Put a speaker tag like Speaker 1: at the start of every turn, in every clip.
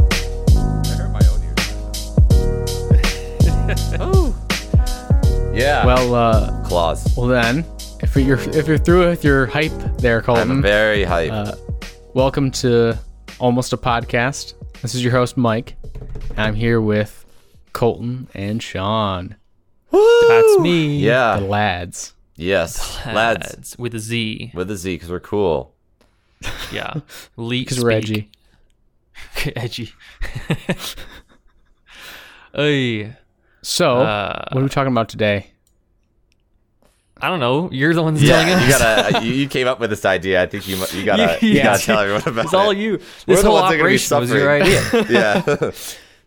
Speaker 1: Well, uh,
Speaker 2: Claws.
Speaker 1: well then, if you're if you're through with your hype there,
Speaker 2: I'm
Speaker 1: Colton,
Speaker 2: very hyped.
Speaker 1: uh, welcome to Almost a Podcast. This is your host Mike. I'm here with Colton and Sean.
Speaker 3: That's me.
Speaker 2: Yeah.
Speaker 1: the lads.
Speaker 2: yes. Lads.
Speaker 3: Lads. With a Z.
Speaker 2: With a Z, because we're cool.
Speaker 3: Yeah. Leak.
Speaker 1: Because
Speaker 3: speak.
Speaker 1: Reggie.
Speaker 3: Edgy. Oy.
Speaker 1: So,
Speaker 3: Uh,
Speaker 1: what are we talking about today?
Speaker 3: I don't know. You're the one that's telling
Speaker 2: Yeah,
Speaker 3: us.
Speaker 2: you gotta. you, you came up with this idea. I think you mu- you gotta.
Speaker 3: Yeah.
Speaker 2: you gotta tell everyone about
Speaker 3: it's all
Speaker 2: it.
Speaker 3: you.
Speaker 2: We're
Speaker 3: This
Speaker 2: the
Speaker 3: whole
Speaker 2: ones that are gonna be
Speaker 3: operation was your
Speaker 2: suffering.
Speaker 3: idea.
Speaker 2: Yeah.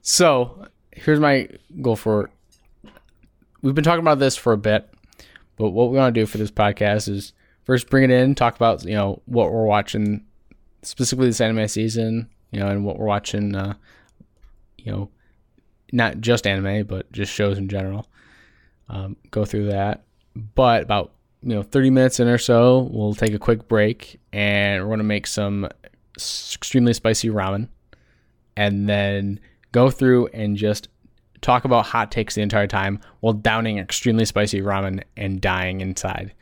Speaker 1: So, here's my goal for. We've been talking about this for a bit, but what we want to do for this podcast is first bring it in, talk about you know what we're watching, specifically this anime season, you know, and what we're watching, uh, you know, not just anime but just shows in general. Um, go through that, but about you know 30 minutes in or so, we'll take a quick break and we're gonna make some s- extremely spicy ramen and then go through and just talk about hot takes the entire time while downing extremely spicy ramen and dying inside.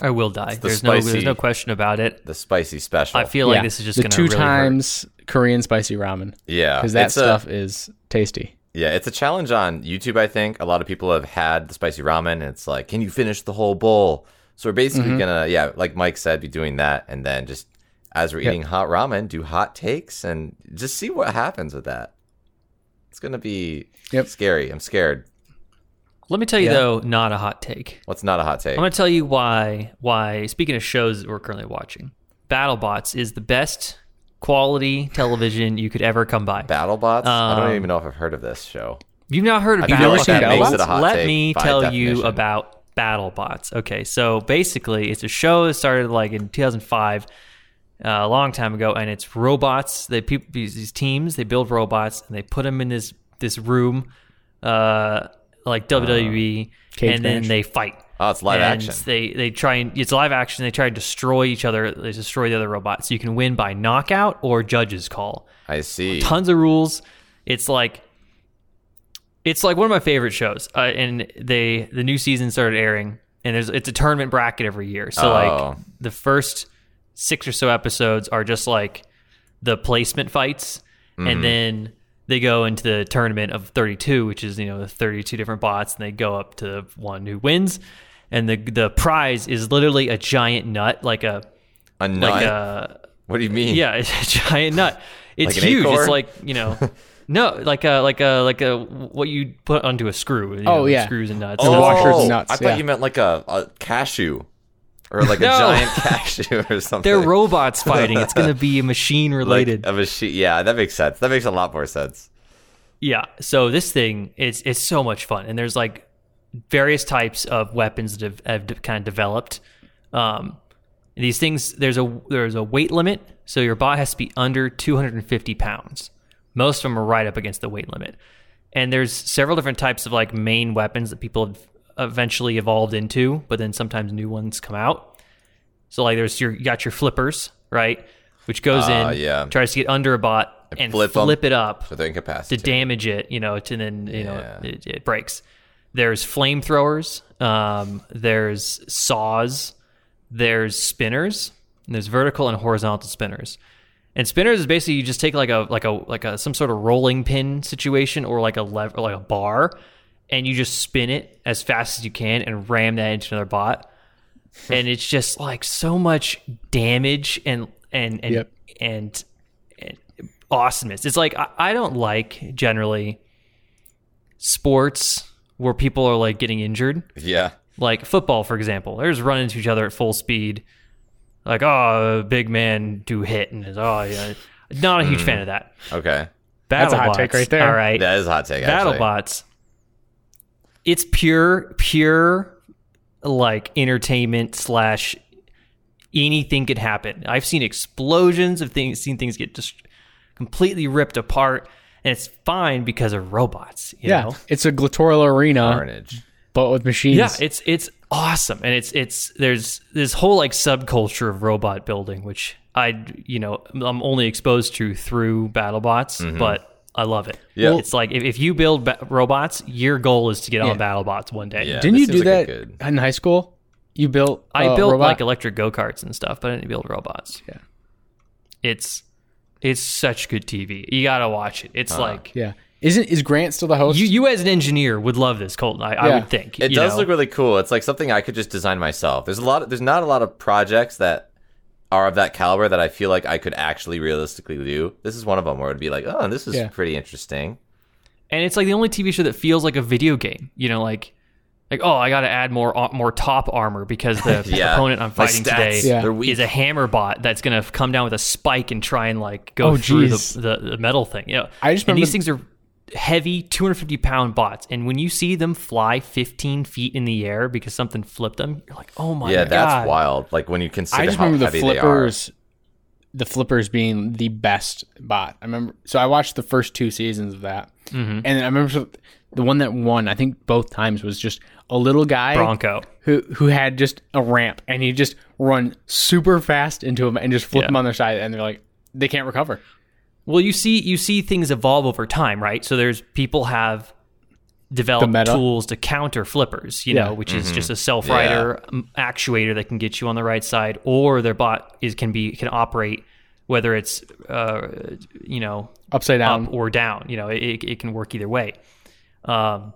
Speaker 3: I will die.
Speaker 2: the
Speaker 3: there's no
Speaker 2: spicy-
Speaker 3: there's no question about it.
Speaker 2: the spicy special.
Speaker 3: I feel like this is just
Speaker 1: the
Speaker 3: gonna
Speaker 1: two
Speaker 3: really
Speaker 1: times Korean spicy ramen
Speaker 2: yeah.
Speaker 1: because that
Speaker 2: it's
Speaker 1: stuff
Speaker 2: A,
Speaker 1: is tasty.
Speaker 2: yeah, it's a challenge on YouTube. I think a lot of people have had the spicy ramen, and it's like, can you finish the whole bowl? So we're basically
Speaker 1: Mm-hmm.
Speaker 2: gonna, yeah, like Mike said, be doing that, and then just as we're eating hot ramen, do hot takes and just see what happens with that. It's gonna be
Speaker 1: Yep.
Speaker 2: scary. I'm scared.
Speaker 3: hurt. Let me tell you
Speaker 1: Yeah.
Speaker 3: though, not a hot take.
Speaker 2: What's not a hot take?
Speaker 3: I'm gonna tell you why. Why? Speaking of shows that we're currently watching, BattleBots is the best quality television you could ever come by.
Speaker 2: BattleBots. I don't
Speaker 3: Um,
Speaker 2: even know if I've heard of this show.
Speaker 3: You've not heard of
Speaker 2: You've
Speaker 1: never
Speaker 3: BattleBots?
Speaker 1: seen That makes it
Speaker 2: a hot
Speaker 3: Let
Speaker 2: take
Speaker 3: me
Speaker 2: by
Speaker 3: tell you
Speaker 2: definition.
Speaker 3: about BattleBots. Okay, so basically, it's a show that started like in 2005, uh, a long time ago, and it's robots. They people these these teams they build robots and they put them in this this room, uh, like WWE,
Speaker 1: cage
Speaker 3: and then
Speaker 1: match.
Speaker 3: they fight.
Speaker 2: Oh, it's live
Speaker 3: and
Speaker 2: action.
Speaker 3: They they try and it's live action. They try to destroy each other. They destroy the other robots. You can win by knockout or judges call
Speaker 2: I see.
Speaker 3: tons of rules. It's like it's like one of my favorite shows. Uh, and they the new season started airing, and there's it's a tournament bracket every year. So
Speaker 2: Oh.
Speaker 3: like the first six or so episodes are just like the placement fights,
Speaker 2: Mm-hmm.
Speaker 3: and then they go into the tournament of 32, which is you know the 32 different bots, and they go up to the one who wins. And the the prize is literally a giant nut, like a
Speaker 2: A nut.
Speaker 3: like a
Speaker 2: what do you mean?
Speaker 3: yeah, it's a giant nut. It's
Speaker 2: Like an
Speaker 3: huge.
Speaker 2: acorn?
Speaker 3: It's like you know, no, like a like a like a what you put onto a screw. you
Speaker 1: Oh,
Speaker 3: know,
Speaker 1: yeah.
Speaker 3: screws and nuts.
Speaker 1: The
Speaker 2: Oh,
Speaker 1: washers and nuts,
Speaker 2: I thought
Speaker 1: yeah.
Speaker 2: you meant like a, a cashew or like a
Speaker 3: No.
Speaker 2: giant cashew or something.
Speaker 3: They're robots fighting. It's gonna be machine
Speaker 2: like
Speaker 3: related.
Speaker 2: a machine. Yeah, that makes sense. That makes a lot more sense.
Speaker 3: Yeah. So this thing is it's so much fun, and there's like various types of weapons that have, have de- kind of developed. Um, these things there's a there's a weight limit, so your bot has to be under 250 pounds. Most of them are right up against the weight limit, and there's several different types of like main weapons that people have eventually evolved into, but then sometimes new ones come out. So like there's your you got your flippers right, which goes
Speaker 2: Ah,
Speaker 3: in
Speaker 2: yeah.
Speaker 3: tries to get under a bot and,
Speaker 2: flip 'em.
Speaker 3: flip it up
Speaker 2: So they're
Speaker 3: to
Speaker 2: incapacitated.
Speaker 3: damage it, you know, to then you know
Speaker 2: Yeah.
Speaker 3: it, it breaks. There's flamethrowers. Um, there's saws. There's spinners. And there's vertical and horizontal spinners. And spinners is basically you just take like a like a like a some sort of rolling pin situation or like a lever like a bar, and you just spin it as fast as you can and ram that into another bot. and it's just like so much damage and and and
Speaker 1: Yep.
Speaker 3: and, and awesomeness. It's like I, I don't like generally sports where people are like getting injured.
Speaker 2: Yeah.
Speaker 3: Like football, for example, they're just running into each other at full speed. Like, oh, big man do hit, and it's, oh, yeah. Not a huge fan of that.
Speaker 2: Okay.
Speaker 1: That's a hot
Speaker 3: BattleBots,
Speaker 1: take right there.
Speaker 3: All right,
Speaker 2: That is a hot take. actually.
Speaker 3: BattleBots. It's pure, pure, like entertainment slash anything could happen. I've seen explosions of things, seen things get just completely ripped apart, and it's fine because of robots. You
Speaker 1: yeah,
Speaker 3: know?
Speaker 1: it's a glatoral arena,
Speaker 2: Carnage.
Speaker 1: but with machines.
Speaker 3: yeah, it's it's awesome, and it's it's there's this whole like subculture of robot building, which I you know I'm only exposed to through BattleBots, but I love it.
Speaker 2: Mm-hmm. Yeah. Well-
Speaker 3: it's like if, if you build ba- robots, your goal is to get
Speaker 1: Yeah.
Speaker 3: on battle bots one day.
Speaker 2: Yeah.
Speaker 1: Didn't
Speaker 2: this
Speaker 1: you
Speaker 2: seems
Speaker 1: do
Speaker 2: like
Speaker 1: that
Speaker 2: a good-
Speaker 1: in high school? You built.
Speaker 3: I
Speaker 1: a
Speaker 3: built
Speaker 1: Uh, robot?
Speaker 3: like electric go karts and stuff, but I didn't build robots.
Speaker 1: Yeah.
Speaker 3: It's it's such good TV. You gotta watch it. It's
Speaker 2: Uh-huh.
Speaker 3: like
Speaker 1: Yeah. Isn't is Grant still the host?
Speaker 3: you you as an engineer would love this, Colton. I, I
Speaker 1: Yeah.
Speaker 3: would think.
Speaker 2: It
Speaker 3: you
Speaker 2: does
Speaker 3: know?
Speaker 2: look really cool. It's like something I could just design myself. There's a lot. there's not a lot of projects that are of that caliber that I feel like I could actually realistically do. This is one of them where it'd be like, oh, this is
Speaker 1: Yeah.
Speaker 2: pretty interesting.
Speaker 3: and it's like the only TV show that feels like a video game. You know, like like oh, I got to add more uh, more top armor because the
Speaker 2: Yeah.
Speaker 3: opponent I'm
Speaker 2: My
Speaker 3: fighting
Speaker 2: stats,
Speaker 3: today
Speaker 1: Yeah.
Speaker 2: they're
Speaker 3: is
Speaker 2: weak.
Speaker 3: a hammer bot that's gonna come down with a spike and try and like go
Speaker 1: Oh,
Speaker 3: through
Speaker 1: geez.
Speaker 3: the, the the metal thing. You know,
Speaker 1: I just
Speaker 3: and these
Speaker 1: remember-
Speaker 3: things are heavy, 250 pound bots, and when you see them fly 15 feet in the air because something flipped them, you're like, oh my
Speaker 2: yeah,
Speaker 3: god,
Speaker 2: that's wild. Like when you
Speaker 1: I
Speaker 2: consider
Speaker 1: just
Speaker 2: how
Speaker 1: remember the
Speaker 2: heavy they are.
Speaker 1: flippers, the flippers being the best bot. I remember. So I watched the first two seasons of that,
Speaker 2: Mm-hmm.
Speaker 1: and I remember so- the one that won. I think both times was just a little guy
Speaker 3: Bronco.
Speaker 1: who who had just a ramp, and he just run super fast into him and just flip
Speaker 3: Yeah.
Speaker 1: him on their side, and they're like they can't recover.
Speaker 3: Well, you see, you see things evolve over time, right? So there's people have developed
Speaker 1: The meta.
Speaker 3: tools to counter flippers, you
Speaker 1: Yeah.
Speaker 3: know, which is just a self rider um actuator that can get you on the right side, or their bot is can be can operate whether it's uh, you know
Speaker 1: Upside down.
Speaker 3: up or down. You know, it, it, it can work either way. Um,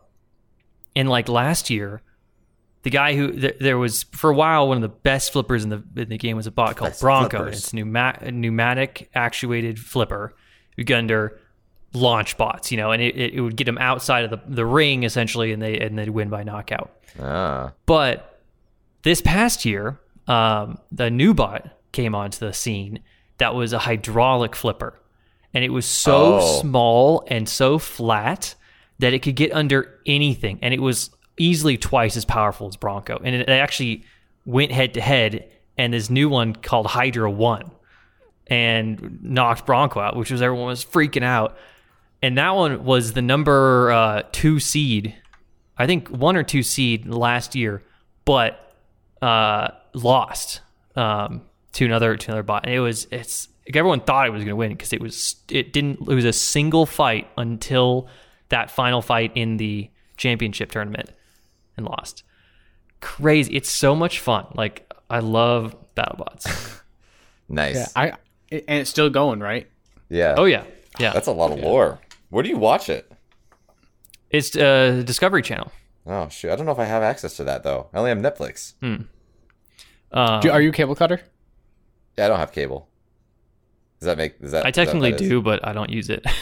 Speaker 3: and like last year, the guy who th- there was for a while one of the best flippers in the in the game was a bot called
Speaker 2: Best
Speaker 3: Bronco.
Speaker 2: flippers.
Speaker 3: It's pneuma- pneumatic actuated flipper, Uganda launch bots. You know, and it, it, it would get them outside of the, the ring essentially, and they and they'd win by knockout.
Speaker 2: Ah,
Speaker 3: But this past year, um, the new bot came onto the scene that was a hydraulic flipper. And it was so
Speaker 2: Oh.
Speaker 3: small and so flat that it could get under anything. And it was easily twice as powerful as Bronco. And it actually went head to head. And this new one called Hydra won and knocked Bronco out, which was everyone was freaking out. And that one was the number uh, two seed, I think one or two seed last year, but uh, lost um, to another to another bot. And it was it's like everyone thought it was going to win because it was it didn't lose a single fight until that final fight in the championship tournament and lost. Crazy! It's so much fun. Like I love battle bots.
Speaker 2: nice.
Speaker 1: yeah, I and it's still going right.
Speaker 2: Yeah.
Speaker 3: Oh yeah, yeah.
Speaker 2: That's a lot of lore. Where do you watch it?
Speaker 3: It's uh, Discovery Channel.
Speaker 2: Oh shoot, I don't know if I have access to that though. I only have Netflix.
Speaker 3: Um,
Speaker 1: Do, are you a cable cutter?
Speaker 2: Yeah, I don't have cable. Does that make? Does that?
Speaker 3: I
Speaker 2: is that what
Speaker 3: technically
Speaker 2: that is?
Speaker 3: do, but I don't use it.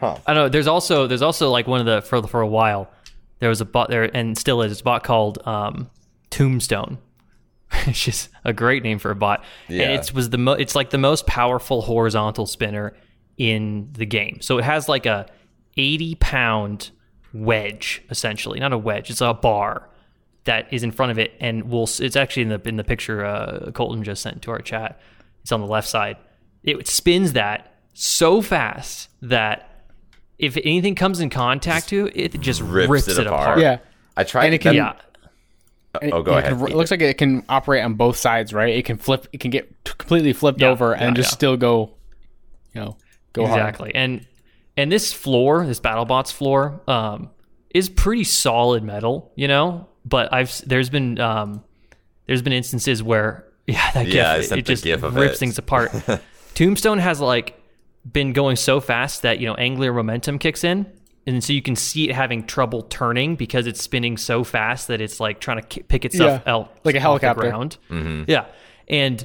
Speaker 2: Huh.
Speaker 3: I know. There's also there's also like one of the for for a while there was a bot there and still is it's a bot called um, Tombstone. it's just a great name for a bot,
Speaker 2: Yeah.
Speaker 3: and it's was the mo- it's like the most powerful horizontal spinner in the game. So it has like a 80 pound wedge essentially, not a wedge, it's a bar that is in front of it, and will it's actually in the in the picture uh, Colton just sent to our chat. It's on the left side. It spins that so fast that if anything comes in contact to it, it just rips,
Speaker 2: rips
Speaker 3: it,
Speaker 2: it
Speaker 3: apart.
Speaker 2: apart.
Speaker 1: Yeah.
Speaker 2: I tried.
Speaker 1: And it can-
Speaker 3: Yeah.
Speaker 1: And
Speaker 2: Oh,
Speaker 1: it-
Speaker 2: go
Speaker 1: and
Speaker 2: ahead.
Speaker 1: It, can- it looks like it can operate on both sides, right? It can flip. It can get t- completely flipped
Speaker 3: Yeah,
Speaker 1: over and
Speaker 3: yeah,
Speaker 1: just
Speaker 3: yeah.
Speaker 1: still go, you know, go hard.
Speaker 3: exactly and and this floor this battlebots floor um is pretty solid metal you know but i've s- there's been um there's been instances where yeah that
Speaker 2: Yeah, I
Speaker 3: gif, it,
Speaker 2: sent
Speaker 3: it
Speaker 2: the
Speaker 3: just
Speaker 2: gif of
Speaker 3: rips
Speaker 2: it.
Speaker 3: things apart tombstone has like been going so fast that you know angular momentum kicks in and so you can see it having trouble turning because it's spinning so fast that it's like trying to ki- pick itself
Speaker 1: Yeah,
Speaker 3: out
Speaker 1: like a helicopter.
Speaker 3: off the ground.
Speaker 2: Mm-hmm.
Speaker 3: yeah and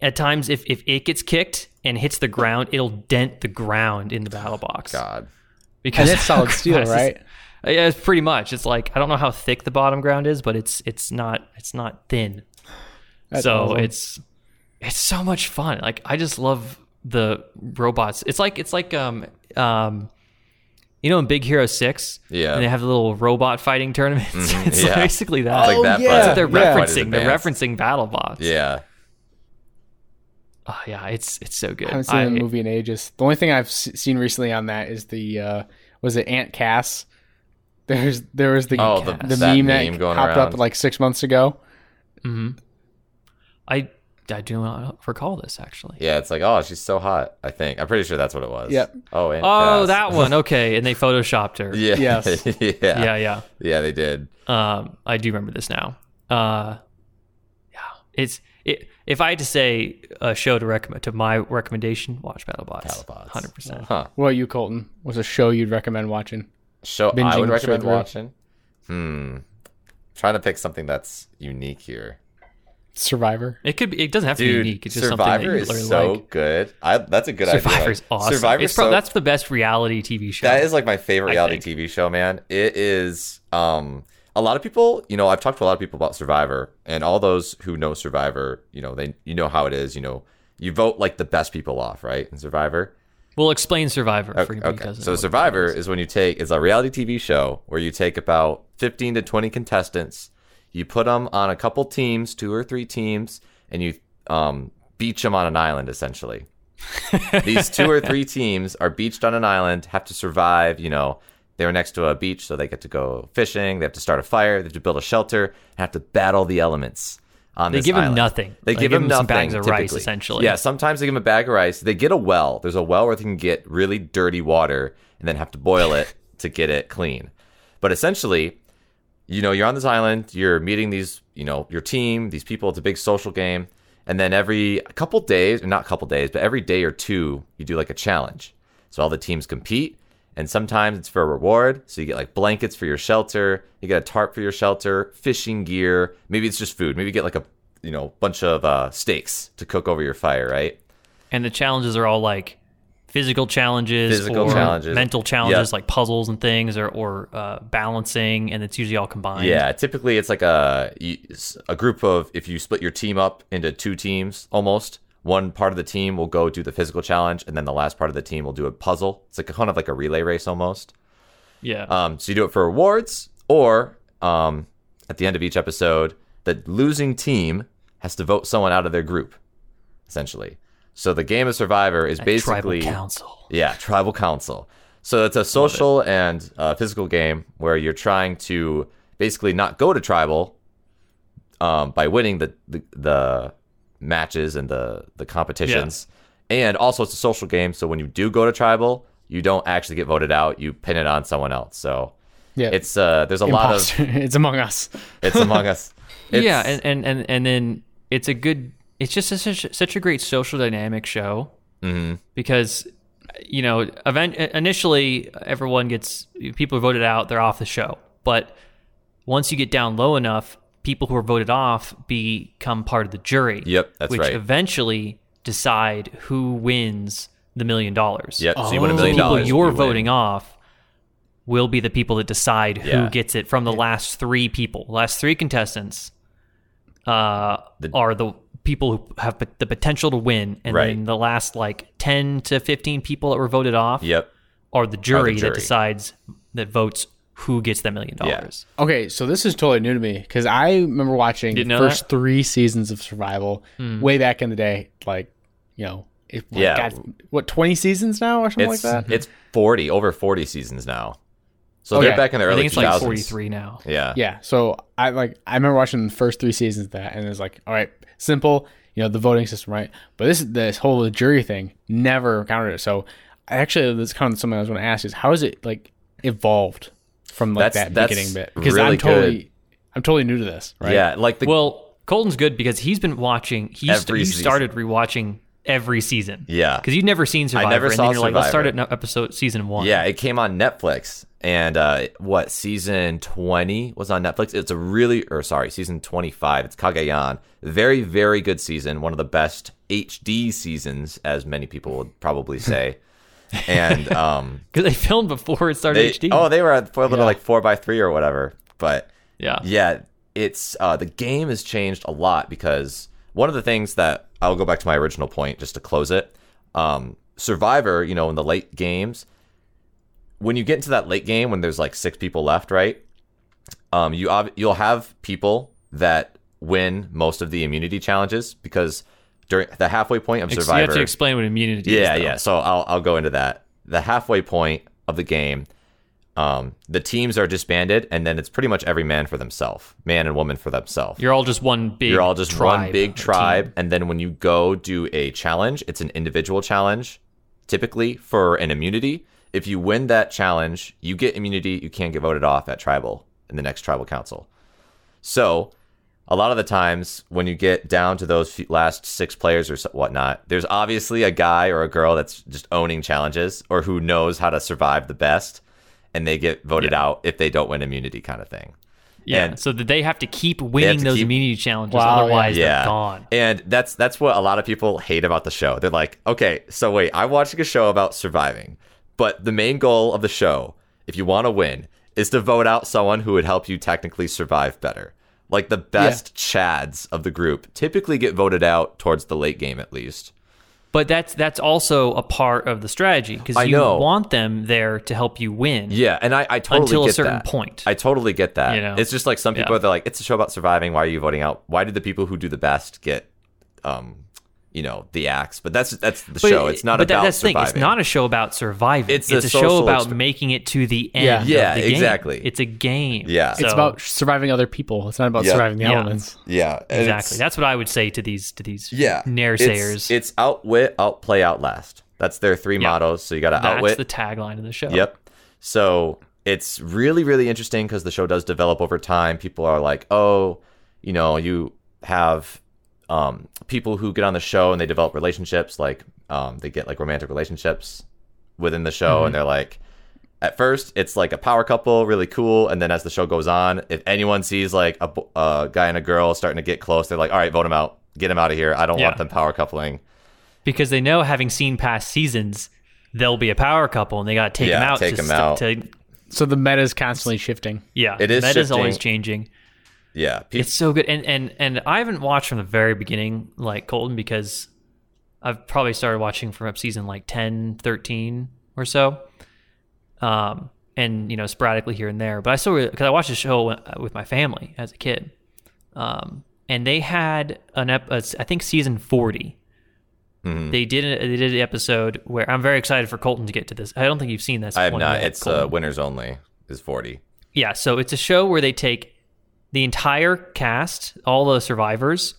Speaker 3: at times if, if it gets kicked and hits the ground, it'll dent the ground in the battle box.
Speaker 2: Oh, God.
Speaker 3: Because
Speaker 1: And it's solid steel,
Speaker 3: Christ, it's- Uh,
Speaker 1: right?
Speaker 3: Yeah, it's pretty much. It's like I don't know how thick the bottom ground is, but it's it's not it's not thin.
Speaker 1: That's
Speaker 3: so
Speaker 1: awesome.
Speaker 3: it's it's so much fun. Like I just love the robots. It's like it's like um um you know in Big Hero Six,
Speaker 2: Yeah. Mm-hmm.
Speaker 3: and they have the little robot fighting tournaments. it's
Speaker 2: yeah.
Speaker 3: basically that.
Speaker 2: It's like that.
Speaker 1: Oh, yeah.
Speaker 2: but-
Speaker 1: That's what
Speaker 3: they're
Speaker 2: that part is
Speaker 3: referencing. They're
Speaker 2: advanced.
Speaker 3: referencing battle bots.
Speaker 2: Yeah.
Speaker 3: Oh, yeah. It's it's so good.
Speaker 1: I haven't seen
Speaker 3: I-
Speaker 1: a movie in ages. The only thing I've s- seen recently on that is the uh, was it Aunt Cass? There's there was the
Speaker 2: Oh, the-
Speaker 1: the
Speaker 2: that
Speaker 1: meme that
Speaker 2: meme going
Speaker 1: popped
Speaker 2: around.
Speaker 1: up like six months ago.
Speaker 3: I I do not recall this actually.
Speaker 2: Yeah, it's like, oh, she's so hot. I think I'm pretty sure that's what it was.
Speaker 1: Yep.
Speaker 2: Oh, and
Speaker 3: Oh,
Speaker 2: Cass.
Speaker 3: that one. Okay, and they photoshopped her.
Speaker 2: Yeah.
Speaker 1: Yes.
Speaker 2: yeah.
Speaker 3: yeah,
Speaker 2: Yeah.
Speaker 3: yeah.
Speaker 2: They did.
Speaker 3: Um, I do remember this now. Uh, yeah, it's it. If I had to say a show to recommend to my recommendation, watch BattleBots.
Speaker 2: BattleBots.
Speaker 3: Hundred percent.
Speaker 2: Huh.
Speaker 1: What about you, Colton? What's a show you'd recommend watching?
Speaker 2: Show I
Speaker 1: Binging
Speaker 2: would recommend
Speaker 1: straight through.
Speaker 2: watching. Hmm. Trying to pick something that's unique here.
Speaker 1: Survivor.
Speaker 3: It could. Be, it doesn't have to
Speaker 2: Dude,
Speaker 3: be unique. It's just
Speaker 2: Survivor
Speaker 3: something that you
Speaker 2: is
Speaker 3: really
Speaker 2: so
Speaker 3: like.
Speaker 2: good. I, that's a good idea.
Speaker 3: Survivor's awesome.
Speaker 2: Survivor's
Speaker 3: it's pro-
Speaker 2: so,
Speaker 3: that's the best reality TV show.
Speaker 2: That is like my favorite
Speaker 3: I
Speaker 2: reality
Speaker 3: think.
Speaker 2: TV show, man. It is um a lot of people, you know, I've talked to a lot of people about Survivor and all those who know Survivor, you know, they you know how it is, you know, you vote like the best people off, right? In Survivor.
Speaker 3: We'll explain Survivor for anybody who
Speaker 2: Okay.
Speaker 3: doesn't. know
Speaker 2: So
Speaker 3: what that
Speaker 2: Survivor
Speaker 3: is.
Speaker 2: is when you take it's a reality TV show where you take about 15 to 20 contestants, you put them on a couple teams, two or three teams, and you um beach them on an island essentially. These two or three teams are beached on an island, have to survive, you know, they were next to a beach so they get to go fishing, they have to start a fire, they have to build a shelter, and have to battle the elements. On
Speaker 3: They
Speaker 2: this
Speaker 3: give him
Speaker 2: island.
Speaker 3: nothing.
Speaker 2: They give him,
Speaker 3: some
Speaker 2: nothing.
Speaker 3: bags of rice,
Speaker 2: typically.
Speaker 3: essentially.
Speaker 2: Yeah, sometimes they give them a bag of rice. They get a well. There's a well where they can get really dirty water and then have to boil it to get it clean. But essentially, you know, you're on this island, you're meeting these, you know, your team, these people. It's a big social game. And then every couple days, or not couple days, but every day or two, you do like a challenge. So all the teams compete. And sometimes it's for a reward. So you get like blankets for your shelter, you get a tarp for your shelter, fishing gear. Maybe it's just food. Maybe you get like a, you know, bunch of uh, steaks to cook over your fire, right?
Speaker 3: and the challenges are all like physical challenges,
Speaker 2: Physical
Speaker 3: or
Speaker 2: challenges.
Speaker 3: mental challenges
Speaker 2: Yep.
Speaker 3: like puzzles and things, or or uh, balancing, and it's usually all combined.
Speaker 2: Yeah, typically it's like a a group of if you split your team up into two teams almost. One part of the team will go do the physical challenge, and then the last part of the team will do a puzzle. It's like a, kind of like a relay race almost.
Speaker 3: yeah.
Speaker 2: Um, so you do it for awards, or um, at the end of each episode, the losing team has to vote someone out of their group, essentially. So the game of Survivor is basically
Speaker 3: tribal council.
Speaker 2: yeah, tribal council. So it's a social and uh, physical game where you're trying to basically not go to tribal um, by winning the, the the matches and the the competitions. And also, it's a social game. So when you do go to tribal, you don't actually get voted out. You pin it on someone else. So
Speaker 1: Yeah.
Speaker 2: it's uh, there's a lot of
Speaker 1: Imposter. it's Among Us.
Speaker 2: it's Among Us. It's,
Speaker 3: yeah, and, and and and then it's a good. It's just a, such such a great social dynamic show
Speaker 2: Mhm.
Speaker 3: because you know event, initially everyone gets people are voted out they're off the show but once you get down low enough people who are voted off become part of the jury
Speaker 2: Yep, that's
Speaker 3: which
Speaker 2: right.
Speaker 3: eventually decide who wins the million dollars
Speaker 2: yep. so you win a
Speaker 1: Oh.
Speaker 2: million
Speaker 3: people
Speaker 2: dollars. if
Speaker 3: you're
Speaker 2: you win.
Speaker 3: voting off will be the people that decide
Speaker 2: Yeah.
Speaker 3: who gets it from the last three people, last three contestants, uh,
Speaker 2: The-
Speaker 3: are the people who have pot- the potential to win, and
Speaker 2: Right.
Speaker 3: then the last like ten to fifteen people that were voted off
Speaker 2: Yep.
Speaker 3: are the jury,
Speaker 2: jury.
Speaker 3: that decides that votes who gets that million dollars.
Speaker 1: Okay, so this is totally new to me because I remember watching the
Speaker 3: Didn't know
Speaker 1: first
Speaker 3: that? Hmm.
Speaker 1: three seasons of Survival way back in the day. Like, you know, it,
Speaker 2: Yeah.
Speaker 1: God, what twenty seasons now or something
Speaker 2: It's
Speaker 1: like that?
Speaker 2: it's forty over forty seasons now. So
Speaker 1: Okay.
Speaker 2: they're back in the
Speaker 3: I
Speaker 2: early
Speaker 3: think it's
Speaker 2: 2000s.
Speaker 3: like forty three now.
Speaker 2: Yeah.
Speaker 1: yeah. So I like I remember watching the first three seasons of that, and it was like, all right, simple. You know, the voting system, right? But this this whole jury thing never encountered it. So I actually, that's kind of something I was going to ask is how is it like evolved from like
Speaker 2: That's-
Speaker 1: that
Speaker 2: that's
Speaker 1: beginning bit? Because
Speaker 2: really
Speaker 1: I'm totally
Speaker 2: good.
Speaker 1: I'm totally new to this. Right?
Speaker 2: Yeah, like the
Speaker 3: Well, Colton's good because he's been watching. He st-
Speaker 2: Every
Speaker 3: you
Speaker 2: season.
Speaker 3: started rewatching every season.
Speaker 2: Yeah.
Speaker 3: because you'd never seen Survivor.
Speaker 2: never
Speaker 3: and
Speaker 2: saw
Speaker 3: then you're like, let's start at
Speaker 2: Survivor.
Speaker 3: no- episode season one.
Speaker 2: yeah, it came on Netflix, and uh, what season twenty was on Netflix? It's a really, or sorry, season twenty five. It's Kagayan, very very good season, one of the best HD seasons, as many people would probably say. and um,
Speaker 3: because they filmed before it started
Speaker 2: they,
Speaker 3: HD.
Speaker 2: oh, they were at foiled at like four by three or whatever, but
Speaker 3: yeah.
Speaker 2: yeah it's uh, the game has changed a lot because one of the things that i'll go back to my original point just to close it um, survivor you know in the late games when you get into that late game when there's like six people left right um, you ob- you'll have people that win most of the immunity challenges because during the halfway point of
Speaker 3: Ex-
Speaker 2: survivor
Speaker 3: You have to explain what immunity
Speaker 2: yeah,
Speaker 3: is. though.
Speaker 2: yeah. So I'll I'll go into that. The halfway point of the game, Um, the teams are disbanded, and then it's pretty much every man for themselves, man and woman for themselves.
Speaker 3: You're all just one big.
Speaker 2: You're all just one
Speaker 3: tribe, a
Speaker 2: big
Speaker 3: team.
Speaker 2: tribe, and then when you go do a challenge, it's an individual challenge, typically for an immunity. If you win that challenge, you get immunity. You can't get voted off at tribal in the next tribal council. So, a lot of the times when you get down to those few, last six players or so, whatnot, there's obviously a guy or a girl that's just owning challenges or who knows how to survive the best, and they get voted out if they don't win immunity, kind of thing.
Speaker 3: Yeah.
Speaker 2: and-
Speaker 3: so that they have to keep winning
Speaker 2: to
Speaker 3: those
Speaker 2: keep-
Speaker 3: immunity challenges,
Speaker 1: Wow, yeah.
Speaker 3: otherwise
Speaker 2: yeah
Speaker 3: they're gone.
Speaker 2: and that's that's what a lot of people hate about the show they're like okay so wait i'm watching a show about surviving but the main goal of the show if you want to win is to vote out someone who would help you technically survive better like the best chads of the group typically get voted out towards the late game at least
Speaker 3: But that's that's also a part of the strategy because
Speaker 2: I
Speaker 3: you
Speaker 2: know.
Speaker 3: want them there to help you win.
Speaker 2: yeah and i, I totally
Speaker 3: Until a
Speaker 2: get
Speaker 3: certain
Speaker 2: that.
Speaker 3: point.
Speaker 2: i totally get that
Speaker 3: You know?
Speaker 2: it's just like some people
Speaker 3: Yeah.
Speaker 2: they're like it's a show about surviving why are you voting out why do the people who do the best get um you know the axe but that's that's the show
Speaker 3: it-
Speaker 2: it's not
Speaker 3: but that-
Speaker 2: about
Speaker 3: that's the thing.
Speaker 2: surviving
Speaker 3: It's not a show about surviving.
Speaker 2: It's
Speaker 3: It's,
Speaker 2: a
Speaker 3: a,
Speaker 2: social
Speaker 3: show about
Speaker 2: exper-
Speaker 3: making it to the end.
Speaker 1: Yeah.
Speaker 3: of
Speaker 2: Yeah,
Speaker 3: the game.
Speaker 2: exactly.
Speaker 3: It's a game.
Speaker 2: Yeah.
Speaker 1: It's
Speaker 3: So,
Speaker 1: about surviving other people. It's not about
Speaker 2: Yeah.
Speaker 1: surviving the
Speaker 3: Yeah.
Speaker 1: elements.
Speaker 2: Yeah, and
Speaker 3: exactly.
Speaker 2: it's-
Speaker 3: That's what I would say to these to these
Speaker 2: yeah,
Speaker 3: naysayers.
Speaker 2: It's, it's outwit, outplay, outlast. That's their three
Speaker 3: Yeah.
Speaker 2: mottos. So you got to
Speaker 3: that's
Speaker 2: outwit.
Speaker 3: the tagline of the show.
Speaker 2: Yep. So it's really, really interesting because the show does develop over time. People are like, oh, you know, you have um, people who get on the show and they develop relationships, like um, they get like romantic relationships within the show,
Speaker 3: Mm-hmm.
Speaker 2: and they're like, at first, it's like a power couple, really cool, and then as the show goes on, if anyone sees like a, bo- a guy and a girl starting to get close, they're like, all right, vote him out, get him out of here. I don't want
Speaker 3: Yeah.
Speaker 2: them power coupling.
Speaker 3: because they know having seen past seasons, they'll be a power couple and they got to take
Speaker 2: Yeah,
Speaker 3: them out.
Speaker 2: take
Speaker 3: to,
Speaker 2: 'em
Speaker 3: st-
Speaker 2: out.
Speaker 3: To,
Speaker 1: So the meta is constantly shifting.
Speaker 3: yeah,
Speaker 2: It is
Speaker 3: that is always
Speaker 2: shifting.
Speaker 3: changing.
Speaker 2: Yeah, pe-
Speaker 3: It's so good, and and and I haven't watched from the very beginning like Colton because I've probably started watching from up season like 10, 13 or so, um, and you know sporadically here and there. But I still because I watched the show when- with my family as a kid, um, and they had an ep- uh, I think season forty.
Speaker 2: Mm-hmm.
Speaker 3: They did a, they did an episode where I'm very excited for Colton to get to this. I don't think you've seen this.
Speaker 2: I have
Speaker 3: one
Speaker 2: not.
Speaker 3: yet,
Speaker 2: It's
Speaker 3: Colton.
Speaker 2: uh, winners only is forty.
Speaker 3: Yeah, so it's a show where they take the entire cast, all the survivors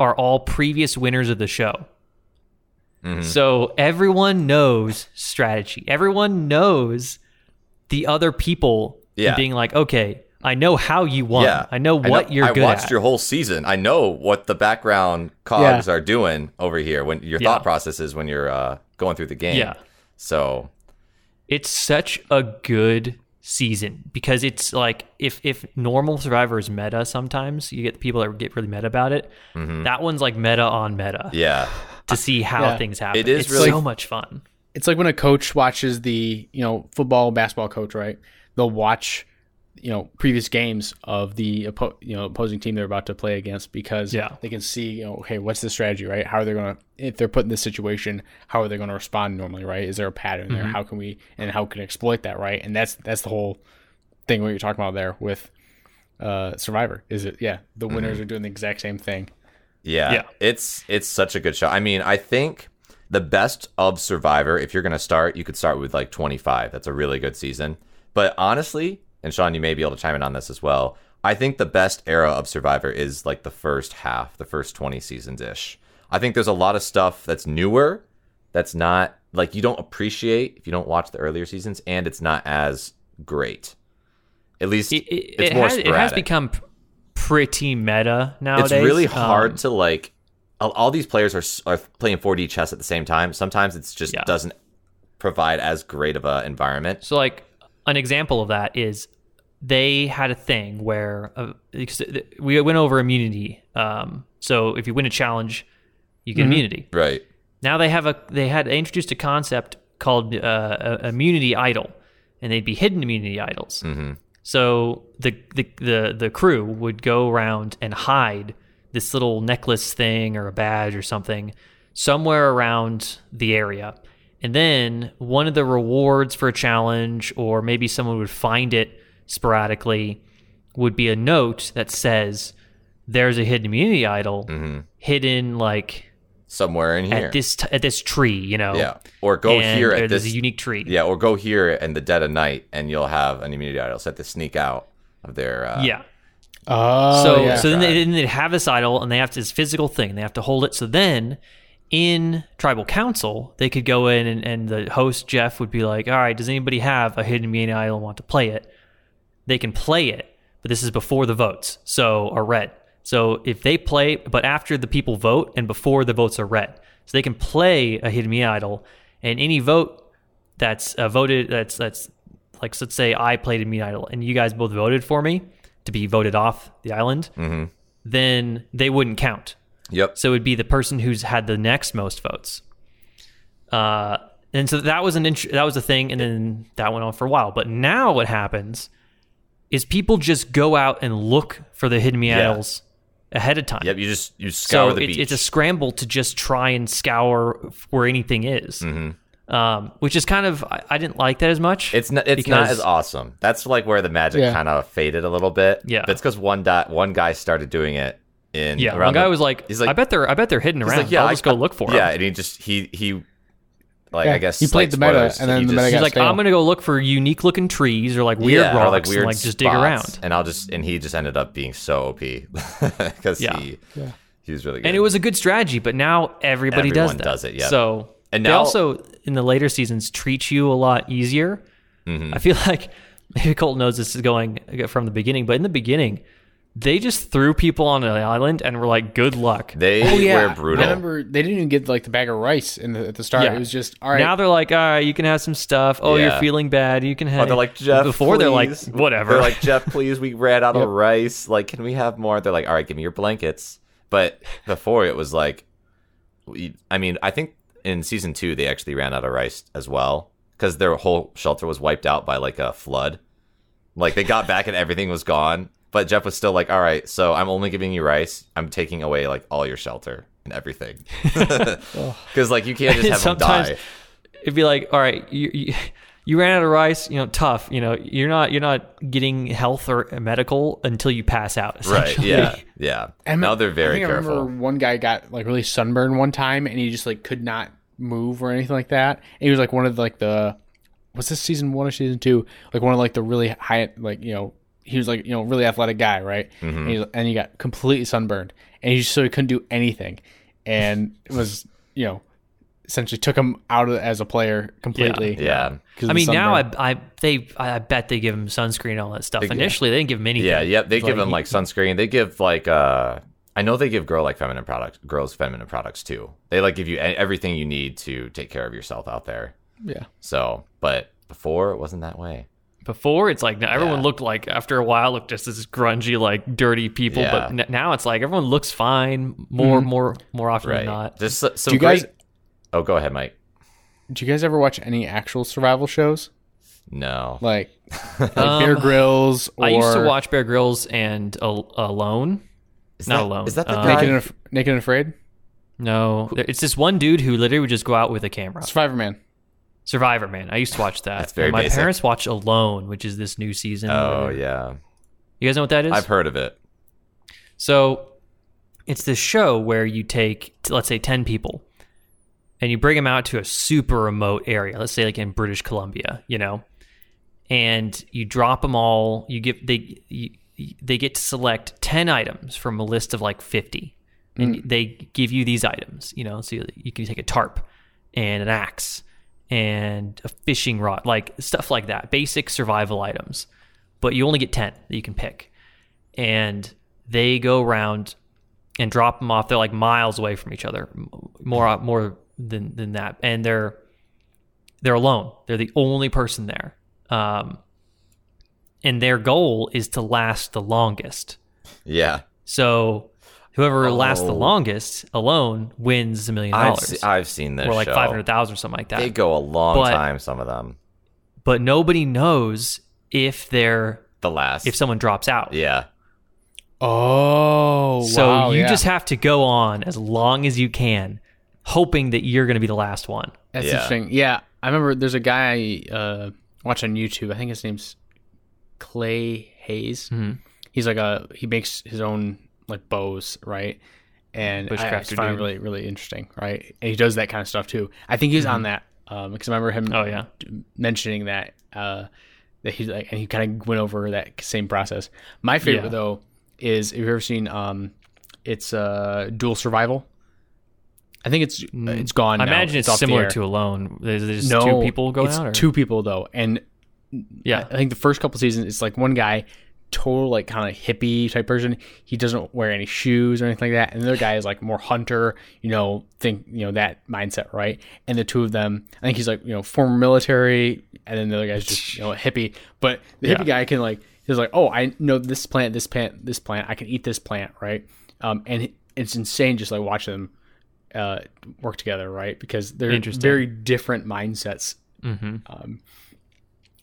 Speaker 3: are all previous winners of the show.
Speaker 2: Mm-hmm.
Speaker 3: So everyone knows strategy. Everyone knows the other people and
Speaker 2: Yeah.
Speaker 3: being like, "Okay, I know how you won. I know what you're
Speaker 2: I
Speaker 3: good
Speaker 2: watched
Speaker 3: at."
Speaker 2: your whole season. I know what the background cogs
Speaker 1: Yeah.
Speaker 2: are doing over here when your
Speaker 3: Yeah.
Speaker 2: thought process is when you're uh, going through the game.
Speaker 3: Yeah.
Speaker 2: So
Speaker 3: it's such a good season because it's like if if normal survivor is meta sometimes you get the people that get really meta about it
Speaker 2: Mm-hmm.
Speaker 3: that one's like meta on meta
Speaker 2: yeah,
Speaker 3: to see how
Speaker 1: Yeah.
Speaker 3: things happen.
Speaker 2: It is
Speaker 3: it's
Speaker 2: really-
Speaker 3: so much fun.
Speaker 1: It's like when a coach watches the, you know, football, basketball coach, right? They'll watch, you know, previous games of the, oppo- you know, opposing team they're about to play against because
Speaker 3: Yeah.
Speaker 1: they can see, you know, okay, what's the strategy, right? How are they going to, if they're put in this situation, how are they going to respond normally, right? Is there a pattern
Speaker 3: Mm-hmm.
Speaker 1: there? How can we, and how can we exploit that, right? And that's, that's the whole thing what you're talking about there with uh Survivor. Is it, yeah, the winners are doing the exact same thing.
Speaker 2: yeah,
Speaker 3: Yeah.
Speaker 2: It's it's such a good show. I mean, I think the best of Survivor. If you're gonna start, you could start with like 25. That's a really good season. But honestly, and Sean, you may be able to chime in on this as well. I think the best era of Survivor is like the first half, the first 20 seasons ish. I think there's a lot of stuff that's newer that's not like you don't appreciate if you don't watch the earlier seasons, and it's not as great. At least
Speaker 3: It, it,
Speaker 2: it's
Speaker 3: it
Speaker 2: more
Speaker 3: has, it
Speaker 2: sporadic.
Speaker 3: has become p- pretty meta nowadays.
Speaker 2: it's really
Speaker 3: Um,
Speaker 2: hard to like. All, all these players are s- are playing 4D chess at the same time. Sometimes it's just
Speaker 3: Yeah.
Speaker 2: doesn't provide as great of a environment.
Speaker 3: so, like, an example of that is they had a thing where uh, because th- we went over immunity. Um, so if you win a challenge, you
Speaker 2: Mm-hmm.
Speaker 3: get immunity.
Speaker 2: Right.
Speaker 3: Now they have a they had they introduced a concept called uh, a- immunity idol, and they'd be hidden immunity idols. So the, the the the crew would go around and hide this little necklace thing or a badge or something somewhere around the area. And then one of the rewards for a challenge, or maybe someone would find it sporadically, would be a note that says, "There's a hidden immunity idol hidden like
Speaker 2: somewhere in here.
Speaker 3: at this t- at this tree, you know.
Speaker 2: yeah, or go
Speaker 3: And
Speaker 2: here
Speaker 3: there-
Speaker 2: at
Speaker 3: there's
Speaker 2: this.
Speaker 3: a unique tree.
Speaker 2: yeah, or go here in the dead of night, and you'll have an immunity idol set to sneak out of their. Uh,
Speaker 3: Yeah.
Speaker 1: Oh,
Speaker 3: so
Speaker 1: yeah.
Speaker 3: so then they, then they have this idol and they have this physical thing and they have to hold it so then in tribal council they could go in and, and the host jeff would be like all right does anybody have a hidden meaning idol and want to play it they can play it but this is before the votes so are read so if they play but after the people vote and before the votes are read so they can play a hidden meaning idol and any vote that's uh, voted that's that's like so let's say I played a mean idol and you guys both voted for me to be voted off the island,
Speaker 2: Mm-hmm.
Speaker 3: then they wouldn't count.
Speaker 2: Yep.
Speaker 3: So it would be the person who's had the next most votes. Uh, and so that was an int- that was a thing, and then that went on for a while. But now what happens is people just go out and look for the hidden meow
Speaker 2: Yeah.
Speaker 3: idols ahead of time.
Speaker 2: Yep. You just you scour
Speaker 3: So
Speaker 2: the
Speaker 3: it's,
Speaker 2: beach.
Speaker 3: it's a scramble to just try and scour where anything is, um, which is kind of I, I didn't like that as much.
Speaker 2: Mm-hmm. It's not. It's not
Speaker 3: because-
Speaker 2: as awesome. That's like where the magic
Speaker 1: Yeah.
Speaker 2: kind of faded a little bit.
Speaker 3: Yeah.
Speaker 2: That's because one dot one guy started doing it in.
Speaker 3: Yeah,
Speaker 2: around
Speaker 3: one guy
Speaker 2: the-
Speaker 3: was like,
Speaker 2: he's like,
Speaker 3: I bet they're I bet they're hidden around. I'll
Speaker 2: I-
Speaker 3: just go look for
Speaker 2: Yeah,
Speaker 3: them.
Speaker 2: and he just he he, like
Speaker 1: Yeah,
Speaker 2: I guess
Speaker 1: he
Speaker 2: slight
Speaker 1: played the meta,
Speaker 2: spoilers,
Speaker 1: and then
Speaker 2: he
Speaker 1: the
Speaker 2: just-
Speaker 1: meta
Speaker 3: He's
Speaker 1: got
Speaker 3: like,
Speaker 1: stale.
Speaker 3: I'm gonna go look for unique looking trees or like weird
Speaker 2: yeah,
Speaker 3: rocks
Speaker 2: or like weird
Speaker 3: and like just dig
Speaker 2: spots,
Speaker 3: around.
Speaker 2: And I'll just and he just ended up being so op because
Speaker 3: Yeah.
Speaker 2: he he was really good.
Speaker 3: And it was a good strategy, but now everybody does
Speaker 2: Everyone
Speaker 3: that.
Speaker 2: does it, yeah.
Speaker 3: So
Speaker 2: And
Speaker 3: and they
Speaker 2: now-
Speaker 3: also in the later seasons treat you a lot easier.
Speaker 2: Mm-hmm.
Speaker 3: I feel like maybe Colton knows this is going from the beginning, but in the beginning, they just threw people on an island and were like, "Good luck."
Speaker 2: they
Speaker 1: Oh, yeah.
Speaker 2: were brutal.
Speaker 1: I remember they didn't even get like the bag of rice in the, at the start.
Speaker 3: Yeah.
Speaker 1: It was just all right.
Speaker 3: Now they're like, all right, you can have some stuff. Oh,
Speaker 2: Yeah.
Speaker 3: you're feeling bad. You can have.
Speaker 2: But they're like Jeff.
Speaker 3: Before they're like,
Speaker 2: please."
Speaker 3: whatever.
Speaker 2: They're like Jeff. Please, we ran out of rice. Like, can we have more? They're like, all right, give me your blankets. But before it was like, we- I mean, I think in season two they actually ran out of rice as well because their whole shelter was wiped out by like a flood. Like they got back and everything was gone. But Jeff was still like, all right, so I'm only giving you rice. I'm taking away like all your shelter and everything because like you can't just have them
Speaker 3: Sometimes-
Speaker 2: die.
Speaker 3: it'd be like, all right, you, you you ran out of rice, you know, tough, you know, you're not you're not getting health or medical until you pass out.
Speaker 2: Right?
Speaker 3: essentially.
Speaker 2: Yeah, yeah.
Speaker 1: And
Speaker 2: now they're
Speaker 1: I
Speaker 2: very
Speaker 1: think
Speaker 2: careful.
Speaker 1: I remember one guy got like really sunburned one time, and he just like could not move or anything like that. And he was like one of like the was this season one or season two? Like one of like the really high like you know he was like you know really athletic guy, right?
Speaker 3: Mm-hmm.
Speaker 1: And, he, and he got completely sunburned, and he just so he couldn't do anything, and it was you know essentially took him out of as a player completely.
Speaker 2: Yeah.
Speaker 1: 'cause of
Speaker 3: I
Speaker 1: the
Speaker 3: mean, now
Speaker 1: sunburn.
Speaker 3: I, I they I bet they give him sunscreen and all that stuff. Initially, they didn't give him anything.
Speaker 2: Yeah, yep. They give
Speaker 3: like
Speaker 2: them like sunscreen. They give like uh I know they give girl like feminine products, girls feminine products too. They like give you e- everything you need to take care of yourself out there.
Speaker 1: yeah.
Speaker 2: So, but before it wasn't that way.
Speaker 3: Before, it's like everyone
Speaker 2: Yeah.
Speaker 3: looked like after a while looked just as grungy, like dirty people. But
Speaker 2: Yeah. Mm-hmm.
Speaker 3: n- now it's like everyone looks fine more, more, more often
Speaker 2: Right.
Speaker 3: than not.
Speaker 2: Just so, so
Speaker 1: Do you guys-
Speaker 2: great- Oh, go ahead, Mike.
Speaker 1: Do you guys ever watch any actual survival shows
Speaker 2: No.
Speaker 1: like like Bear Grylls? Or
Speaker 3: Um, I used to watch Bear Grylls and Al- Alone.
Speaker 2: Is
Speaker 3: not
Speaker 2: that,
Speaker 3: alone.
Speaker 2: Is that the
Speaker 3: Uh,
Speaker 2: guy?
Speaker 1: Naked and, Af- Naked and Afraid,
Speaker 3: No, there- it's this one dude who literally would just go out with a camera.
Speaker 1: Survivor Man.
Speaker 3: Survivor Man. I used to watch that.
Speaker 2: That's very
Speaker 3: And my
Speaker 2: basic.
Speaker 3: parents watched Alone, which is this new season.
Speaker 2: oh,
Speaker 3: Whatever.
Speaker 2: yeah.
Speaker 3: You guys know what that is?
Speaker 2: I've heard of it.
Speaker 3: So it's this show where you take, t- let's say, 10 people and you bring them out to a super remote area, let's say, like in British Columbia, you know, and you drop them all. You give, they, you, they get to select 10 items from a list of like 50. And they give you these items, you know, so you, you can take a tarp and an axe and a fishing rod, like stuff like that, basic survival items. But you only get 10 that you can pick and they go around and drop them off. They're like miles away from each other, m- more more than than that, and they're they're alone. They're the only person there, um, and their goal is to last the longest.
Speaker 2: Yeah.
Speaker 3: So, whoever lasts the
Speaker 2: Oh.
Speaker 3: longest alone wins a million
Speaker 2: I've,
Speaker 3: dollars,
Speaker 2: se- I've seen this
Speaker 3: or like
Speaker 2: show.
Speaker 3: five hundred thousand or something like that
Speaker 2: They go a long
Speaker 3: But-
Speaker 2: time, some of them.
Speaker 3: but nobody knows if they're
Speaker 2: The last.
Speaker 3: if someone drops out.
Speaker 2: yeah.
Speaker 1: Oh,
Speaker 3: So
Speaker 1: wow,
Speaker 3: you
Speaker 1: yeah.
Speaker 3: just have to go on as long as you can, hoping that you're going to be the last one.
Speaker 1: that's
Speaker 2: Yeah.
Speaker 1: interesting. Yeah, I remember there's a guy I uh, watch on YouTube. I think his name's
Speaker 3: Mm-hmm.
Speaker 1: Clay Hayes. He's like a he makes his own like bows, right? and I, I
Speaker 3: Bushcrafter
Speaker 1: just found it
Speaker 3: dude.
Speaker 1: really really interesting, right? And he does that kind of stuff too. I think he's on that um, because I remember him
Speaker 3: Mm-hmm. Oh, yeah.
Speaker 1: d- mentioning that uh, that he like and he kind of went over that same process. My favorite
Speaker 3: Yeah.
Speaker 1: though is have you ever seen um, it's uh, Dual Survival? I think it's it's gone.
Speaker 3: Mm. I
Speaker 1: now.
Speaker 3: imagine it's,
Speaker 1: off the
Speaker 3: similar
Speaker 1: air.
Speaker 3: to Alone. There's, there's
Speaker 1: no
Speaker 3: two people going
Speaker 1: it's
Speaker 3: out. Or?
Speaker 1: Two people though, and
Speaker 3: yeah,
Speaker 1: I think the first couple seasons, it's like one guy, total like kind of hippie type person. He doesn't wear any shoes or anything like that. And the other guy is like more hunter, you know, think you know that mindset, right? And the two of them, I think he's like you know former military, and then the other guy's just you know a hippie. But the hippie guy can like he's like, oh, I know this plant, this plant, this plant. I can eat this plant, right? Um, and it's insane just like watching them uh, work together, right? Because they're
Speaker 3: Interesting.
Speaker 1: very different mindsets
Speaker 3: hmm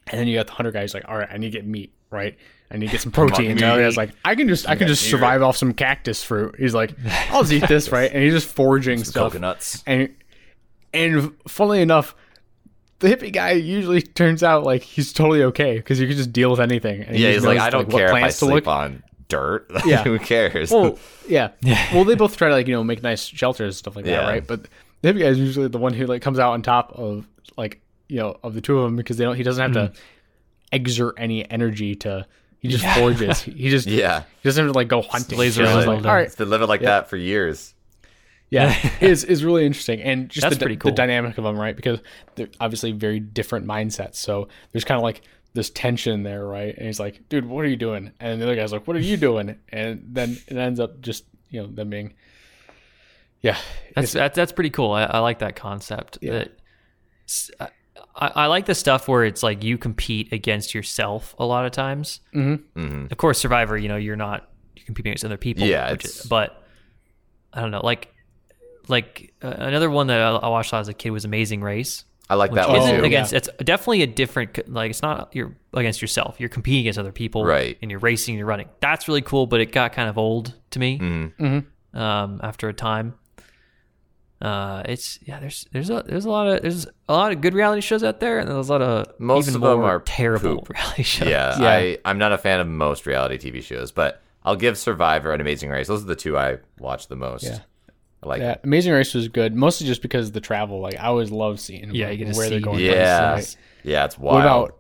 Speaker 1: and then you got the hunter guy who's like, all right, I need to get meat, right? I need to get some protein. And the
Speaker 2: meat.
Speaker 1: other guy's like, I can just, I can
Speaker 2: got
Speaker 1: just
Speaker 2: meat,
Speaker 1: survive off some cactus fruit. He's like, I'll just eat this, right? And he's just foraging stuff.
Speaker 2: Coconuts.
Speaker 1: And and funnily enough, the hippie guy usually turns out like he's totally okay because you can just deal with anything. And he
Speaker 2: Yeah,
Speaker 1: just
Speaker 2: he's like,
Speaker 1: knows,
Speaker 2: I don't
Speaker 1: what
Speaker 2: care if I
Speaker 1: plants to look
Speaker 2: sleep on dirt.
Speaker 1: Yeah.
Speaker 2: Who cares?
Speaker 1: well, yeah. Well, they both try to like you know make nice shelters and stuff like that,
Speaker 2: Yeah.
Speaker 1: right? But the hippie guy is usually the one who like comes out on top of like you know of the two of them because they don't. He doesn't have to exert any energy to. He just forages. He just
Speaker 2: yeah.
Speaker 1: He doesn't have to like go hunting.
Speaker 3: laser
Speaker 1: He's just
Speaker 2: eyes
Speaker 1: like,
Speaker 3: all day.
Speaker 1: all right,
Speaker 2: It's been living like that for years.
Speaker 1: yeah, is is really interesting and just
Speaker 3: That's
Speaker 1: the,
Speaker 3: pretty
Speaker 1: the
Speaker 3: cool.
Speaker 1: dynamic of them, right? Because they're obviously very different mindsets. So there's kind of like this tension there, right? And he's like, "Dude, what are you doing?" And the other guy's like, "What are you doing?" And then it ends up just you know them being, yeah,
Speaker 3: That's, that's that's pretty cool. I, I like that concept. That s- I, I like the stuff where it's like you compete against yourself a lot of times.
Speaker 2: hmm
Speaker 3: Of course, Survivor, you know, you're not you're competing against other people.
Speaker 2: Yeah,
Speaker 3: which
Speaker 2: it's-
Speaker 3: is- but I don't know. Like like uh, another one that I, I watched as a kid was Amazing Race.
Speaker 2: I like that
Speaker 3: which
Speaker 2: one
Speaker 1: is-
Speaker 3: isn't
Speaker 2: too.
Speaker 1: again-
Speaker 3: against it's definitely a different c- like it's not you're against yourself you're competing against other people
Speaker 2: Right.
Speaker 3: and you're racing and you're running that's really cool but it got kind of old to me
Speaker 2: Mm-hmm.
Speaker 1: mm-hmm,
Speaker 2: Mm.
Speaker 3: um, after a time uh, it's yeah there's there's a there's a lot of there's a lot of good reality shows out there and there's a lot of
Speaker 2: Most
Speaker 3: even
Speaker 2: of them
Speaker 3: more
Speaker 2: are
Speaker 3: terrible
Speaker 2: poop.
Speaker 3: reality shows
Speaker 2: Yeah,
Speaker 1: Yeah.
Speaker 2: I, I'm not a fan of most reality TV shows, but I'll give Survivor and Amazing Race. Those are the two I watch the most.
Speaker 1: Yeah.
Speaker 2: I like
Speaker 1: yeah. Amazing Race was good, mostly just because of the travel. Like I always love seeing
Speaker 3: Yeah,
Speaker 1: like,
Speaker 3: you get to
Speaker 1: where they're
Speaker 3: see
Speaker 1: going.
Speaker 3: places.
Speaker 2: Yeah.
Speaker 1: places, right?
Speaker 2: Yeah, it's wild.
Speaker 1: What about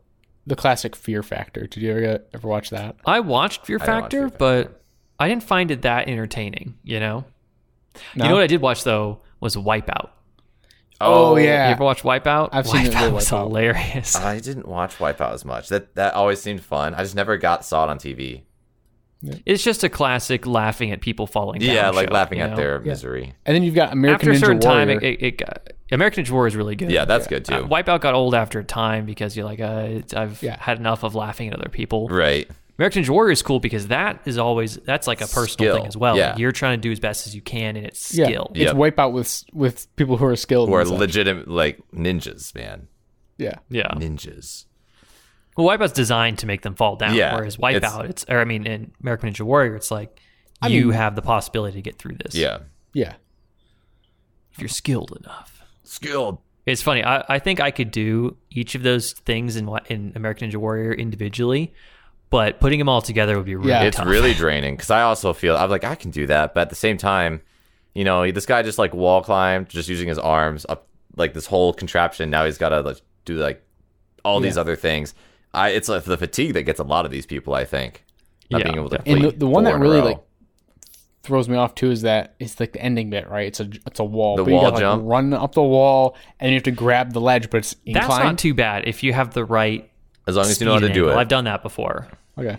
Speaker 1: the classic Fear Factor? Did you ever ever watch that?
Speaker 3: I watched Fear
Speaker 2: I didn't watch
Speaker 3: Factor,
Speaker 2: Fear Factor.
Speaker 3: but I didn't find it that entertaining you know
Speaker 1: No?
Speaker 3: you know what I did watch though was Wipeout
Speaker 1: Oh, yeah.
Speaker 3: you ever watch Wipeout
Speaker 1: I've seen it,
Speaker 3: Wipeout
Speaker 1: yeah,
Speaker 3: was
Speaker 1: Wipeout.
Speaker 3: hilarious
Speaker 2: I didn't watch Wipeout as much. That that always seemed fun. I just never got saw it on TV.
Speaker 3: It's just a classic laughing at people falling down.
Speaker 2: yeah, like
Speaker 3: show,
Speaker 2: laughing
Speaker 3: you
Speaker 2: at
Speaker 3: know?
Speaker 2: their misery.
Speaker 1: And then you've got American
Speaker 3: After a
Speaker 1: Ninja
Speaker 3: certain
Speaker 1: Warrior.
Speaker 3: time, it, it, it got, American Ninja Warrior is really good.
Speaker 2: Yeah, that's good too.
Speaker 3: Uh, Wipeout got old after a time because you're like, uh, it's, I've
Speaker 1: Yeah.
Speaker 3: had enough of laughing at other people.
Speaker 2: right.
Speaker 3: American Ninja Warrior is cool because that is always that's like a personal
Speaker 2: Skill.
Speaker 3: thing as well.
Speaker 2: Yeah.
Speaker 3: You're trying to do as best as you can, and it's
Speaker 1: yeah,
Speaker 3: skill.
Speaker 1: it's
Speaker 2: Yep.
Speaker 1: Wipeout with with people who are skilled.
Speaker 2: Who are
Speaker 1: and stuff.
Speaker 2: legitimate like ninjas, man.
Speaker 1: yeah.
Speaker 3: Yeah.
Speaker 2: Ninjas.
Speaker 3: Well, Wipeout's designed to make them fall down,
Speaker 2: Yeah,
Speaker 3: whereas
Speaker 2: it's-
Speaker 3: Wipeout, it's, or I mean, in American Ninja Warrior, it's like you have the possibility to get through this.
Speaker 2: Yeah.
Speaker 1: Yeah.
Speaker 3: if you're skilled enough.
Speaker 2: Skilled.
Speaker 3: It's funny. I, I think I could do each of those things in Wa- in American Ninja Warrior individually, but putting them all together would be really
Speaker 1: Yeah.
Speaker 2: it's
Speaker 3: tough.
Speaker 2: really draining because I also feel I'm like I can do that, but at the same time, you know, this guy just like wall climbed, just using his arms up like this whole contraption. Now he's got to like, do like all these other things. I it's like the fatigue that gets a lot of these people. I think not
Speaker 3: Yeah,
Speaker 2: being able to
Speaker 1: And
Speaker 2: complete
Speaker 1: the, the one
Speaker 2: four
Speaker 1: that
Speaker 2: in a
Speaker 1: really
Speaker 2: row.
Speaker 1: like throws me off too is that it's like the ending bit, right? It's a it's a wall.
Speaker 2: The
Speaker 1: you
Speaker 2: wall
Speaker 1: gotta, like,
Speaker 2: jump?
Speaker 1: run up the wall, and you have to grab the ledge, but it's
Speaker 3: That's
Speaker 1: inclined.
Speaker 3: not too bad if you have the right.
Speaker 2: as long as you know how
Speaker 3: speed
Speaker 2: to do
Speaker 3: angle.
Speaker 2: it.
Speaker 3: I've done that before,
Speaker 1: okay.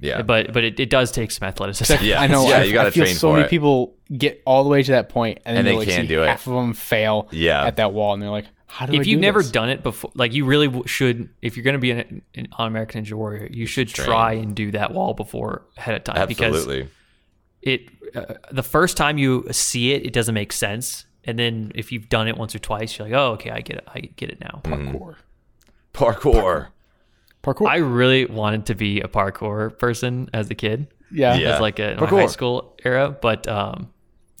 Speaker 2: yeah,
Speaker 3: but but it, it does take some athleticism.
Speaker 2: yeah,
Speaker 1: I know.
Speaker 2: Yeah,
Speaker 1: I,
Speaker 2: you got
Speaker 1: I
Speaker 2: to
Speaker 1: feel
Speaker 2: train
Speaker 1: so
Speaker 2: for
Speaker 1: many
Speaker 2: it.
Speaker 1: people get all the way to that point, and,
Speaker 2: And
Speaker 1: then
Speaker 2: they
Speaker 1: you, like,
Speaker 2: can't
Speaker 1: see
Speaker 2: do it.
Speaker 1: Half of them fail.
Speaker 2: Yeah.
Speaker 1: At that wall, and they're like, "How do I
Speaker 3: If
Speaker 1: do
Speaker 3: you've never
Speaker 1: this?
Speaker 3: done it before, like you really w- should, if you're going to be an, an on American Ninja Warrior, you should try and do that wall before ahead of time because
Speaker 2: Absolutely.
Speaker 3: it uh, the first time you see it, it doesn't make sense, and then if you've done it once or twice, you're like, oh, okay, I get it, I get it now.
Speaker 1: parkour?"
Speaker 2: Parkour.
Speaker 1: Parkour.
Speaker 3: I really wanted to be a parkour person as a kid,
Speaker 1: yeah.
Speaker 2: Yeah.
Speaker 3: as like a in my
Speaker 2: Parkour.
Speaker 3: high school era, but um,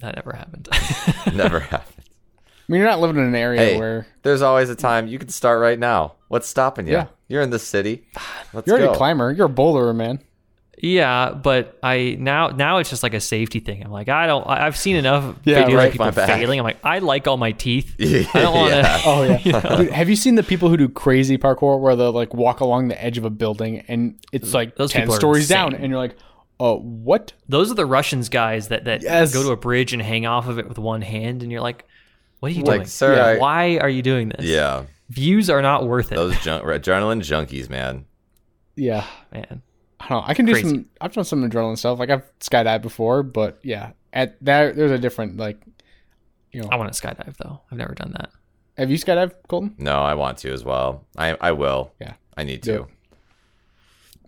Speaker 3: that never happened.
Speaker 2: Never happened.
Speaker 1: I mean, you're not living in an area
Speaker 2: Hey,
Speaker 1: where
Speaker 2: there's always a time you can start right now. What's stopping you?
Speaker 1: Yeah.
Speaker 2: You're in the city. Let's
Speaker 1: you're
Speaker 2: go.
Speaker 1: already a climber. You're a boulderer, man.
Speaker 3: Yeah, but I now now it's just like a safety thing. I'm like, I don't. I- I've seen enough
Speaker 1: Yeah,
Speaker 3: videos
Speaker 1: right.
Speaker 3: of people
Speaker 2: My back.
Speaker 3: failing. I'm like, I like all my teeth. I don't want to.
Speaker 2: Yeah.
Speaker 1: Oh yeah. Dude, have you seen the people who do crazy parkour where they like walk along the edge of a building and it's like
Speaker 3: Those
Speaker 1: ten
Speaker 3: people are
Speaker 1: stories down
Speaker 3: insane.
Speaker 1: and you're like, uh, what?
Speaker 3: Those are the Russians guys that that
Speaker 1: Yes.
Speaker 3: go to a bridge and hang off of it with one hand, and you're like, what are you
Speaker 2: Like,
Speaker 3: doing?
Speaker 2: sir, I-
Speaker 3: Why are you doing this?
Speaker 2: Yeah.
Speaker 3: views are not worth it,
Speaker 2: Those junk, adrenaline junkies, man.
Speaker 1: Yeah.
Speaker 3: man.
Speaker 1: I don't know. I can do
Speaker 3: Crazy.
Speaker 1: some. I've done some adrenaline stuff. Like I've skydived before, but yeah, at that there's a different like.
Speaker 3: I want to skydive though. I've never done that.
Speaker 1: Have you skydived, Colton?
Speaker 2: No, I want to as well. I I will.
Speaker 1: Yeah.
Speaker 2: I need
Speaker 1: Do
Speaker 2: to.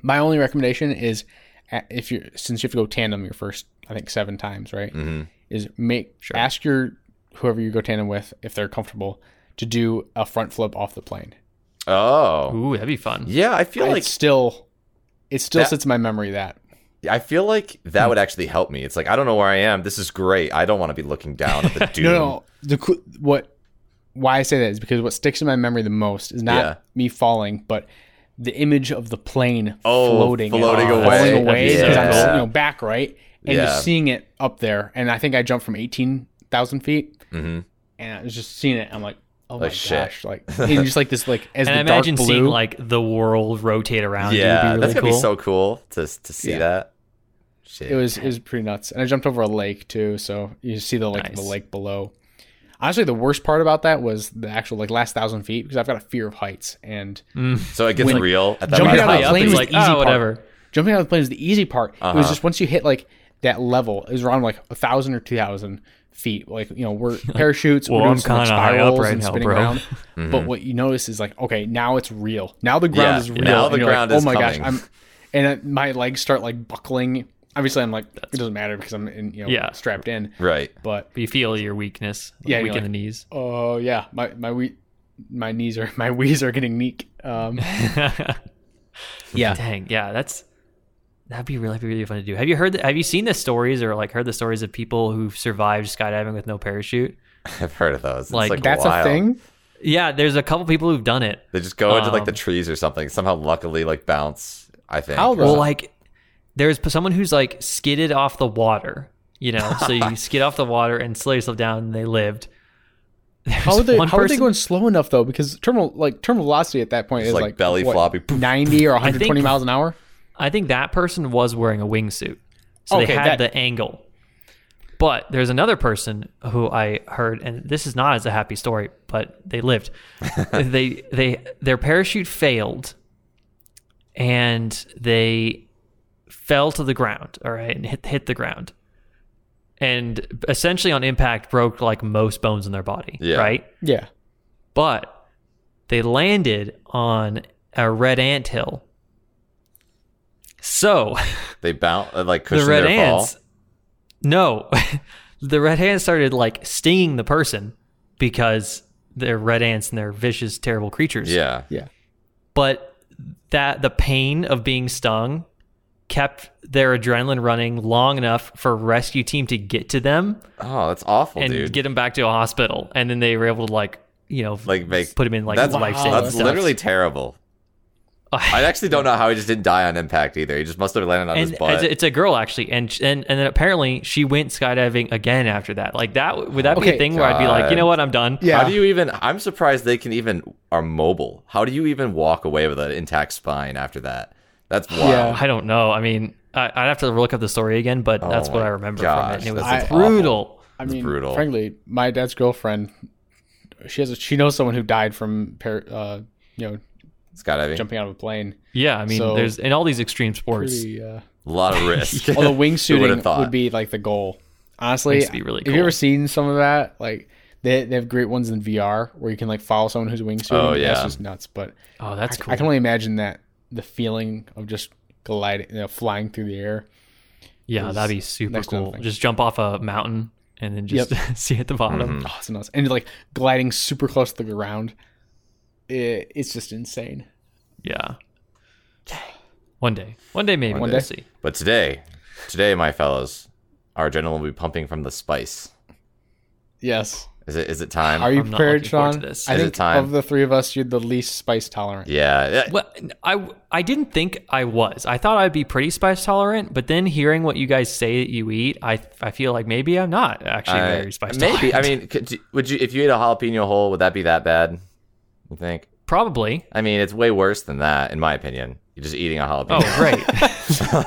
Speaker 1: My only recommendation is, uh, if you since you have to go tandem your first, I think seven times, right?
Speaker 2: hmm
Speaker 1: Is make
Speaker 3: Mm. Sure.
Speaker 1: ask your whoever you go tandem with if they're comfortable to do a front flip off the plane.
Speaker 2: Oh.
Speaker 3: Ooh, that'd be fun.
Speaker 2: Yeah, I feel
Speaker 1: It's
Speaker 2: like
Speaker 1: still, it still
Speaker 2: That-
Speaker 1: sits in my memory that
Speaker 2: I feel like that
Speaker 1: Hmm.
Speaker 2: would actually help me. It's like I don't know where I am. This is great. I don't want to be looking down at the dude.
Speaker 1: No, no. The cou- what why I say that is because what sticks in my memory the most is not
Speaker 2: Yeah.
Speaker 1: me falling, but the image of the plane
Speaker 2: Oh,
Speaker 1: floating, and
Speaker 2: floating
Speaker 1: falling
Speaker 2: away.
Speaker 1: away
Speaker 3: Yeah.
Speaker 1: because I'm
Speaker 2: Yeah.
Speaker 1: you know back right and
Speaker 2: Yeah.
Speaker 1: just seeing it up there. And I think I jumped from eighteen thousand feet,
Speaker 2: Mhm.
Speaker 1: and I was just seeing it. I'm like, oh my
Speaker 2: Like, shit.
Speaker 1: gosh, like and just like this, like as
Speaker 3: And I
Speaker 1: the
Speaker 3: imagine
Speaker 1: dark blue.
Speaker 3: seeing like the world rotate around. you would
Speaker 2: Yeah,
Speaker 3: be
Speaker 2: that's
Speaker 3: really
Speaker 2: gonna
Speaker 3: cool.
Speaker 2: be so cool to to see
Speaker 1: Yeah.
Speaker 2: that. Shit.
Speaker 1: it was it was pretty nuts, and I jumped over a lake too, so you see the like the
Speaker 3: Nice.
Speaker 1: lake below. Honestly, the worst part about that was the actual like last thousand feet because I've got a fear of heights and
Speaker 2: so it gets
Speaker 1: when-
Speaker 2: real at that
Speaker 1: jumping
Speaker 2: last
Speaker 1: out of
Speaker 3: high
Speaker 1: the
Speaker 2: level.
Speaker 3: up,
Speaker 1: plane
Speaker 3: it's
Speaker 1: was
Speaker 3: like
Speaker 1: the easy
Speaker 3: ah,
Speaker 1: part.
Speaker 3: whatever.
Speaker 1: jumping out of the plane is the easy part. It was
Speaker 2: Uh-huh.
Speaker 1: just once you hit like that level, it was around like a thousand or two thousand feet. Like you know, we're parachutes,
Speaker 3: "Well,
Speaker 1: we're doing
Speaker 3: I'm
Speaker 1: some like,
Speaker 3: kinda high up
Speaker 1: spirals
Speaker 3: right
Speaker 1: and
Speaker 3: now,
Speaker 1: spinning
Speaker 3: bro."
Speaker 1: around. But what you notice is like, okay, now it's real. Now the ground
Speaker 2: Mm-hmm. Yeah,
Speaker 1: is real.
Speaker 2: now
Speaker 1: And
Speaker 2: the
Speaker 1: you're like,
Speaker 2: ground
Speaker 1: oh
Speaker 2: is
Speaker 1: my
Speaker 2: coming.
Speaker 1: gosh, I'm, and uh, my legs start like buckling. Obviously, I'm like it doesn't matter because I'm in you know
Speaker 3: Yeah.
Speaker 1: strapped in.
Speaker 2: Right.
Speaker 1: But
Speaker 3: But you feel your weakness, like
Speaker 1: Yeah,
Speaker 3: weak
Speaker 1: you're
Speaker 3: in the knees.
Speaker 1: oh yeah, my my we my knees are my wheeze are getting neat. Um, yeah,
Speaker 3: Dang, yeah, that's that'd be really that'd be really fun to do. Have you heard? The, have you seen the stories or like heard the stories of people who've survived skydiving with no parachute?
Speaker 2: I've heard of those. It's
Speaker 3: Like,
Speaker 2: like,
Speaker 1: that's
Speaker 2: wild.
Speaker 1: a thing.
Speaker 3: Yeah, there's a couple people who've done it.
Speaker 2: They just go into like the
Speaker 3: Um,
Speaker 2: trees or something. Somehow, luckily, like bounce. I think.
Speaker 1: Oh. How
Speaker 2: or
Speaker 1: the-
Speaker 3: Well,
Speaker 2: something.
Speaker 3: like there's p- someone who's like skidded off the water. You know, so you skid off the water and slow yourself down, and they lived.
Speaker 1: How are they?
Speaker 3: one
Speaker 1: How are they
Speaker 3: person-
Speaker 1: going slow enough though? Because terminal like terminal velocity at that point
Speaker 2: It's
Speaker 1: is
Speaker 2: like
Speaker 1: like,
Speaker 2: belly
Speaker 1: what,
Speaker 2: floppy. Poof.
Speaker 1: ninety or one hundred twenty
Speaker 3: think-
Speaker 1: miles an hour.
Speaker 3: I think that person was wearing a wingsuit. So
Speaker 1: Okay,
Speaker 3: they had
Speaker 1: that-
Speaker 3: the angle. But there's another person who I heard, and this is not as a happy story, but they lived. they they their parachute failed and they fell to the ground, all right, and hit hit the ground. And essentially on impact broke like most bones in their body.
Speaker 2: Yeah.
Speaker 3: Right?
Speaker 1: Yeah.
Speaker 3: but they landed on a red ant hill. So
Speaker 2: they bounce uh, like
Speaker 3: the
Speaker 2: cushion
Speaker 3: red
Speaker 2: their
Speaker 3: ants,
Speaker 2: fall.
Speaker 3: no, the red ants started like stinging the person because they're red ants and they're vicious, terrible creatures.
Speaker 2: Yeah.
Speaker 1: Yeah.
Speaker 3: but that the pain of being stung kept their adrenaline running long enough for a rescue team to get to them
Speaker 2: Oh, that's awful,
Speaker 3: and
Speaker 2: dude.
Speaker 3: get them back to a hospital, and then they were able to like you know
Speaker 2: like make
Speaker 3: put them in like
Speaker 2: that's,
Speaker 3: life
Speaker 1: Wow,
Speaker 3: saving.
Speaker 2: That's literally terrible. I actually don't know how he just didn't die on impact either. He just must have landed on
Speaker 3: and
Speaker 2: his butt.
Speaker 3: it's, a, it's a girl actually, and sh- and and then apparently she went skydiving again after that. Like that would that be
Speaker 1: Okay.
Speaker 3: a thing where I'd be like,
Speaker 2: God.
Speaker 3: you know what, I'm done.
Speaker 1: Yeah.
Speaker 2: How do you even? I'm surprised they can even are mobile. How do you even walk away with an intact spine after that? That's wild.
Speaker 1: Yeah.
Speaker 3: I don't know. I mean, I, I'd have to look up the story again, but that's what
Speaker 2: Oh my
Speaker 3: I remember from it.
Speaker 2: gosh,
Speaker 3: And it was
Speaker 1: that's awful.
Speaker 3: brutal.
Speaker 1: I
Speaker 2: It's
Speaker 1: mean,
Speaker 2: brutal.
Speaker 1: frankly, my dad's girlfriend, she has a, she knows someone who died from par- uh, you know
Speaker 2: skydiving.
Speaker 1: jumping out of a plane.
Speaker 3: Yeah, I mean,
Speaker 1: So-
Speaker 3: there's in all these extreme sports.
Speaker 1: Pretty, uh,
Speaker 2: A lot of risk.
Speaker 1: although
Speaker 2: Who would've
Speaker 1: wingsuiting
Speaker 2: thought?
Speaker 1: would be like the goal. Honestly,
Speaker 3: Wingsuit would be really
Speaker 1: have you ever
Speaker 3: cool.
Speaker 1: seen some of that? Like they, they have great ones in VR where you can like follow someone who's wingsuiting.
Speaker 2: Oh, yeah.
Speaker 1: that's just nuts. But
Speaker 3: oh, that's cool.
Speaker 1: I can only imagine that the feeling of just gliding, you know, flying through the air.
Speaker 3: yeah, that'd be super
Speaker 1: next to
Speaker 3: cool.
Speaker 1: nothing.
Speaker 3: Just jump off a mountain and then just see at the bottom.
Speaker 2: Mm-hmm.
Speaker 1: Oh, it's nuts. And like gliding super close to the ground. It, it's just insane.
Speaker 3: Yeah. One day, one day maybe
Speaker 1: One day.
Speaker 3: we'll see.
Speaker 2: but today, today, my fellows, our adrenaline will be pumping from the spice.
Speaker 1: Yes.
Speaker 2: Is it is it time?
Speaker 1: Are you
Speaker 3: I'm not
Speaker 1: prepared,
Speaker 3: looking forward
Speaker 1: Sean?
Speaker 3: to this.
Speaker 1: I
Speaker 2: Is it
Speaker 1: think
Speaker 2: time?
Speaker 1: of the three of us, you're the least spice tolerant.
Speaker 2: yeah. yeah.
Speaker 3: Well, I I didn't think I was. I thought I'd be pretty spice tolerant, but then hearing what you guys say that you eat, I I feel like maybe I'm not actually
Speaker 2: I-
Speaker 3: very spice tolerant.
Speaker 2: Uh, maybe. I mean, could you, would you if you ate a jalapeno whole? Would that be that bad? You think?
Speaker 3: probably.
Speaker 2: I mean, it's way worse than that, in my opinion. You're just eating a
Speaker 3: Oh,
Speaker 2: jalapeno.
Speaker 3: great.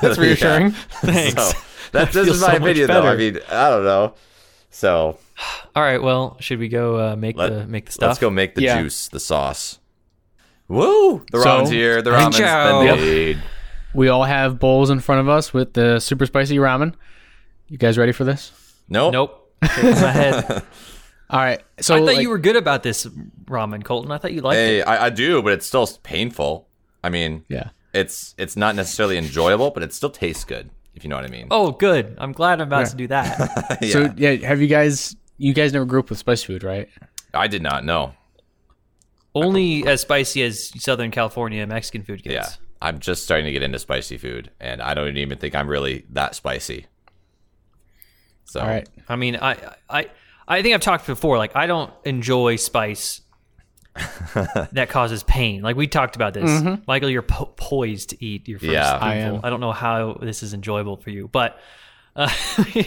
Speaker 1: That's reassuring.
Speaker 3: Oh, Thanks.
Speaker 2: So, that, this
Speaker 3: feel
Speaker 2: is my
Speaker 3: so much
Speaker 2: opinion, though.
Speaker 3: better.
Speaker 2: I mean, I don't know. So
Speaker 3: All right. Well, should we go uh, make
Speaker 2: Let-
Speaker 3: the make the stuff?
Speaker 2: let's go make the
Speaker 1: Yeah.
Speaker 2: juice, the sauce. Woo! The
Speaker 1: So-
Speaker 2: ramen's here. The ramen's
Speaker 3: Ciao.
Speaker 2: been
Speaker 3: Yep.
Speaker 2: made.
Speaker 1: We all have bowls in front of us with the super spicy ramen. You guys ready for this?
Speaker 2: Nope.
Speaker 3: Nope. Shaking my head.
Speaker 1: All right. So
Speaker 3: I thought
Speaker 1: like-
Speaker 3: you were good about this ramen, Colton. I thought you liked it.
Speaker 2: Hey, I, I do, but it's still painful. I mean,
Speaker 1: Yeah.
Speaker 2: it's it's not necessarily enjoyable, but it still tastes good. If you know what I mean.
Speaker 3: Oh, good. I'm glad I'm about to do that.
Speaker 2: yeah.
Speaker 1: So yeah, have you guys? You guys never grew up with spicy food, right?
Speaker 2: I did not know.
Speaker 3: Only as spicy as Southern California Mexican food gets.
Speaker 2: Yeah. I'm just starting to get into spicy food, and I don't even think I'm really that spicy. So,
Speaker 1: All right.
Speaker 3: I mean, I, I, I think I've talked before. Like, I don't enjoy spice that causes pain. Like we talked about this, Michael. You're po- poised to eat your first
Speaker 2: Yeah.
Speaker 1: Mm-hmm. I
Speaker 3: spoonful.
Speaker 1: am.
Speaker 3: I don't know how this is enjoyable for you, but. Uh,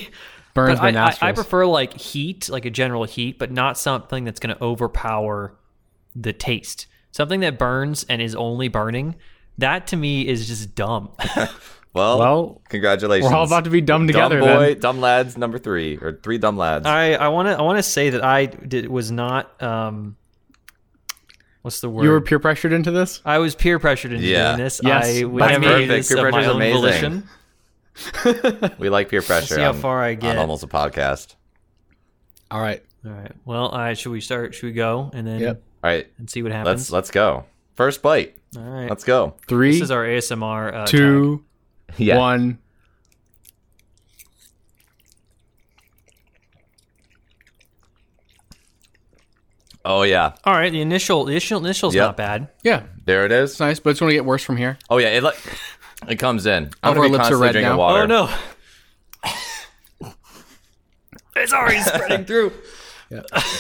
Speaker 1: Burns
Speaker 3: but
Speaker 1: my
Speaker 3: I, I, I
Speaker 1: nostrils.
Speaker 3: prefer like heat, like a general heat, but not something that's going to overpower the taste. Something that burns and is only burning, that to me is just dumb.
Speaker 2: well,
Speaker 1: Well,
Speaker 2: congratulations.
Speaker 1: we're all about to be dumb together,
Speaker 2: Dumb boy,
Speaker 1: then.
Speaker 2: dumb lads, number three or three dumb lads.
Speaker 3: I I want to I want to say that I did was not um what's the word
Speaker 1: You were peer pressured into this.
Speaker 3: I was peer pressured into
Speaker 2: Yeah.
Speaker 3: doing this.
Speaker 1: Yes,
Speaker 3: I would
Speaker 1: that's
Speaker 3: never
Speaker 2: perfect.
Speaker 3: do this
Speaker 2: Peer
Speaker 3: of my
Speaker 2: pressure's
Speaker 3: own
Speaker 2: amazing.
Speaker 3: volition.
Speaker 2: We like peer pressure.
Speaker 3: see how
Speaker 2: on-
Speaker 3: far I
Speaker 2: on
Speaker 3: get.
Speaker 2: almost a podcast.
Speaker 1: All right.
Speaker 3: All right. Well, all right, should we start should we go and then
Speaker 1: Yep.
Speaker 2: All right,
Speaker 3: and see what happens?
Speaker 2: let's let's go. First bite.
Speaker 3: all right.
Speaker 2: Let's go.
Speaker 1: Three,
Speaker 3: this is our ASMR uh, tag.
Speaker 1: two,
Speaker 2: Yeah.
Speaker 1: one.
Speaker 2: Oh yeah,
Speaker 3: All right, the initial the initial initial's
Speaker 2: Yep.
Speaker 3: not bad.
Speaker 1: Yeah,
Speaker 2: there it is.
Speaker 1: it's nice, but it's going to get worse from here.
Speaker 2: Oh yeah, it like it comes in. I'm
Speaker 1: All of our
Speaker 2: gonna be
Speaker 1: lips are
Speaker 2: constantly
Speaker 1: red
Speaker 2: drinking
Speaker 1: now.
Speaker 2: water.
Speaker 3: Oh no. it's already spreading through.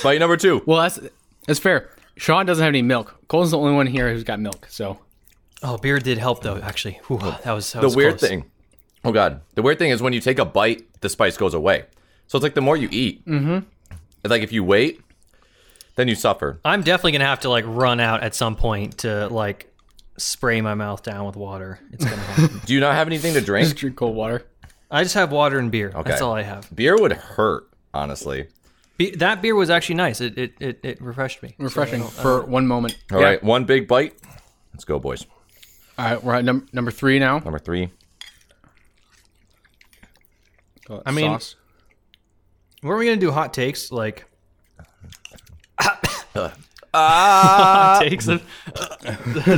Speaker 2: Bite number two.
Speaker 1: Well, that's that's fair. Sean doesn't have any milk. Cole's the only one here who's got milk. So
Speaker 3: Oh, beer did help though, actually. Whew, that was that
Speaker 2: the
Speaker 3: was
Speaker 2: weird
Speaker 3: close.
Speaker 2: thing. Oh god, the weird thing is when you take a bite, the spice goes away. So it's like the more you eat, mm-hmm. like if you wait, then you suffer.
Speaker 3: I'm definitely gonna have to like run out at some point to like spray my mouth down with water. It's gonna happen.
Speaker 2: Do you not have anything to
Speaker 1: just
Speaker 2: drink?
Speaker 1: drink cold water.
Speaker 3: I just have water and beer.
Speaker 2: Okay.
Speaker 3: That's all I have.
Speaker 2: Beer would hurt, honestly.
Speaker 3: Be- that beer was actually nice. It it, it, it refreshed me.
Speaker 1: Refreshing for one moment.
Speaker 2: All right, one big bite. Let's go, boys.
Speaker 1: All right, we're at num- number three now.
Speaker 2: Number three.
Speaker 1: I
Speaker 3: Uh, mean- Weren't we gonna do hot takes like?
Speaker 1: Uh,
Speaker 3: hot takes. of-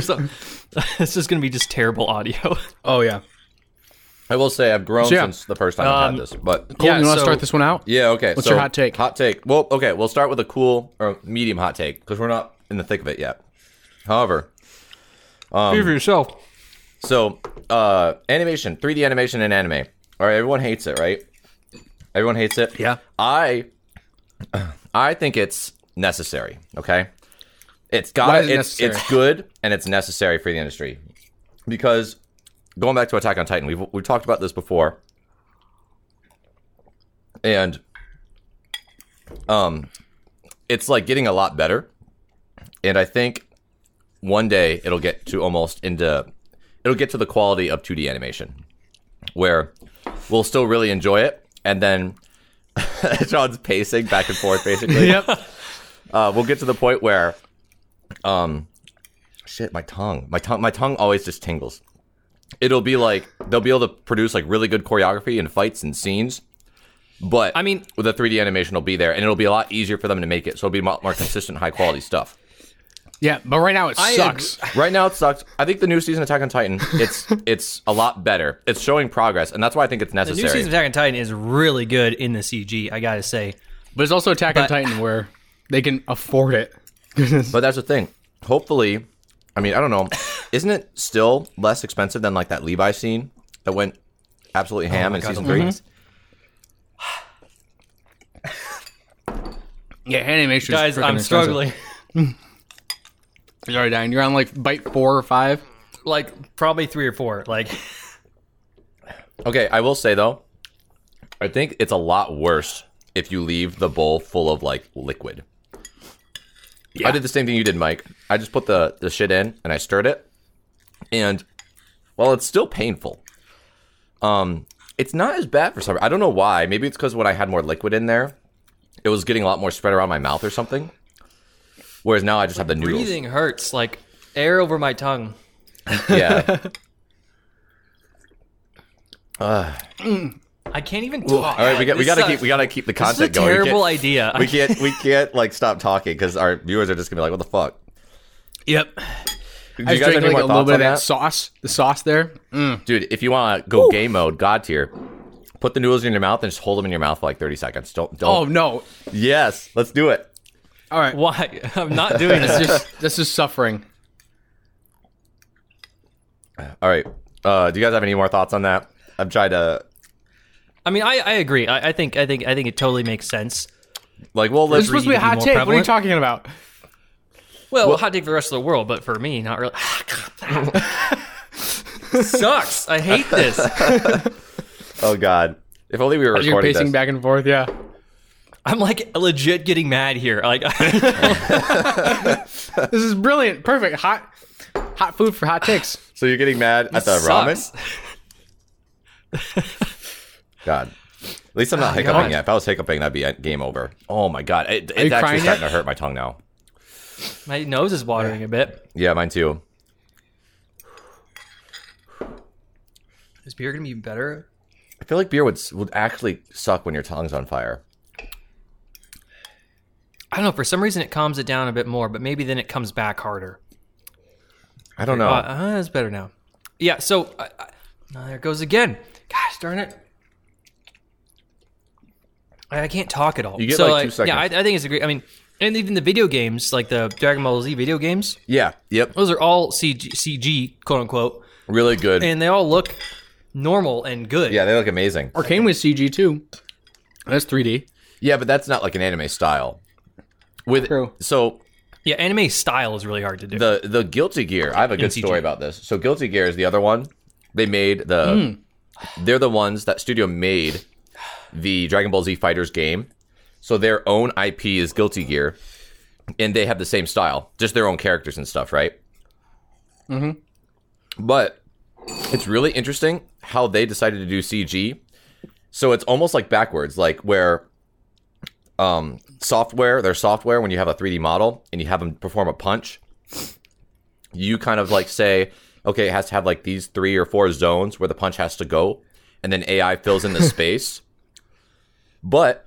Speaker 3: So- this is gonna be just terrible audio.
Speaker 1: oh yeah.
Speaker 2: I will say I've grown
Speaker 1: So, yeah.
Speaker 2: since the first time I
Speaker 3: Um,
Speaker 2: had this, but
Speaker 1: Cole,
Speaker 3: Yeah,
Speaker 1: you want to
Speaker 3: so-
Speaker 1: start this one out?
Speaker 2: yeah, okay.
Speaker 1: What's
Speaker 2: so
Speaker 1: your hot take?
Speaker 2: Hot take. Well, okay, we'll start with a cool or medium hot take because we're not in the thick of it yet. However,
Speaker 1: Um,
Speaker 3: Do for yourself.
Speaker 2: So, uh, animation, 3D animation in anime. All right, everyone hates it, right? Everyone hates it.
Speaker 1: Yeah.
Speaker 2: I, I think it's necessary. Okay, it's
Speaker 1: Why
Speaker 2: got
Speaker 1: is it
Speaker 2: it's it's
Speaker 1: necessary?
Speaker 2: good and it's necessary for the industry because going back to Attack on Titan, we've we've talked about this before, and um, it's like getting a lot better, and I think one day it'll get to almost into it'll get to the quality of 2D animation where we'll still really enjoy it and then Sean's pacing back and forth basically.
Speaker 1: Yep.
Speaker 2: Uh, we'll get to the point where um shit, my tongue. My tongue my tongue always just tingles. It'll be like they'll be able to produce like really good choreography and fights and scenes. But
Speaker 3: I mean-
Speaker 2: with the 3D animation will be there and it'll be a lot easier for them to make it. So it'll be mo- more consistent high quality stuff.
Speaker 1: Yeah, but right now it
Speaker 3: I
Speaker 1: sucks.
Speaker 2: Right now, it sucks. I think the new season of Attack on Titan, it's it's a lot better. It's showing progress, and that's why I think it's
Speaker 3: The new
Speaker 2: necessary.
Speaker 3: season of Attack on Titan is really good in the CG. I gotta say.
Speaker 1: But it's also Attack on
Speaker 3: But-
Speaker 1: Titan where they can afford it.
Speaker 2: but that's the thing. Hopefully, I mean, I don't know. Isn't it still less expensive than like that Levi scene that went absolutely ham in season three?
Speaker 1: Yeah, hand animation. is
Speaker 3: Guys,
Speaker 1: freaking
Speaker 3: I'm
Speaker 1: expensive.
Speaker 3: struggling.
Speaker 1: You're already dying. You're on like bite four or five.
Speaker 3: like probably three or four. Like
Speaker 2: Okay, I will say though, I think it's a lot worse if you leave the bowl full of like liquid. I did the same thing you did, Mike. I just put the, the shit in and I stirred it. And while it's still painful, um, it's not as bad for some I don't know why. Maybe it's because when I had more liquid in there, it was getting a lot more spread around my mouth or something. Whereas now I just have the noodles.
Speaker 3: breathing hurts. Like air over my tongue.
Speaker 2: Yeah.
Speaker 3: I can't even talk.
Speaker 2: All right, we got we
Speaker 3: This
Speaker 2: gotta
Speaker 3: sucks.
Speaker 2: keep we gotta keep the
Speaker 3: This is a
Speaker 2: content going. We can't-
Speaker 3: terrible idea.
Speaker 2: we can't we can't like stop talking because our viewers are just gonna be like, what the fuck?
Speaker 3: yep.
Speaker 2: Do
Speaker 1: I
Speaker 2: you guys
Speaker 1: just
Speaker 2: have
Speaker 1: drank
Speaker 2: any
Speaker 1: like
Speaker 2: more
Speaker 1: a little
Speaker 2: thoughts
Speaker 1: bit
Speaker 2: on
Speaker 1: of that,
Speaker 2: that?
Speaker 1: sauce. The sauce there. Mm.
Speaker 2: Dude, if you want to go game mode, god tier, put the noodles in your mouth and just hold them in your mouth for like 30 seconds. Don't
Speaker 1: Oh
Speaker 2: don't.
Speaker 1: no!
Speaker 2: Yes, let's do it.
Speaker 1: All right,
Speaker 3: Why? I'm not doing this.
Speaker 1: this is this is suffering.
Speaker 2: All right. Uh, do you guys have any more thoughts on that? I've tried to
Speaker 3: I mean, I, I agree. I, I think I think I think it totally makes sense.
Speaker 2: like well
Speaker 1: This is
Speaker 2: let's
Speaker 1: supposed to be a
Speaker 3: reading to be
Speaker 1: hot
Speaker 3: more
Speaker 1: take. What are you
Speaker 3: prevalent?
Speaker 1: talking about?
Speaker 3: Well, hot take for the rest of the world, but for me, not really. Ah, Sucks. I hate this.
Speaker 2: Oh god. If only we were
Speaker 1: You're
Speaker 2: recording
Speaker 1: pacing
Speaker 2: this.
Speaker 1: back and forth. Yeah.
Speaker 3: I'm like legit getting mad here. Like,
Speaker 1: This is brilliant. Perfect. Hot, hot food for hot takes.
Speaker 2: So you're getting mad at the
Speaker 3: sucks.
Speaker 2: ramen? God. At least I'm not
Speaker 1: Ah,
Speaker 2: hiccuping
Speaker 3: God.
Speaker 2: yet. If I was hiccuping, that'd be uh, game over. Oh my god. It,
Speaker 1: you
Speaker 2: it's actually
Speaker 1: crying
Speaker 2: starting
Speaker 1: yet?
Speaker 2: to hurt my tongue now.
Speaker 3: My nose is watering a bit.
Speaker 2: Yeah, mine too.
Speaker 3: Is beer gonna be better?
Speaker 2: I feel like beer would s- would actually suck when your tongue's on fire.
Speaker 3: I don't know. For some reason, it calms it down a bit more, but maybe then it comes back harder.
Speaker 2: I don't know.
Speaker 3: Uh, uh, it's better now. Yeah. So I, I, no, there it goes again. Gosh darn it! I, I can't talk at all.
Speaker 2: You get,
Speaker 3: so,
Speaker 2: like, two
Speaker 3: Yeah, I, I think it's a great. I mean, and even the video games, like the Dragon Ball Z video games,
Speaker 2: yeah. Yep.
Speaker 3: those are all CG, CG quote unquote,
Speaker 2: Really good.
Speaker 3: and they all look normal and good.
Speaker 2: yeah, they look amazing.
Speaker 1: Arcane was CG too. That's 3D.
Speaker 2: Yeah, but that's not like an anime style. With
Speaker 1: True.
Speaker 2: so
Speaker 3: Yeah. Anime style is really hard to do.
Speaker 2: the the Guilty Gear. I have a good
Speaker 3: MCG.
Speaker 2: story about this. So Guilty Gear is the other one. They made the. They're the ones that studio made the Dragon Ball Z Fighters game. So their own IP is Guilty Gear, and they have the same style, just their own characters and stuff, right? Mm-hmm. But it's really interesting how they decided to do CG. So it's almost like backwards, like where um, software, their software, when you have a 3D model and you have them perform a punch, you kind of like say, okay, it has to have like these three or four zones where the punch has to go, and then AI fills in the space. But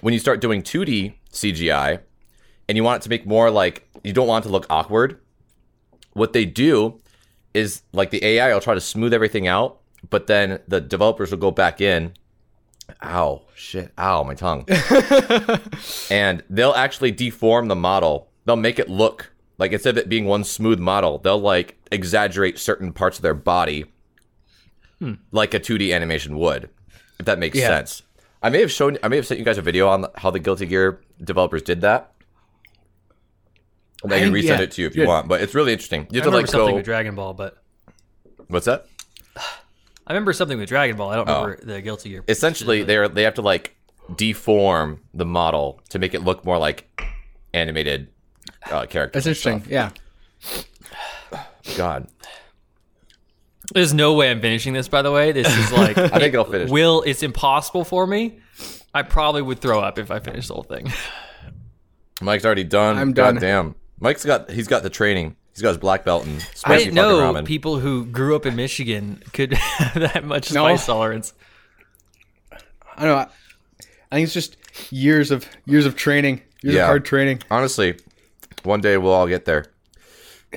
Speaker 2: when you start doing 2D CGI and you want it to make more like you don't want it to look awkward, what they do is like the AI will try to smooth everything out, but then the developers will go back in. Ow, shit, ow, my tongue. and they'll actually deform the model. They'll make it look like instead of it being one smooth model, they'll like exaggerate certain parts of their body like a 2D animation would, if that makes
Speaker 1: Yeah.
Speaker 2: sense. I may have shown, I may have sent you guys a video on how the Guilty Gear developers did that. And I can resend
Speaker 1: Yeah.
Speaker 2: it to you if you
Speaker 1: Good.
Speaker 2: want, but it's really interesting. You
Speaker 3: I
Speaker 2: have to
Speaker 3: remember
Speaker 2: like
Speaker 3: something
Speaker 2: go.
Speaker 3: with Dragon Ball, but
Speaker 2: What's that?
Speaker 3: I remember something with Dragon Ball. I
Speaker 2: Oh.
Speaker 3: don't remember the Guilty Gear.
Speaker 2: essentially they're they have to like deform the model to make it look more like animated uh, characters.
Speaker 1: That's interesting. Yeah.
Speaker 2: God,
Speaker 3: There's no way I'm finishing this. By the way, this is like
Speaker 2: I think it'll finish.
Speaker 3: will it's impossible for me. I probably would throw up if I finished the whole thing.
Speaker 2: Mike's already done.
Speaker 1: I'm done.
Speaker 2: God damn. Mike's got he's got the training. He's got his black belt and spicy
Speaker 3: I didn't know
Speaker 2: fucking ramen.
Speaker 3: people who grew up in Michigan could have that much spice tolerance.
Speaker 1: I don't know. I- I think it's just years of years of training, years
Speaker 2: Yeah.
Speaker 1: of hard training.
Speaker 2: Honestly, one day we'll all get there.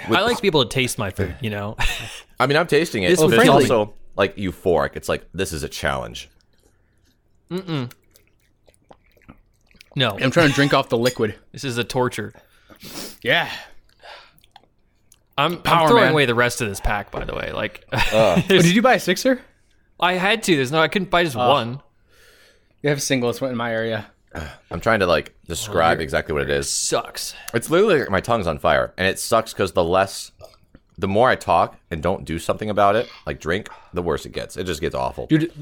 Speaker 3: I like people to taste my food. You know,
Speaker 2: I mean, I'm tasting it.
Speaker 3: This
Speaker 2: but
Speaker 3: was
Speaker 2: it's
Speaker 3: friendly.
Speaker 2: also like euphoric. It's like this is a challenge.
Speaker 3: no,
Speaker 1: I'm trying to drink off the liquid.
Speaker 3: this is a torture.
Speaker 1: Yeah.
Speaker 3: I'm, I'm
Speaker 1: Power,
Speaker 3: throwing
Speaker 1: man.
Speaker 3: away the rest of this pack. By the way, like
Speaker 1: Oh, did you buy a sixer?
Speaker 3: I had to. There's no, I couldn't buy just one.
Speaker 1: You have a single. It's in my area.
Speaker 2: I'm trying to like describe exactly what it is.
Speaker 3: Sucks.
Speaker 2: It's literally like my tongue's on fire, and it sucks because the less, the more I talk and don't do something about it, like drink, the worse it gets. It just gets awful.
Speaker 1: dude.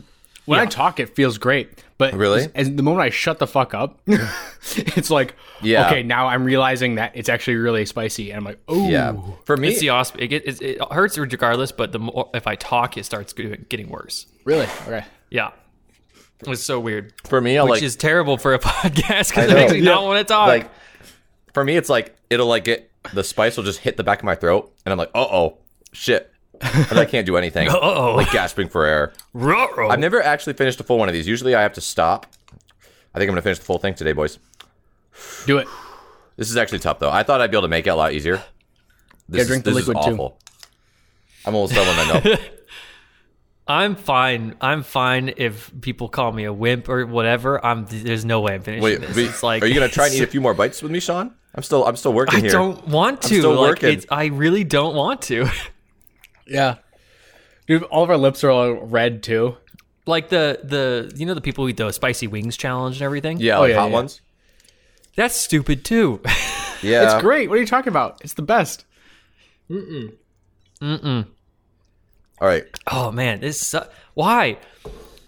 Speaker 1: When I talk, it feels great, but
Speaker 2: Really?
Speaker 1: as, as the moment I shut the fuck up, it's like,
Speaker 2: Yeah.
Speaker 1: okay, now I'm realizing that it's actually really spicy, and I'm like, oh,
Speaker 2: yeah, for me,
Speaker 3: It's the awesome. It, gets- it, it hurts regardless, but the more if I talk, it starts g- getting worse.
Speaker 1: really? Okay,
Speaker 3: Yeah, it's so weird,
Speaker 2: for me, I'll
Speaker 3: which
Speaker 2: like
Speaker 3: is terrible for a podcast because
Speaker 2: know.
Speaker 3: it makes me not
Speaker 1: Yeah.
Speaker 3: want to talk.
Speaker 2: like for me it's like it'll like get the spice will just hit the back of my throat and i'm like uh-oh shit and i can't do anything
Speaker 3: Uh-oh.
Speaker 2: like gasping for air
Speaker 3: Ruh-roh.
Speaker 2: i've never actually finished a full one of these usually i have to stop i think i'm gonna finish the full thing today boys
Speaker 1: do it.
Speaker 2: this is actually tough though i thought i'd be able to make it a lot easier this
Speaker 1: Yeah, drink the
Speaker 2: is, this is
Speaker 1: liquid, too.
Speaker 2: awful i'm almost done with my milk
Speaker 3: I'm fine. I'm fine if people call me a wimp or whatever. I'm. There's no way I'm finishing
Speaker 2: wait
Speaker 3: this.
Speaker 2: we-
Speaker 3: it's like,
Speaker 2: are you gonna try and eat a few more bites with me sean i'm still i'm still working
Speaker 3: I
Speaker 2: here
Speaker 3: don't want to.
Speaker 2: still
Speaker 3: like,
Speaker 2: working.
Speaker 3: it's, I really don't want to.
Speaker 1: Yeah, dude, all of our lips are all red too.
Speaker 3: like the the you know the people who eat the spicy wings challenge and everything.
Speaker 2: yeah
Speaker 1: Oh,
Speaker 2: like
Speaker 1: yeah,
Speaker 2: hot
Speaker 1: yeah.
Speaker 2: ones
Speaker 3: that's stupid too.
Speaker 2: yeah
Speaker 1: It's great. What are you talking about? It's the best.
Speaker 2: all right
Speaker 3: oh man, this su- why,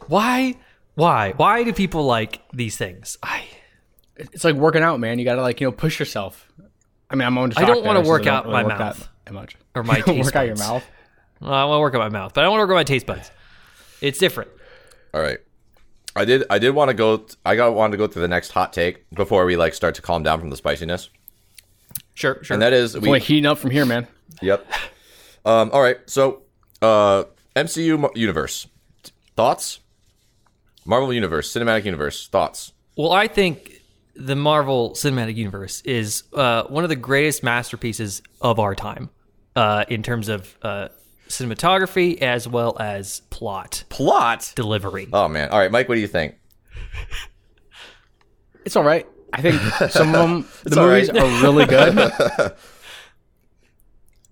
Speaker 3: why, why, why do people like these things? I
Speaker 1: It's like working out, man. You gotta like you know push yourself. I mean, I'm on.
Speaker 3: I don't wanna work out my mouth.
Speaker 1: that much
Speaker 3: Or my
Speaker 1: You don't
Speaker 3: taste
Speaker 1: work out your
Speaker 3: buds.
Speaker 1: mouth.
Speaker 3: well, I want to work on my mouth, but I want to work on my taste buds. It's different.
Speaker 2: All right. I did. I did want to go. I got wanted to go through the next hot take before we like start to calm down from the spiciness,
Speaker 3: Sure, sure.
Speaker 2: and that is
Speaker 1: Only
Speaker 2: we.
Speaker 1: heating up from here, man.
Speaker 2: Yep. Um. All right. So, uh, MCU mo- universe thoughts. Marvel universe, cinematic universe thoughts.
Speaker 3: Well, I think the Marvel Cinematic Universe is uh, one of the greatest masterpieces of our time uh, in terms of uh, cinematography as well as plot
Speaker 2: Plot.
Speaker 3: delivery.
Speaker 2: Oh man. All right, Mike. What do you think?
Speaker 1: It's all right. I think some of them, the
Speaker 2: all
Speaker 1: movies
Speaker 2: right.
Speaker 1: are really good. But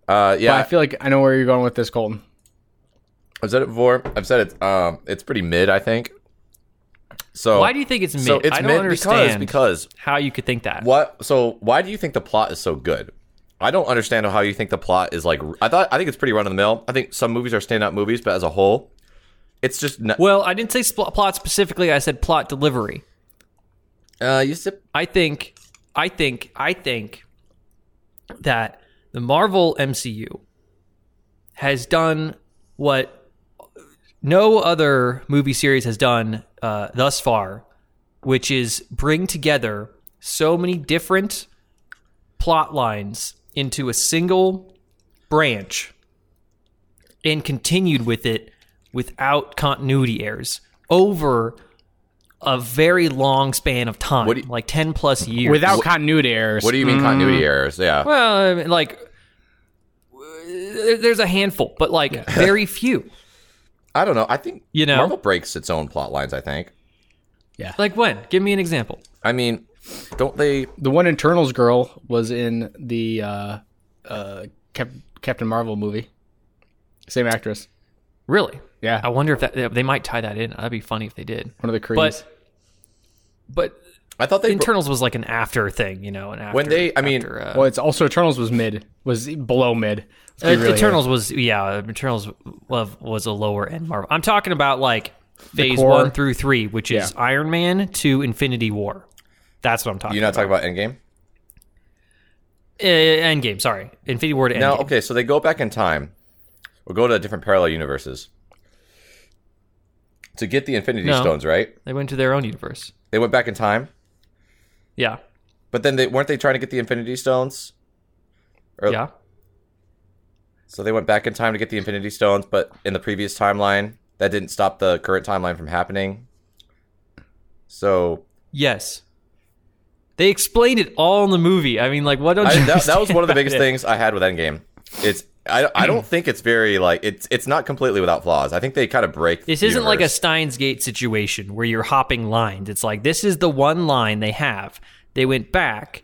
Speaker 2: Uh. Yeah.
Speaker 1: I feel like I know where you're going with this, Colton.
Speaker 2: I've said it before. I've said it. Um. It's pretty mid. I think. So
Speaker 3: Why do you think it's mid?
Speaker 2: so it's
Speaker 3: I don't
Speaker 2: mid
Speaker 3: understand
Speaker 2: because because
Speaker 3: how you could think that.
Speaker 2: What? So why do you think the plot is so good? I don't understand how you think the plot is like. I thought I think it's pretty run of the mill. I think some movies are standout movies, but as a whole, it's just. Not,
Speaker 3: Well, I didn't say spl- plot specifically. I said plot delivery.
Speaker 2: uh, you sip.
Speaker 3: I think, I think, I think that the Marvel MCU has done what no other movie series has done uh, thus far, which is bring together so many different plot lines into a single branch and continued with it without continuity errors over a very long span of time,
Speaker 2: do you-
Speaker 3: like 10 plus years.
Speaker 1: Without continuity errors,
Speaker 2: What do you
Speaker 3: Mm.
Speaker 2: mean continuity errors? Yeah.
Speaker 3: Well, I mean, like there- there's a handful, but like very few.
Speaker 2: I don't know. I think
Speaker 3: You know?
Speaker 2: Marvel breaks its own plot lines. I think.
Speaker 3: Like when? Give me an example.
Speaker 2: I mean, don't they?
Speaker 1: the one Internals girl was in the uh, uh, Cap- Captain Marvel movie. Same actress.
Speaker 3: Really?
Speaker 1: Yeah,
Speaker 3: I wonder if that they might tie that in. That'd be funny if they did.
Speaker 1: one of the Koreans.
Speaker 3: But but
Speaker 2: I thought they. bro-
Speaker 3: internals was like an after thing, you know. An after,
Speaker 2: When they- I mean-
Speaker 3: after, uh,
Speaker 1: well, it's also Eternals was mid, was below mid. Let's be
Speaker 3: uh,
Speaker 1: real here.
Speaker 3: Eternals was yeah, Eternals was, was a lower end Marvel. I'm talking about like phase
Speaker 1: core-
Speaker 3: one through three, which is
Speaker 1: Yeah.
Speaker 3: Iron Man to Infinity War. That's what I'm talking.
Speaker 2: You're not
Speaker 3: about.
Speaker 2: talking about Endgame.
Speaker 3: Uh, Endgame. Sorry, Infinity War to Endgame.
Speaker 2: Now, okay, so they go back in time, or go to different parallel universes to get the Infinity
Speaker 3: No.
Speaker 2: Stones. Right?
Speaker 3: They went to their own universe.
Speaker 2: They went back in time.
Speaker 3: Yeah.
Speaker 2: But then they weren't they trying to get the Infinity Stones? Or-
Speaker 3: Yeah.
Speaker 2: So they went back in time to get the Infinity Stones, but in the previous timeline, that didn't stop the current timeline from happening. So
Speaker 3: Yes. They explained it all in the movie. I mean, like, what don't
Speaker 2: I,
Speaker 3: you?
Speaker 2: that, that was one of the
Speaker 3: understand
Speaker 2: biggest
Speaker 3: about it?
Speaker 2: things I had with Endgame. It's I, I don't think it's very like it's it's not completely without flaws. I think they kind of break.
Speaker 3: This
Speaker 2: the
Speaker 3: isn't like a
Speaker 2: universe.
Speaker 3: Steins Gate situation where you're hopping lines. It's like this is the one line they have. They went back,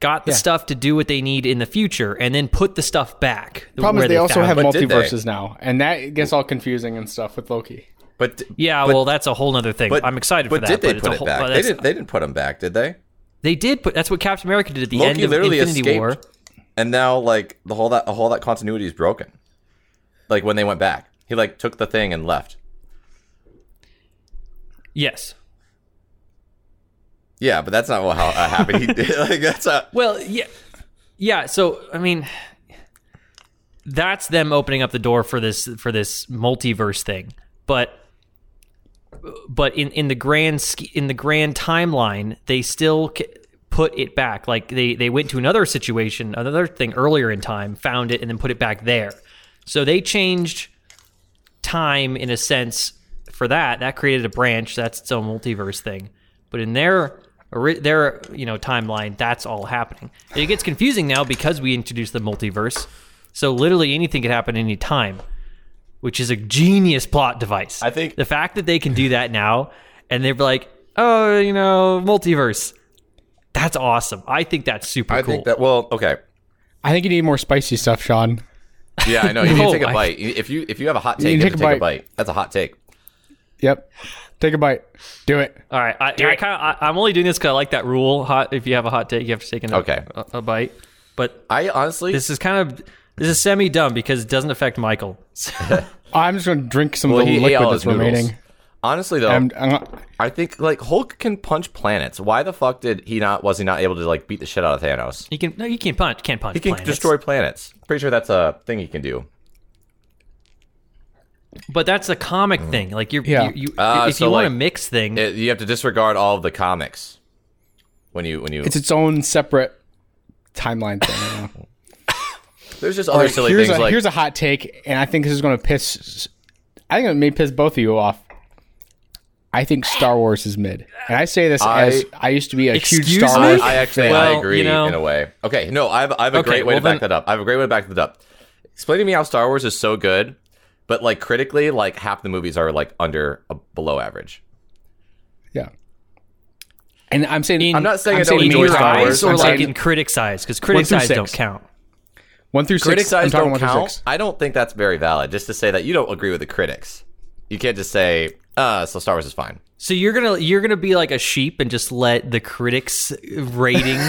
Speaker 3: got the stuff to do what they need in the future, and then put the stuff back.
Speaker 1: problem
Speaker 3: where
Speaker 1: is they also
Speaker 3: found
Speaker 1: have
Speaker 3: it.
Speaker 2: But did they?
Speaker 1: multiverses now, and that gets all confusing and stuff with Loki.
Speaker 2: But
Speaker 3: Yeah,
Speaker 2: But-
Speaker 3: well, that's a whole other thing.
Speaker 2: but
Speaker 3: I'm excited
Speaker 2: but
Speaker 3: for
Speaker 2: did
Speaker 3: that.
Speaker 2: they
Speaker 3: but it's a
Speaker 2: put it
Speaker 3: whole-
Speaker 2: back?
Speaker 3: but
Speaker 2: They
Speaker 3: that's-
Speaker 2: didn't. They didn't put him back, did they?
Speaker 3: They did, but that's what Captain America did at the end
Speaker 2: Loki
Speaker 3: of
Speaker 2: literally
Speaker 3: Infinity
Speaker 2: escaped,
Speaker 3: War.
Speaker 2: and now like the whole that the whole that continuity is broken. Like when they went back, he like took the thing and left.
Speaker 3: Yes.
Speaker 2: Yeah, but that's not what- how how happened. He did like that's not.
Speaker 3: Well, yeah, yeah. So I mean, that's them opening up the door for this for this multiverse thing. But but in in the grand sch- in the grand timeline, they still c- put it back. Like they they went to another situation, another thing earlier in time, found it, and then put it back there. So they changed time in a sense for that. That created a branch. That's its own multiverse thing. But in their ori- their you know timeline, that's all happening. And it gets confusing now because we introduced the multiverse. So literally anything could happen any time, which is a genius plot device.
Speaker 2: I think-
Speaker 3: the fact that they can do that now, and they're like, oh, you know, multiverse. That's awesome. I think that's super
Speaker 2: I
Speaker 3: cool.
Speaker 2: think that well, okay.
Speaker 1: I think you need more spicy stuff, Sean.
Speaker 2: Yeah, I know. You need
Speaker 3: No,
Speaker 2: to take a
Speaker 3: I-
Speaker 2: bite. If you if you have a hot take, you, have to take a bite. That's a hot take.
Speaker 1: Yep. Take a bite. Do it.
Speaker 3: All right, I, I kind of I, I'm only doing this because I like that rule. Hot, if you have a hot take, you have to take another,
Speaker 2: Okay.
Speaker 3: a, a bite. But
Speaker 2: I honestly,
Speaker 3: this is kind of this is semi dumb because it doesn't affect Michael.
Speaker 1: I'm just gonna drink some
Speaker 2: well,
Speaker 1: of the
Speaker 2: he ate
Speaker 1: liquid
Speaker 2: all
Speaker 1: that's
Speaker 2: his noodles. Oh.
Speaker 1: remaining. uh,
Speaker 2: Honestly, though,
Speaker 1: I'm, I'm not-
Speaker 2: I think like Hulk can punch planets. Why the fuck did he not? Was he not able to like beat the shit out of Thanos?
Speaker 3: you can no, you can't punch, can't punch.
Speaker 2: He can
Speaker 3: planets.
Speaker 2: destroy planets. Pretty sure that's a thing he can do.
Speaker 3: but that's a comic
Speaker 2: Mm.
Speaker 3: thing. Like you're,
Speaker 1: Yeah.
Speaker 3: you, you
Speaker 2: Ah,
Speaker 3: if
Speaker 2: so
Speaker 3: you want to
Speaker 2: like-
Speaker 3: mix thing,
Speaker 2: It- you have to disregard all of the comics when you when you.
Speaker 1: it's its own separate timeline thing. I don't know.
Speaker 2: there's just other
Speaker 1: Alright,
Speaker 2: silly
Speaker 1: here's
Speaker 2: things
Speaker 1: a,
Speaker 2: like
Speaker 1: here's a hot take, and I think this is gonna piss. I think it may piss both of you off. I think Star Wars is mid, and I say this
Speaker 2: I-
Speaker 1: as I used to be a huge
Speaker 3: Excuse
Speaker 1: Star
Speaker 3: me?
Speaker 1: Wars.
Speaker 2: I, I actually
Speaker 3: Well,
Speaker 2: I agree
Speaker 3: you know-
Speaker 2: in a way. Okay, no, I have I have a
Speaker 3: Okay,
Speaker 2: great way
Speaker 3: well
Speaker 2: to back
Speaker 3: then-
Speaker 2: that up. I have a great way to back that up. Explain to me how Star Wars is so good, but like critically, like half the movies are like under uh, below average.
Speaker 1: yeah. And I'm saying
Speaker 3: In-
Speaker 2: I'm not saying
Speaker 1: I'm
Speaker 2: I don't
Speaker 1: saying
Speaker 2: enjoy
Speaker 1: mid
Speaker 3: your
Speaker 2: Star
Speaker 1: Star
Speaker 3: eyes
Speaker 2: Wars.
Speaker 1: Wars.
Speaker 3: or
Speaker 1: I'm
Speaker 3: like
Speaker 1: saying
Speaker 3: in critics' eyes because critics'
Speaker 1: through
Speaker 3: eyes don't
Speaker 1: six.
Speaker 3: count.
Speaker 1: one through six.
Speaker 2: Critics
Speaker 1: I'm
Speaker 2: eyes
Speaker 1: talking
Speaker 2: don't
Speaker 1: one through
Speaker 2: count.
Speaker 1: six.
Speaker 2: I don't think that's very valid. Just to say that you don't agree with the critics, you can't just say, "Uh, so Star Wars is fine."
Speaker 3: So you're gonna you're gonna be like a sheep and just let the critics' rating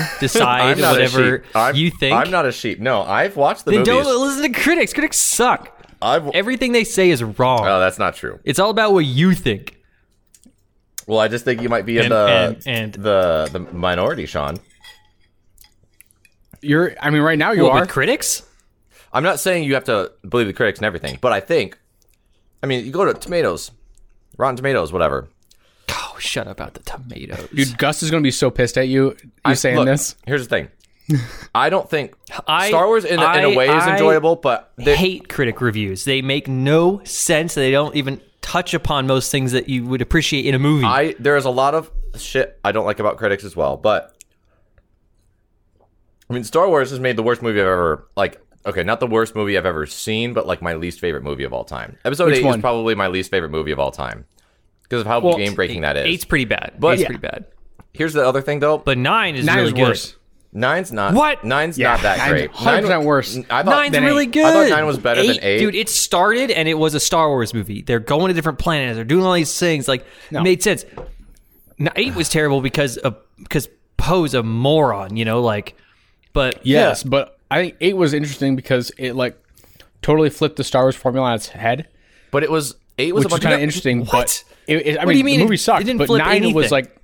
Speaker 3: decide
Speaker 2: I'm not a
Speaker 3: whatever
Speaker 2: sheep. I'm,
Speaker 3: you think.
Speaker 2: I'm not a sheep. No, I've watched the
Speaker 3: Then
Speaker 2: movies.
Speaker 3: don't listen to critics. Critics suck.
Speaker 2: I've.
Speaker 3: Everything they say is wrong.
Speaker 2: oh, that's not true.
Speaker 3: It's all about what you think.
Speaker 2: Well, I just think you might be in
Speaker 3: And-
Speaker 2: the
Speaker 3: and- and-
Speaker 2: the the minority, Sean.
Speaker 1: You're. I mean, right now you
Speaker 3: What,
Speaker 1: are.
Speaker 3: with critics?
Speaker 2: I'm not saying you have to believe the critics and everything, but I think, I mean, you go to Tomatoes, Rotten Tomatoes, whatever.
Speaker 3: Oh, shut up about the tomatoes.
Speaker 1: Dude, Gus is gonna be so pissed at you. You saying
Speaker 2: Look,
Speaker 1: this?
Speaker 2: Here's the thing. I don't think
Speaker 3: I-
Speaker 2: Star Wars in, a in
Speaker 3: I-
Speaker 2: a way is
Speaker 3: I
Speaker 2: enjoyable, but
Speaker 3: they
Speaker 2: they,
Speaker 3: hate critic reviews. They make no sense. They don't even touch upon most things that you would appreciate in a movie.
Speaker 2: I there is a lot of shit I don't like about critics as well. But I mean, Star Wars has made the worst movie I've ever like. Okay, not the worst movie I've ever seen, but like my least favorite movie of all time. Episode
Speaker 1: Which
Speaker 2: eight
Speaker 1: one?
Speaker 2: is probably my least favorite movie of all time because of how game breaking that is.
Speaker 3: Eight's pretty bad.
Speaker 2: But-
Speaker 3: Eight's
Speaker 2: Yeah.
Speaker 3: pretty bad.
Speaker 2: Here's the other thing though.
Speaker 3: But nine is
Speaker 1: Nine
Speaker 3: really
Speaker 1: is
Speaker 3: good.
Speaker 1: worse.
Speaker 2: Nine's not
Speaker 3: What?
Speaker 2: Nine's
Speaker 1: Yeah,
Speaker 2: not that
Speaker 1: nine's
Speaker 2: great.
Speaker 1: 100%
Speaker 2: Nine-
Speaker 1: worse.
Speaker 2: I thought
Speaker 3: Nine's
Speaker 1: than
Speaker 3: really
Speaker 1: eight.
Speaker 3: good.
Speaker 2: I thought nine was better than eight.
Speaker 3: Dude, it started and it was a Star Wars movie. They're going to different planets. They're doing all these things. Like, it made sense. Now, eight was terrible because of because Poe's a moron. You know, like, but
Speaker 1: Yes, but I think eight was interesting because it like totally flipped the Star Wars formula on its head,
Speaker 2: but it was eight was
Speaker 1: which
Speaker 2: a
Speaker 1: is
Speaker 2: bunch
Speaker 1: kind of interesting.
Speaker 3: What?
Speaker 1: But it, it- I
Speaker 3: What
Speaker 1: mean,
Speaker 3: do you mean
Speaker 1: the
Speaker 3: it-
Speaker 1: movie
Speaker 3: it
Speaker 1: sucked,
Speaker 3: didn't
Speaker 1: but
Speaker 3: flip
Speaker 1: nine was
Speaker 3: anything?
Speaker 1: like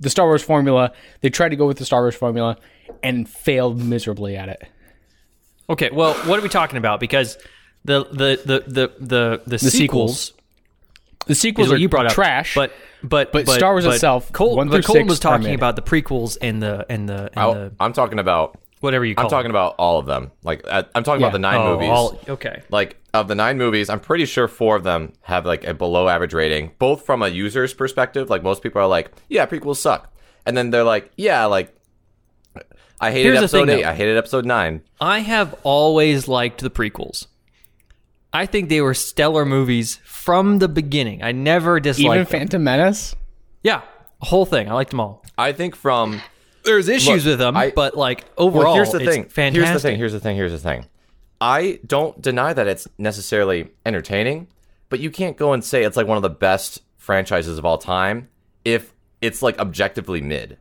Speaker 1: the Star Wars formula. They tried to go with the Star Wars formula and failed miserably at it.
Speaker 3: Okay, well, what are we talking about? Because the the the the the, the, sequels,
Speaker 1: sequels The
Speaker 3: is
Speaker 1: sequels are
Speaker 3: what you brought up,
Speaker 1: trash,
Speaker 3: but but
Speaker 1: but Star Wars itself,
Speaker 3: Col-
Speaker 1: one
Speaker 3: but
Speaker 1: through
Speaker 3: Colton
Speaker 1: six
Speaker 3: was
Speaker 1: are
Speaker 3: talking
Speaker 1: mid.
Speaker 3: about the prequels and the and the, and
Speaker 2: I'll-
Speaker 3: the
Speaker 2: Oh, I'm talking about.
Speaker 3: whatever you call.
Speaker 2: I'm talking about all of them. Like I, I'm talking
Speaker 1: Yeah.
Speaker 2: about the nine
Speaker 3: it. Oh,
Speaker 2: movies.
Speaker 3: all- okay.
Speaker 2: like of the nine movies, I'm pretty sure four of them have like a below average rating, both from a user's perspective. Like most people are like, yeah, prequels suck, and then they're like, yeah, like I hated
Speaker 3: Here's the
Speaker 2: episode
Speaker 3: thing,
Speaker 2: eight,
Speaker 3: though.
Speaker 2: I hated episode nine.
Speaker 3: I have always liked the prequels. I think they were stellar movies from the beginning. I never disliked
Speaker 1: even
Speaker 3: them.
Speaker 1: Phantom Menace.
Speaker 3: yeah, whole thing. I liked them all.
Speaker 2: I think from
Speaker 3: There's issues with them,
Speaker 2: I-
Speaker 3: but like overall,
Speaker 2: well, here's the
Speaker 3: it's
Speaker 2: thing.
Speaker 3: fantastic.
Speaker 2: Here's the thing. Here's the thing. Here's the thing. I don't deny that it's necessarily entertaining. But you can't go and say it's like one of the best franchises of all time if it's like objectively mid.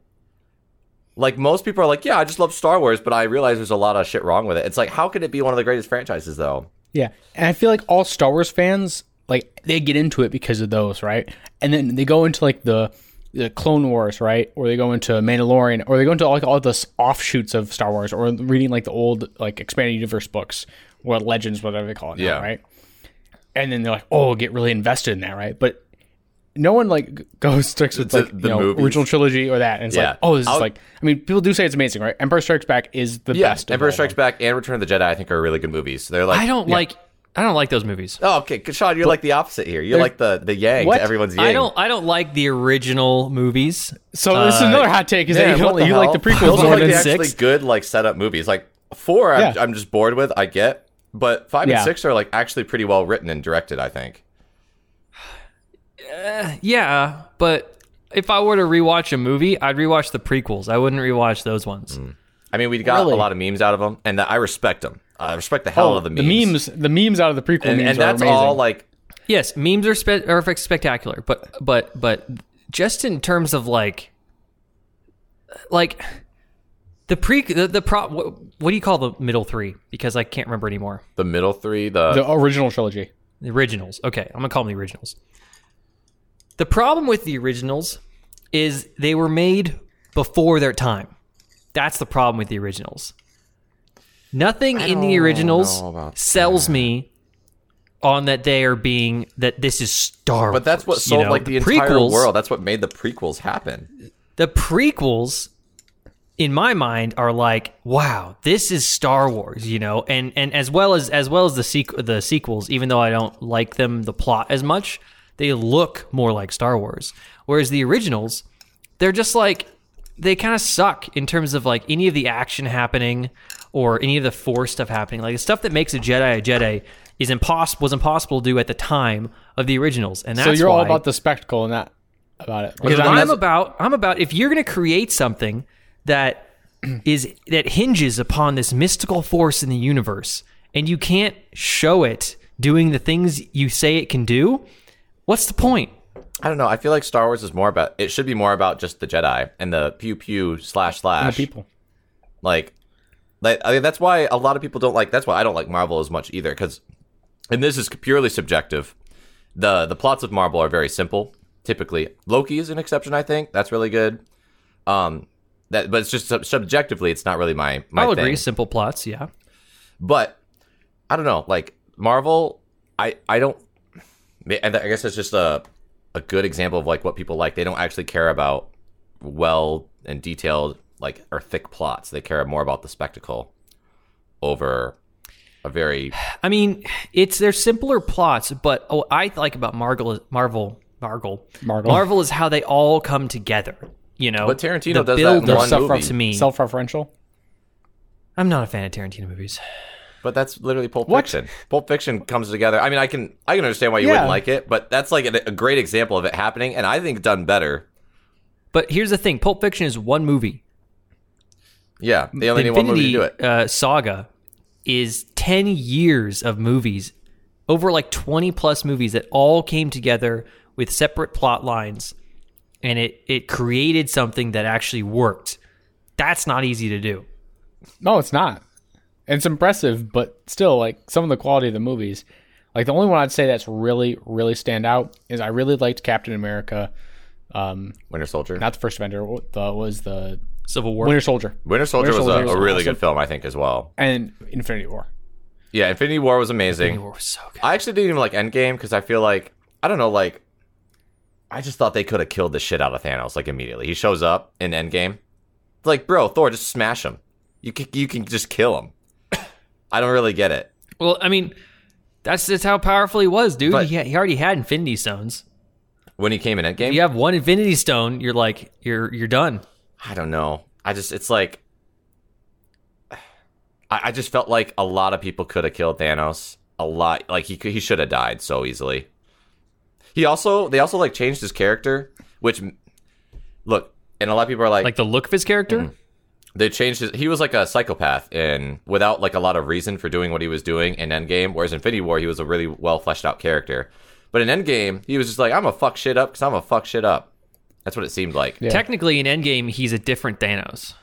Speaker 2: Like most people are like, yeah, I just love Star Wars, but I realize there's a lot of shit wrong with it. It's like, how could it be one of the greatest franchises though?
Speaker 1: Yeah, and I feel like all Star Wars fans like they get into it because of those, right? And then they go into like the the Clone Wars, right? Or they go into Mandalorian, or they go into like all the s- offshoots of Star Wars, or reading like the old like expanded universe books, or Legends, whatever they call it, now,
Speaker 2: Yeah.
Speaker 1: right? And then they're like, oh, get really invested in that, right? But no one like g- goes sticks with
Speaker 2: To
Speaker 1: like
Speaker 2: the
Speaker 1: you know,
Speaker 2: movies.
Speaker 1: original trilogy or that, and it's
Speaker 2: Yeah.
Speaker 1: like, oh, this
Speaker 2: I'll-
Speaker 1: is like. I mean, people do say it's amazing, right? Empire Strikes Back is the
Speaker 2: Yeah,
Speaker 1: best. of all
Speaker 2: Emperor
Speaker 1: of them.
Speaker 2: Strikes Back and Return of the Jedi, I think, are really good movies. So they're like,
Speaker 3: I don't like I don't like those movies.
Speaker 2: oh, okay, Sean, you're like the opposite here. You're like the the yang
Speaker 1: What?
Speaker 2: to everyone's yang.
Speaker 3: I don't I don't like the original movies.
Speaker 1: So this is
Speaker 3: Uh,
Speaker 1: another hot take is
Speaker 2: Yeah,
Speaker 1: that you,
Speaker 2: what
Speaker 1: don't,
Speaker 2: the
Speaker 1: you
Speaker 2: hell?
Speaker 1: like the prequels
Speaker 2: Those are
Speaker 1: more
Speaker 2: like
Speaker 1: than
Speaker 2: the
Speaker 1: six.
Speaker 2: actually good like setup movies. Like four, I'm,
Speaker 1: Yeah.
Speaker 2: I'm just bored with. I get, but five
Speaker 1: Yeah.
Speaker 2: and six are like actually pretty well written and directed. I think.
Speaker 3: Yeah, but if I were to rewatch a movie, I'd rewatch the prequels. I wouldn't rewatch those ones.
Speaker 2: I mean, we got
Speaker 1: Really? Oh,
Speaker 2: a lot of memes out of them, and I respect them. I respect the hell out of the memes.
Speaker 1: The memes, the memes out of the prequel
Speaker 2: and,
Speaker 1: memes
Speaker 2: and that's
Speaker 1: are amazing.
Speaker 2: all like
Speaker 3: Yes, memes are, spe- are f- spectacular, but but but just in terms of like like the pre the, the pro what, what do you call the middle three? Because I can't remember anymore.
Speaker 2: the middle three. The,
Speaker 1: the original trilogy.
Speaker 3: The originals. Okay, I'm gonna call them the originals. The problem with the originals is they were made before their time. That's the problem with the originals. Nothing in the originals
Speaker 2: know about
Speaker 3: sells me on that they are being that this is Star Wars.
Speaker 2: but that's what
Speaker 3: you
Speaker 2: sold
Speaker 3: know?
Speaker 2: like the, entire world. That's what made the prequels happen.
Speaker 3: The prequels, in my mind, are like, wow, this is Star Wars, you know, and and as well as as well as the sequ- the sequels, even though I don't like them the plot as much, they look more like Star Wars. Whereas the originals, they're just like they kind of suck in terms of like any of the action happening or any of the force stuff happening. Like the stuff that makes a Jedi a Jedi is impossible was impossible to do at the time of the originals, and that's
Speaker 1: So you're all
Speaker 3: why-
Speaker 1: about the spectacle and not about it.
Speaker 3: because
Speaker 1: I
Speaker 3: I'm,
Speaker 1: mean, that's-
Speaker 3: about I'm about if you're going to create something that is that hinges upon this mystical force in the universe and you can't show it doing the things you say it can do, what's the point?
Speaker 2: I don't know. I feel like Star Wars is more about. It should be more about just the Jedi and the pew pew slash
Speaker 1: the
Speaker 2: slash
Speaker 1: people.
Speaker 2: Like, like I mean, that's why a lot of people don't like. That's why I don't like Marvel as much either. Because, and this is purely subjective. the The plots of Marvel are very simple. Typically, Loki is an exception. I think that's really good. Um, that but it's just sub- subjectively, it's not really my my
Speaker 3: I'll
Speaker 2: thing.
Speaker 3: agree. Simple plots, yeah.
Speaker 2: But I don't know, like Marvel, I I don't. And I guess that's just a a good example of like what people like. They don't actually care about well and detailed like or thick plots. They care more about the spectacle over a very
Speaker 3: I mean, it's they're simpler plots, but oh, I like about Marvel, Marvel, Marvel,
Speaker 1: Marvel.
Speaker 3: Marvel is how they all come together. You know,
Speaker 2: But Tarantino does that in
Speaker 3: build-up
Speaker 2: one
Speaker 3: stuff
Speaker 2: movie.
Speaker 3: to me.
Speaker 1: Self-referential.
Speaker 3: I'm not a fan of Tarantino movies.
Speaker 2: But that's literally Pulp
Speaker 1: What?
Speaker 2: Fiction. Pulp Fiction comes together. I mean, I can I can understand why you
Speaker 1: Yeah.
Speaker 2: wouldn't like it, but that's like a, a great example of it happening, and I think done better.
Speaker 3: But here's the thing: Pulp Fiction is one movie.
Speaker 2: Yeah, they only
Speaker 3: the
Speaker 2: need one movie to
Speaker 3: Infinity
Speaker 2: do it.
Speaker 3: Uh, Saga is 10 years of movies, over like 20 plus movies that all came together with separate plot lines, and it it created something that actually worked. That's not easy to do.
Speaker 1: No, it's not. It's impressive, but still, like some of the quality of the movies. Like the only one I'd say that's really, really stand out is I really liked Captain America. Um,
Speaker 2: Winter Soldier.
Speaker 1: not the first Avenger. what The was the
Speaker 3: Civil War.
Speaker 1: Winter Soldier
Speaker 2: Winter Soldier
Speaker 1: Winter
Speaker 2: was
Speaker 1: Soldier
Speaker 2: a,
Speaker 1: was
Speaker 2: a really
Speaker 1: awesome.
Speaker 2: good film, I think, as well.
Speaker 1: and Infinity War.
Speaker 2: Yeah, Infinity War was
Speaker 3: Civil
Speaker 2: amazing.
Speaker 3: War was so good.
Speaker 2: I actually didn't even like Endgame because I feel like I don't know, like I just thought they could have killed the shit out of Thanos like immediately. He shows up in Endgame, it's like bro, Thor, just smash him. You can, you can just kill him. I don't really get it.
Speaker 3: Well, I mean, that's just how powerful he was, dude.
Speaker 2: But-
Speaker 3: he, he already had Infinity Stones.
Speaker 2: When he came in Endgame,
Speaker 3: If you have one Infinity Stone, you're like you're you're done.
Speaker 2: I don't know. I just it's like I, I just felt like a lot of people could have killed Thanos. A lot like he could, he should have died so easily. He also they also like changed his character, which look and a lot of people are like, Mm-hmm.
Speaker 3: Like the look of his character.
Speaker 2: they changed his. He was like a psychopath in without like a lot of reason for doing what he was doing in Endgame. Whereas Infinity War, he was a really well fleshed out character. But in Endgame, he was just like, I'm gonna fuck shit up because I'm gonna fuck shit up. That's what it seemed like.
Speaker 1: Yeah.
Speaker 3: Technically, in Endgame, he's a different Thanos.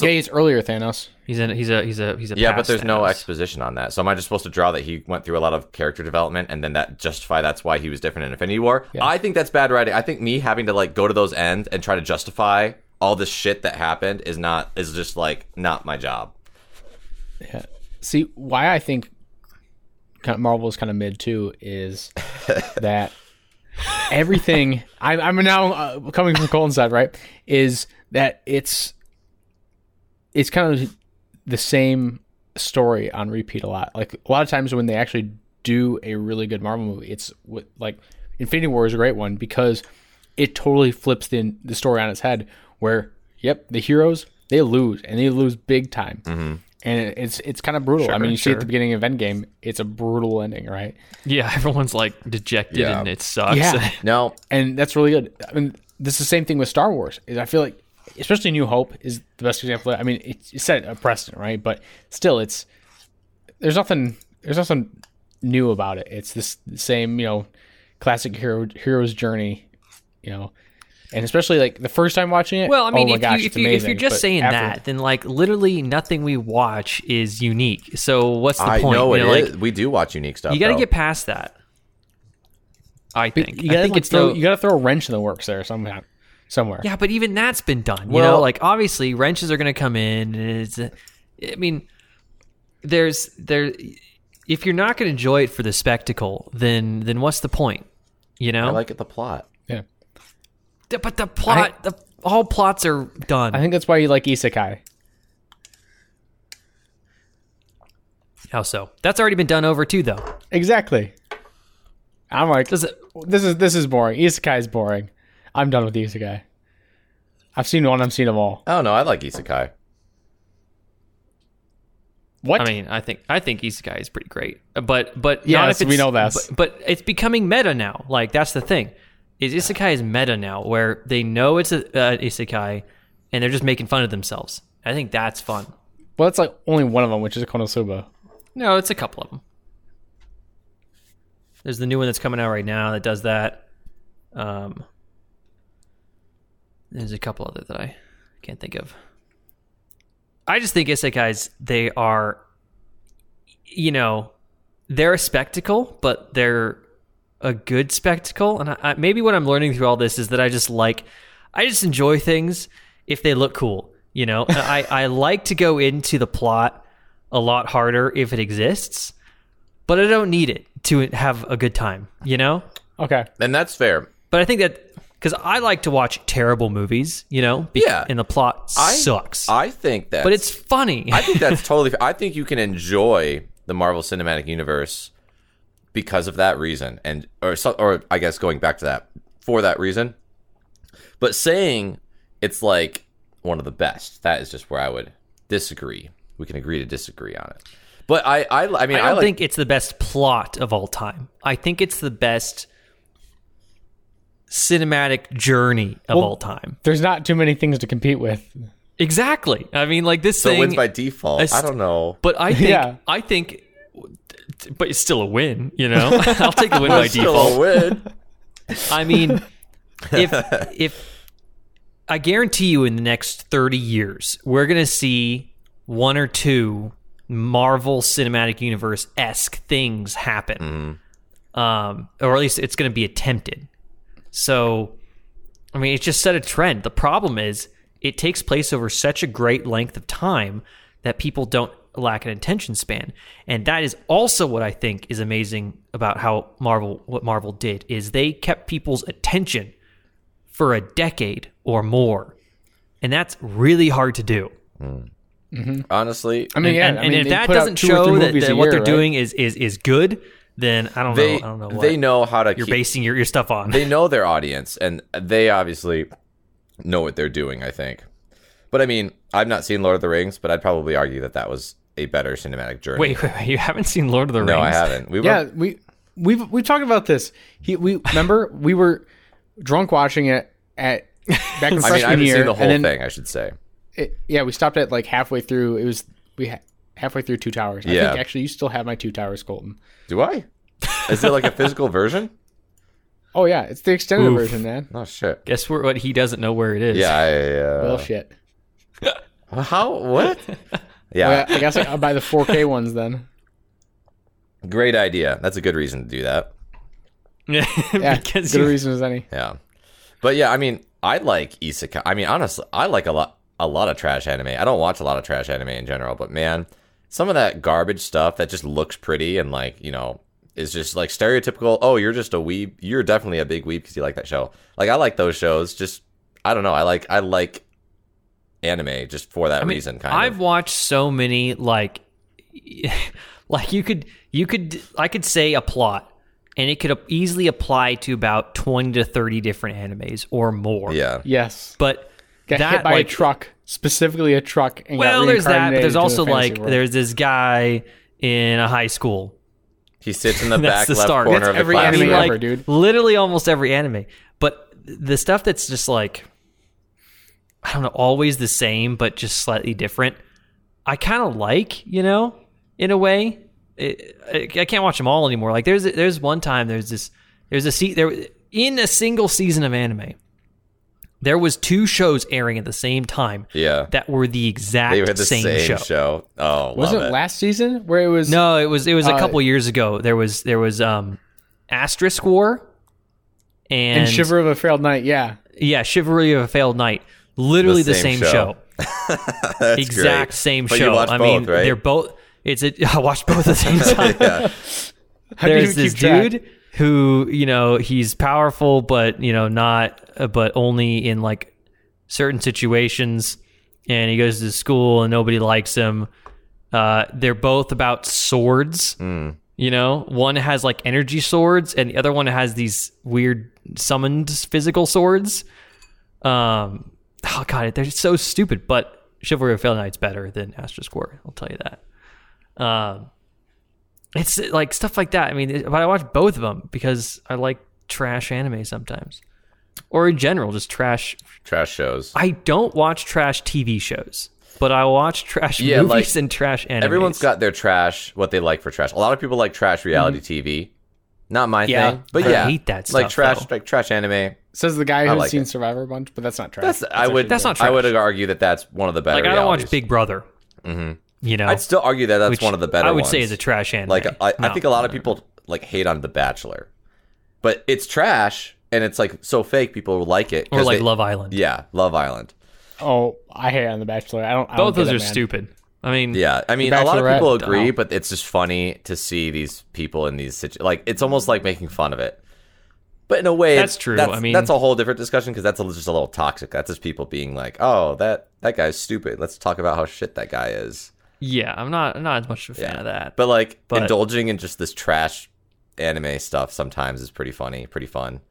Speaker 1: yeah, he's earlier Thanos.
Speaker 3: He's in. He's a. He's a. He's a.
Speaker 2: Yeah, but
Speaker 3: past
Speaker 2: there's no
Speaker 3: Thanos.
Speaker 2: exposition on that. So am I just supposed to draw that he went through a lot of character development and then that justify that's why he was different in Infinity War? I think that's bad writing. I think me having to like go to those ends and try to justify all this shit that happened is not is just like not my job.
Speaker 1: See why I think kind of Marvel is kind of mid too is that everything I, I'm now uh, coming from Colton's side right is that it's it's kind of the same story on repeat a lot. Like a lot of times when they actually do a really good Marvel movie, it's with like Infinity War is a great one because it totally flips the the story on its head. Where yep, the heroes they lose and they lose big time, and it- it's it's kind of brutal. I mean, you see at the beginning of Endgame, it's a brutal ending, right?
Speaker 3: Yeah, everyone's like dejected
Speaker 2: Yeah.
Speaker 3: and it sucks.
Speaker 1: Yeah.
Speaker 2: No,
Speaker 1: and that's really good. I mean, this is the same thing with Star Wars. Is I feel like, especially New Hope is the best example. I mean, it, it set a precedent, right? But still, it's there's nothing there's nothing new about it. It's this same you know classic hero hero's journey, you know, and especially like the first time watching it.
Speaker 3: Well, I mean,
Speaker 1: oh my
Speaker 3: if,
Speaker 1: gosh,
Speaker 3: you,
Speaker 1: it's
Speaker 3: if, you, if
Speaker 1: amazing.
Speaker 3: you're just
Speaker 1: But
Speaker 3: saying
Speaker 1: after-
Speaker 3: that, then like literally nothing we watch is unique. So what's the
Speaker 2: I
Speaker 3: point?
Speaker 2: know
Speaker 3: You
Speaker 2: it
Speaker 3: know,
Speaker 2: is- We do watch unique stuff.
Speaker 3: You got to
Speaker 2: though.
Speaker 3: get past that. I think.
Speaker 1: you gotta
Speaker 3: I think
Speaker 1: like,
Speaker 3: it's
Speaker 1: throw,
Speaker 3: the-
Speaker 1: you gotta throw a wrench in the works there somehow, somewhere.
Speaker 3: Yeah, but even that's been done. you know,
Speaker 2: Well-
Speaker 3: like obviously wrenches are going to come in. And it's, I mean, there's there. If you're not going to enjoy it for the spectacle, then then what's the point? You know,
Speaker 2: I like it the plot.
Speaker 1: yeah.
Speaker 3: The- but the plot, the all plots are done.
Speaker 1: I think that's why you like isekai.
Speaker 3: How so? That's already been done over too, though.
Speaker 1: Exactly. I'm like,
Speaker 3: Does it?
Speaker 1: this is this is boring. Isekai is boring. I'm done with isekai. I've seen one. I've seen them all.
Speaker 2: Oh no, I like Isekai.
Speaker 1: What?
Speaker 3: I mean, I think I think Isekai is pretty great, but but not
Speaker 1: Yes,
Speaker 3: if it's,
Speaker 1: we know that.
Speaker 3: But, but it's becoming meta now. Like that's the thing, is Isekai is meta now, where they know it's a uh, Isekai, and they're just making fun of themselves. I think that's fun.
Speaker 1: well, that's like only one of them, which is Konosuba.
Speaker 3: No, it's a couple of them. There's the new one that's coming out right now that does that. Um, there's a couple other that I can't think of. I just think isekais they are, you know, they're a spectacle, but they're a good spectacle. And I, I, maybe what I'm learning through all this is that I just like, I just enjoy things if they look cool. You know, And I, I like to go into the plot a lot harder if it exists, but I don't need it to have a good time. You know,
Speaker 1: Okay.
Speaker 2: And that's fair.
Speaker 3: but I think that because I like to watch terrible movies. You know, be-
Speaker 2: Yeah.
Speaker 3: and the plot
Speaker 2: I
Speaker 3: sucks,
Speaker 2: I think that
Speaker 3: but it's funny.
Speaker 2: I think that's totally. I think you can enjoy the Marvel Cinematic Universe because of that reason, and or so, or I guess going back to that for that reason. But saying it's like one of the best, that is just where I would disagree. We can agree to disagree on it. But I, I, I mean,
Speaker 3: I
Speaker 2: I,
Speaker 3: don't
Speaker 2: like,
Speaker 3: think it's the best plot of all time. I think it's the best cinematic journey of all time.
Speaker 1: There's not too many things to compete with.
Speaker 3: Exactly. I mean, like this
Speaker 2: so it
Speaker 3: thing.
Speaker 2: wins by default.
Speaker 3: I
Speaker 2: I
Speaker 3: st-
Speaker 2: don't know.
Speaker 3: but I think.
Speaker 1: Yeah.
Speaker 3: I think. But it's still a win, you know. I'll take the win by
Speaker 2: It's still
Speaker 3: default.
Speaker 2: a win.
Speaker 3: I mean, if if I guarantee you, in the next thirty years, we're gonna see one or two Marvel Cinematic Universe esque things happen, um, or at least it's gonna be attempted. So, I mean, it's just set a trend. The problem is it takes place over such a great length of time that people don't lack an attention span. And that is also what I think is amazing about how Marvel what Marvel did is they kept people's attention for a decade or more. And that's really hard to do.
Speaker 2: Honestly,
Speaker 1: I mean, yeah.
Speaker 3: and,
Speaker 1: I
Speaker 3: and
Speaker 1: mean,
Speaker 3: if
Speaker 1: they
Speaker 3: that
Speaker 1: put out
Speaker 3: doesn't
Speaker 1: two or
Speaker 3: show
Speaker 1: three
Speaker 3: that,
Speaker 1: movies
Speaker 3: that
Speaker 1: a
Speaker 3: what
Speaker 1: year,
Speaker 3: they're
Speaker 1: right?
Speaker 3: doing is, is is good, then I don't
Speaker 2: they
Speaker 3: know. I don't know what
Speaker 2: they know how to
Speaker 3: you're
Speaker 2: keep
Speaker 3: basing your, your stuff on.
Speaker 2: they know their audience and they obviously know what they're doing i think but i mean i've not seen lord of the rings but i'd probably argue that that was a better cinematic journey
Speaker 3: wait, wait, wait, you haven't seen Lord of the Rings?
Speaker 2: no i haven't we were
Speaker 1: Yeah, we we've we've talked about this. He we remember we were drunk watching it at back in
Speaker 2: i mean
Speaker 1: freshman
Speaker 2: i haven't
Speaker 1: year,
Speaker 2: seen the
Speaker 1: and
Speaker 2: whole
Speaker 1: then
Speaker 2: thing i should say
Speaker 1: it- yeah, we stopped at like halfway through. It was we ha- halfway through Two Towers. I
Speaker 2: Yeah.
Speaker 1: think actually you still have my Two Towers, Colton.
Speaker 2: do i Is there like a physical version?
Speaker 1: Oh yeah, it's the extended
Speaker 3: Oof.
Speaker 1: version, man.
Speaker 2: Oh shit.
Speaker 3: Guess where, what he doesn't know where it is.
Speaker 2: Yeah. I, uh,
Speaker 1: Well, shit.
Speaker 2: How? What? Yeah.
Speaker 1: Well, I guess I'll buy the 4K ones then.
Speaker 2: Great idea. That's a good reason to do that.
Speaker 1: Yeah,
Speaker 3: because
Speaker 1: good
Speaker 3: you-
Speaker 1: reason as any.
Speaker 2: Yeah. But yeah, I mean, I like isekai. I mean, honestly, I like a lot a lot of trash anime. I don't watch a lot of trash anime in general, but man, some of that garbage stuff that just looks pretty and like, you know, is just like stereotypical, "Oh, you're just a weeb. You're definitely a big weeb because you like that show." Like I like those shows just I don't know. I like I like anime just for that
Speaker 3: I mean,
Speaker 2: reason kind
Speaker 3: I've
Speaker 2: of.
Speaker 3: watched so many like, like you could you could I could say a plot, and it could easily apply to about twenty to thirty different animes or more.
Speaker 2: Yeah.
Speaker 1: Yes.
Speaker 3: but
Speaker 1: Got
Speaker 3: that
Speaker 1: hit by
Speaker 3: like
Speaker 1: a truck, specifically a truck. And
Speaker 3: well,
Speaker 1: got
Speaker 3: there's that. But
Speaker 1: reincarnated
Speaker 3: there's
Speaker 1: into
Speaker 3: also
Speaker 1: the fantasy
Speaker 3: like
Speaker 1: world.
Speaker 3: there's this guy in a high school.
Speaker 2: He sits in the
Speaker 3: That's
Speaker 2: back
Speaker 3: the
Speaker 2: left
Speaker 3: start.
Speaker 2: corner
Speaker 3: That's
Speaker 2: of the
Speaker 1: every
Speaker 2: class.
Speaker 1: anime
Speaker 3: I mean,
Speaker 1: ever,
Speaker 3: like
Speaker 1: dude.
Speaker 3: literally almost every anime. But the stuff that's just like I don't know, always the same but just slightly different. I kind of like, you know, in a way. It, I, I can't watch them all anymore. Like there's there's one time there's this there's a se- there in a single season of anime. There was two shows airing at the same time
Speaker 2: Yeah.
Speaker 3: that were the exact
Speaker 2: They were the
Speaker 3: same,
Speaker 2: same, show.
Speaker 3: show.
Speaker 2: Oh, love
Speaker 1: Wasn't
Speaker 2: it.
Speaker 1: it last season where it was?
Speaker 3: No, it was it was a
Speaker 1: Uh,
Speaker 3: couple years ago. There was there was um Asterisk War and,
Speaker 1: And Shiver of a Failed Night. Yeah.
Speaker 3: yeah, Chivalry of a Failed Knight. Literally the, same, show.
Speaker 2: That's
Speaker 3: Exact
Speaker 2: great.
Speaker 3: same
Speaker 2: But
Speaker 3: show.
Speaker 2: You watched
Speaker 3: I
Speaker 2: both,
Speaker 3: mean,
Speaker 2: right?
Speaker 3: they're both it's a I watched both at the same time.
Speaker 2: yeah.
Speaker 1: do you
Speaker 3: There's
Speaker 1: keep
Speaker 3: this
Speaker 1: track?
Speaker 3: dude who, you know, he's powerful but, you know, not uh, but only in like certain situations and he goes to school and nobody likes him. Uh, they're both about swords.
Speaker 1: Hmm.
Speaker 2: Mm.
Speaker 3: You know, one has like energy swords, and the other one has these weird summoned physical swords. Um, oh god, they're so stupid. But Chivalry of Fail Knight's better than Asterisk War. I'll tell you that. Um, it's like stuff like that. I mean, it- but I watch both of them because I like trash anime sometimes, or in general, just trash.
Speaker 2: Trash shows.
Speaker 3: I don't watch trash TV shows, but I watch trash
Speaker 2: Yeah, like,
Speaker 3: movies and trash anime.
Speaker 2: Everyone's got their trash, what they like for trash. A lot of people like trash reality TV. Not my
Speaker 3: Mm-hmm. Yeah.
Speaker 2: thing, but
Speaker 3: I
Speaker 2: yeah,
Speaker 3: hate that
Speaker 2: Like
Speaker 3: stuff,
Speaker 2: trash,
Speaker 3: though.
Speaker 2: like trash anime.
Speaker 1: Says the guy who's
Speaker 2: like
Speaker 1: seen
Speaker 2: it.
Speaker 1: Survivor a bunch, but that's not trash.
Speaker 2: That's, I would.
Speaker 3: That's not
Speaker 2: I would
Speaker 3: trash.
Speaker 2: argue that that's one of the better.
Speaker 3: like I don't watch
Speaker 2: realities. Mm-hmm.
Speaker 3: Big Brother. You know,
Speaker 2: I'd still argue that that's
Speaker 3: which
Speaker 2: one of the better.
Speaker 3: I would
Speaker 2: ones.
Speaker 3: say is a trash anime.
Speaker 2: Like I, I
Speaker 3: No.
Speaker 2: think a lot of people like hate on The Bachelor, but it's trash and it's like so fake. People like it
Speaker 3: or
Speaker 2: 'cause
Speaker 3: like
Speaker 2: they-
Speaker 3: Love Island.
Speaker 2: Yeah, Love Island.
Speaker 1: oh, I hate on The Bachelor. I don't. I
Speaker 3: both
Speaker 1: don't get
Speaker 3: those
Speaker 1: it,
Speaker 3: are
Speaker 1: man.
Speaker 3: stupid. I mean,
Speaker 2: Yeah, I mean, a lot of
Speaker 1: Bachelorette,
Speaker 2: people agree,
Speaker 3: duh.
Speaker 2: but it's just funny to see these people in these situations. Like, it's almost like making fun of it. But in a way,
Speaker 3: That's
Speaker 2: it's-
Speaker 3: true,
Speaker 2: That's,
Speaker 3: I mean-
Speaker 2: that's a whole different discussion because that's a, just a little toxic. That's just people being like, "Oh, that that guy's stupid. Let's talk about how shit that guy is."
Speaker 3: yeah, I'm not I'm not as much of a fan
Speaker 2: Yeah.
Speaker 3: of that.
Speaker 2: But like
Speaker 3: But-
Speaker 2: indulging in just this trash anime stuff sometimes is pretty funny, pretty fun.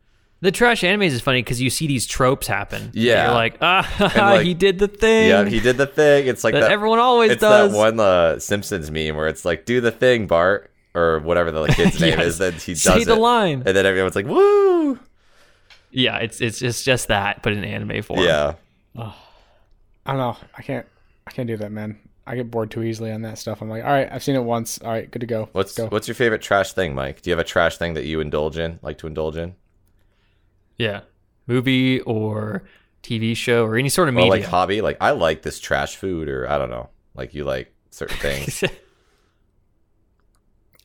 Speaker 3: the trash animes is funny because you see these tropes happen. and
Speaker 2: Yeah.
Speaker 3: you're like ah,
Speaker 2: like-
Speaker 3: he did the thing.
Speaker 2: Yeah, he did the thing. It's like
Speaker 3: that,
Speaker 2: that.
Speaker 3: everyone always
Speaker 2: it's
Speaker 3: does.
Speaker 2: that one uh, Simpsons meme where it's like, "Do the thing, Bart," or whatever the kid's name
Speaker 3: Yes.
Speaker 2: is. Then he does
Speaker 3: Say the
Speaker 2: it.
Speaker 3: line.
Speaker 2: and then everyone's like, "Woo!"
Speaker 3: Yeah, it's it's it's just that, but in anime form.
Speaker 2: Yeah.
Speaker 1: I don't know. I can't. I can't do that, man. I get bored too easily on that stuff. I'm like, all right, I've seen it once. All right, good to go.
Speaker 2: What's
Speaker 1: Let's go.
Speaker 2: what's your favorite trash thing, Mike? Do you have a trash thing that you indulge in, like to indulge in?
Speaker 3: yeah, movie or TV show or any sort of
Speaker 2: Or like
Speaker 3: media.
Speaker 2: hobby? Like I like this trash food or I don't know. Like you like certain things.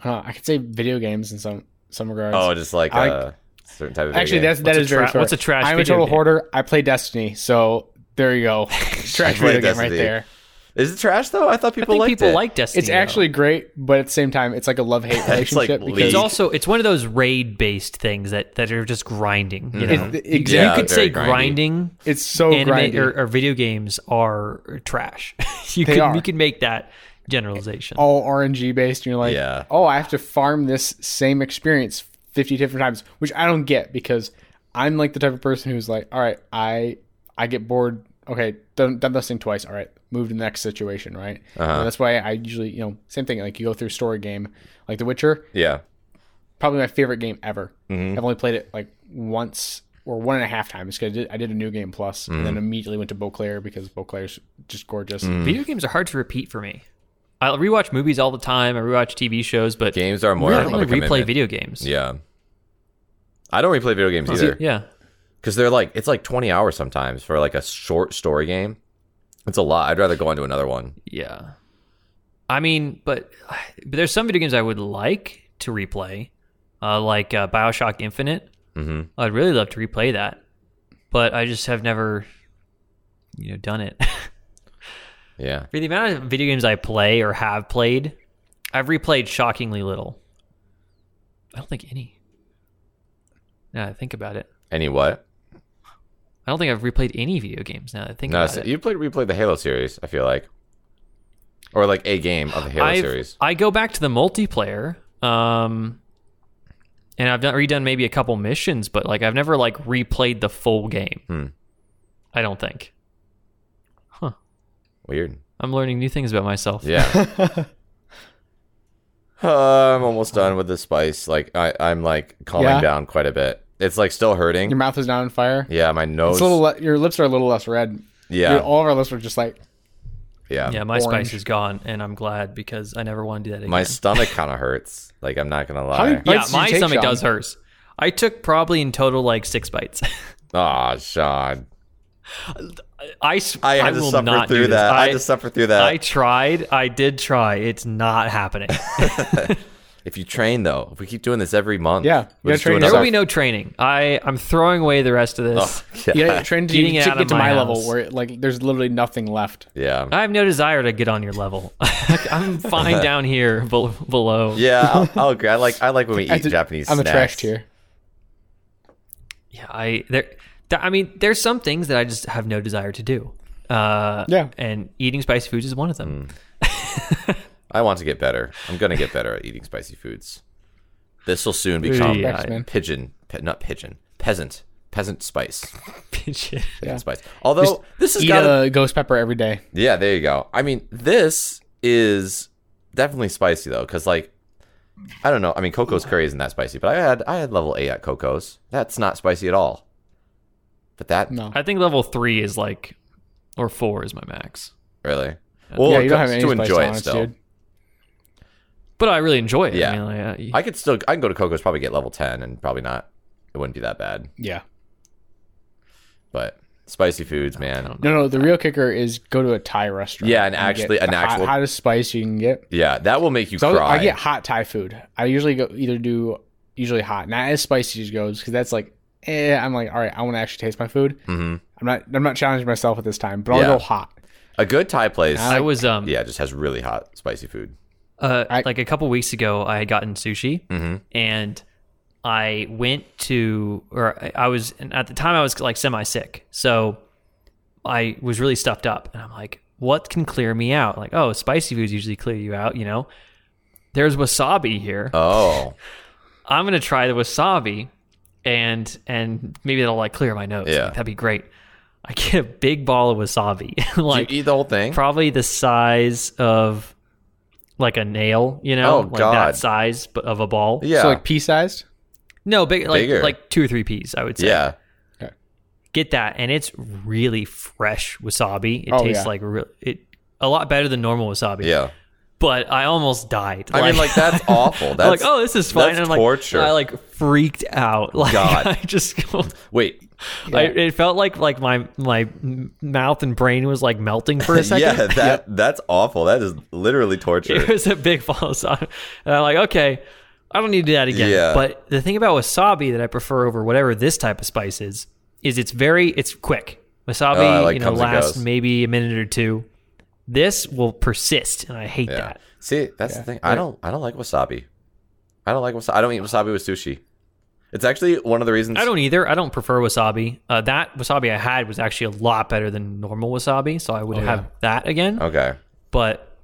Speaker 1: Huh, I could say video games in some some regards.
Speaker 2: oh, just like
Speaker 1: I-
Speaker 2: uh certain type of
Speaker 1: actually,
Speaker 2: video
Speaker 1: that's that
Speaker 3: a
Speaker 1: is very
Speaker 3: tra-
Speaker 1: fair.
Speaker 3: what's a trash
Speaker 1: I'm a
Speaker 3: video
Speaker 1: total
Speaker 3: game?
Speaker 1: hoarder. I play Destiny, so there you go. trash
Speaker 2: play
Speaker 1: video game right
Speaker 2: Destiny.
Speaker 1: there.
Speaker 2: game. Is it trash though? I thought
Speaker 3: I
Speaker 2: people
Speaker 3: think
Speaker 2: liked
Speaker 3: people
Speaker 2: it.
Speaker 3: like Destiny.
Speaker 1: It's
Speaker 3: though.
Speaker 1: actually great, but at the same time, it's like a love hate
Speaker 2: It's like
Speaker 1: relationship because
Speaker 3: It's
Speaker 2: League.
Speaker 3: also it's one of those raid based things that that are just grinding. You know,
Speaker 1: It- it-
Speaker 3: You-
Speaker 1: Mm-hmm. yeah,
Speaker 3: you
Speaker 2: very
Speaker 3: could say
Speaker 2: grindy.
Speaker 3: grinding.
Speaker 1: it's so
Speaker 3: anime
Speaker 1: grindy.
Speaker 3: or, or video games are trash. you
Speaker 1: They
Speaker 3: could
Speaker 1: are.
Speaker 3: we could make that generalization.
Speaker 1: all RNG based, and you're like,
Speaker 2: Yeah.
Speaker 1: oh, I have to farm this same experience 50 different times, which I don't get because I'm like the type of person who's like, all right, I I get bored. Okay, done, done this thing twice. All right, move to the next situation, right?
Speaker 2: Uh-huh.
Speaker 1: That's why I usually, you know, same thing. Like you go through a story game, like The Witcher,
Speaker 2: Yeah.
Speaker 1: probably my favorite game ever.
Speaker 2: Mhm.
Speaker 1: I've only played it like once or one and a half times because I did, I did a new game plus,
Speaker 2: Mm-hmm.
Speaker 1: and then immediately went to Beauclair because Beauclair's just gorgeous.
Speaker 3: video games are hard to repeat for me. I rewatch movies all the time. I rewatch TV shows, but
Speaker 2: Games are more
Speaker 3: I
Speaker 1: Really?
Speaker 2: of
Speaker 3: don't
Speaker 2: a
Speaker 3: really replay
Speaker 2: commitment.
Speaker 3: video games.
Speaker 2: Yeah. I don't replay video games either
Speaker 3: Oh, Yeah.
Speaker 2: because they're like it's like 20 hours sometimes for like a short story game. It's a lot. I'd rather go on to another one.
Speaker 3: Yeah. I mean, but, but there's some video games I would like to replay, uh, like uh, Bioshock Infinite.
Speaker 2: hmm
Speaker 3: I'd really love to replay that, but I just have never, you know, done it.
Speaker 2: Yeah.
Speaker 3: For the amount of video games I play or have played, I've replayed shockingly little. I don't think any. Now that I think about it,
Speaker 2: Any what?
Speaker 3: I don't think I've replayed any video games. Now that I think
Speaker 2: No,
Speaker 3: about
Speaker 2: so
Speaker 3: it,
Speaker 2: you played replayed the Halo series. I feel like, or like a game of the Halo
Speaker 3: I've-
Speaker 2: series.
Speaker 3: I go back to the multiplayer, um, and I've done, redone maybe a couple missions, but like I've never like replayed the full game.
Speaker 2: Hmm.
Speaker 3: I don't think
Speaker 2: Weird.
Speaker 3: I'm learning new things about myself.
Speaker 2: Yeah. Uh, I'm almost done with the spice. Like I, I'm like calming
Speaker 1: Yeah.
Speaker 2: down quite a bit. It's like still hurting.
Speaker 1: Your mouth is not on fire.
Speaker 2: yeah, my nose.
Speaker 1: It's a little. Le- your lips are a little less red.
Speaker 2: yeah,
Speaker 1: Your- all of our lips are just like
Speaker 2: yeah,
Speaker 3: yeah. My
Speaker 1: Orange.
Speaker 3: spice is gone, and I'm glad because I never want to do that again.
Speaker 2: My stomach kind of hurts. Like I'm not gonna
Speaker 1: How
Speaker 2: lie.
Speaker 1: did-
Speaker 3: yeah,
Speaker 1: Bites did you
Speaker 3: my
Speaker 1: take,
Speaker 3: stomach
Speaker 1: Sean?
Speaker 3: does hers. I took probably in total like six bites.
Speaker 2: Aw, Sean,
Speaker 3: I s-
Speaker 2: I had to
Speaker 3: will
Speaker 2: suffer
Speaker 3: not do
Speaker 2: through
Speaker 3: this.
Speaker 2: that. I,
Speaker 3: I,
Speaker 2: had to suffer through that.
Speaker 3: I tried. I did try. It's not happening.
Speaker 2: if you train though, if we keep doing this every month,
Speaker 1: Yeah, you
Speaker 2: we'll
Speaker 1: gotta
Speaker 2: just do
Speaker 1: train
Speaker 2: another-
Speaker 3: there will
Speaker 1: yourself.
Speaker 3: be no training. I I'm throwing away the rest of this.
Speaker 2: Oh, yeah.
Speaker 1: you know, trying to
Speaker 3: Getting
Speaker 1: you
Speaker 3: it
Speaker 1: should
Speaker 3: out
Speaker 1: get
Speaker 3: of
Speaker 1: to
Speaker 3: my
Speaker 1: my, level
Speaker 3: house.
Speaker 1: where it, like there's literally nothing left.
Speaker 2: yeah,
Speaker 3: I have no desire to get on your level. I'm fine down here bel below.
Speaker 2: yeah. I'll, I'll agree. I like I like when we
Speaker 1: I
Speaker 2: eat
Speaker 1: did-
Speaker 2: Japanese.
Speaker 1: I'm
Speaker 2: snacks.
Speaker 1: a trash tier.
Speaker 3: Yeah, I there. th- I mean, there's some things that I just have no desire to do. Uh,
Speaker 1: Yeah.
Speaker 3: And eating spicy foods is one of them.
Speaker 2: I want to get better. I'm gonna get better at eating spicy foods. This will soon become
Speaker 3: Yeah.
Speaker 1: Thanks, man.
Speaker 2: pigeon, pe- not pigeon, peasant, peasant spice,
Speaker 3: Pigeon.
Speaker 2: peasant spice. Although this has
Speaker 1: Eat
Speaker 2: got, to
Speaker 1: a ghost pepper every day.
Speaker 2: yeah, there you go. I mean, this is definitely spicy though, because like, I don't know. I mean, Coco's curry isn't that spicy, but I had I had level eight at Coco's. That's not spicy at all. But that
Speaker 1: No,
Speaker 3: I think level three is like, or four is my max.
Speaker 2: really, well,
Speaker 1: yeah,
Speaker 2: it
Speaker 1: you don't
Speaker 2: comes
Speaker 1: have any
Speaker 2: to
Speaker 1: spice
Speaker 2: enjoy it
Speaker 1: tolerance,
Speaker 2: still.
Speaker 1: dude.
Speaker 3: But I really enjoy it.
Speaker 2: Yeah.
Speaker 3: I mean, like, uh, I-
Speaker 2: I could still I can go to Coco's probably get level ten and probably not. It wouldn't be that bad,
Speaker 1: Yeah,
Speaker 2: but spicy foods, man.
Speaker 3: don't
Speaker 1: no, no. The real kicker is go to a Thai restaurant.
Speaker 2: Yeah, and
Speaker 1: get
Speaker 2: actually- an
Speaker 1: the hot-
Speaker 2: actual-
Speaker 1: hottest spice you can get.
Speaker 2: Yeah, that will make you
Speaker 3: uh,
Speaker 1: So
Speaker 2: cry.
Speaker 1: I get hot Thai food. I usually go either do usually hot, not as spicy as goes, because that's like, eh, I'm like, all right, I want to actually taste my food.
Speaker 2: hmm
Speaker 1: I'm not, I'm not challenging myself at this time, but I'll
Speaker 2: Yeah.
Speaker 1: go hot.
Speaker 2: A good Thai place,
Speaker 1: I
Speaker 3: I was um
Speaker 2: yeah, just has really hot, spicy food.
Speaker 3: uh,
Speaker 1: I-
Speaker 3: like a couple weeks ago I had gotten sushi
Speaker 2: Mm-hmm.
Speaker 3: and I went to or I- I was and at the time I was like semi sick so I was really stuffed up and I'm like what can clear me out like oh spicy foods usually clear you out you know there's wasabi here
Speaker 2: Oh,
Speaker 3: I'm gonna try the wasabi, and and maybe that'll like clear my nose.
Speaker 2: Yeah.
Speaker 3: Like, that'd be great. I get a big ball of wasabi, like
Speaker 2: you eat the whole thing?
Speaker 3: probably the size of like a nail, you know,
Speaker 2: Oh,
Speaker 3: like
Speaker 2: God.
Speaker 3: that size, but of a ball.
Speaker 2: yeah,
Speaker 1: So like pea sized.
Speaker 3: No, big like
Speaker 2: Bigger.
Speaker 3: like two or three peas, I would say.
Speaker 2: yeah.
Speaker 3: Get that, and it's really fresh wasabi. It
Speaker 1: Oh,
Speaker 3: tastes
Speaker 1: yeah.
Speaker 3: like real it a lot better than normal wasabi.
Speaker 2: Yeah,
Speaker 3: But I almost died.
Speaker 2: I mean, like that's awful.
Speaker 3: I'm
Speaker 2: That's
Speaker 3: like, oh, this is fine.
Speaker 2: that's
Speaker 3: and I'm like,
Speaker 2: torture.
Speaker 3: I like freaked out. Like,
Speaker 2: God.
Speaker 3: I just,
Speaker 2: wait,
Speaker 3: I, it felt like like my my m- mouth and brain was like melting for a second.
Speaker 2: yeah, that that's awful. That is literally
Speaker 3: It
Speaker 2: torture.
Speaker 3: was a big fall aside. And I'm like, okay, I don't need to do that again.
Speaker 2: Yeah.
Speaker 3: But the thing about wasabi that I prefer over whatever this type of spice is, is it's very it's quick.
Speaker 2: Oh, I
Speaker 3: Wasabi,
Speaker 2: like
Speaker 3: you know,
Speaker 2: comes and
Speaker 3: lasts
Speaker 2: goes.
Speaker 3: maybe a minute or two. This will persist, and I hate
Speaker 2: Yeah.
Speaker 3: that.
Speaker 2: See, that's the thing. I don't I don't like wasabi. I don't like wasabi. I don't eat wasabi with sushi. It's actually one of the reasons.
Speaker 3: I don't either. I don't prefer wasabi. Uh, that wasabi I had was actually a lot better than normal wasabi, so I would have that again.
Speaker 2: Oh, Okay.
Speaker 3: But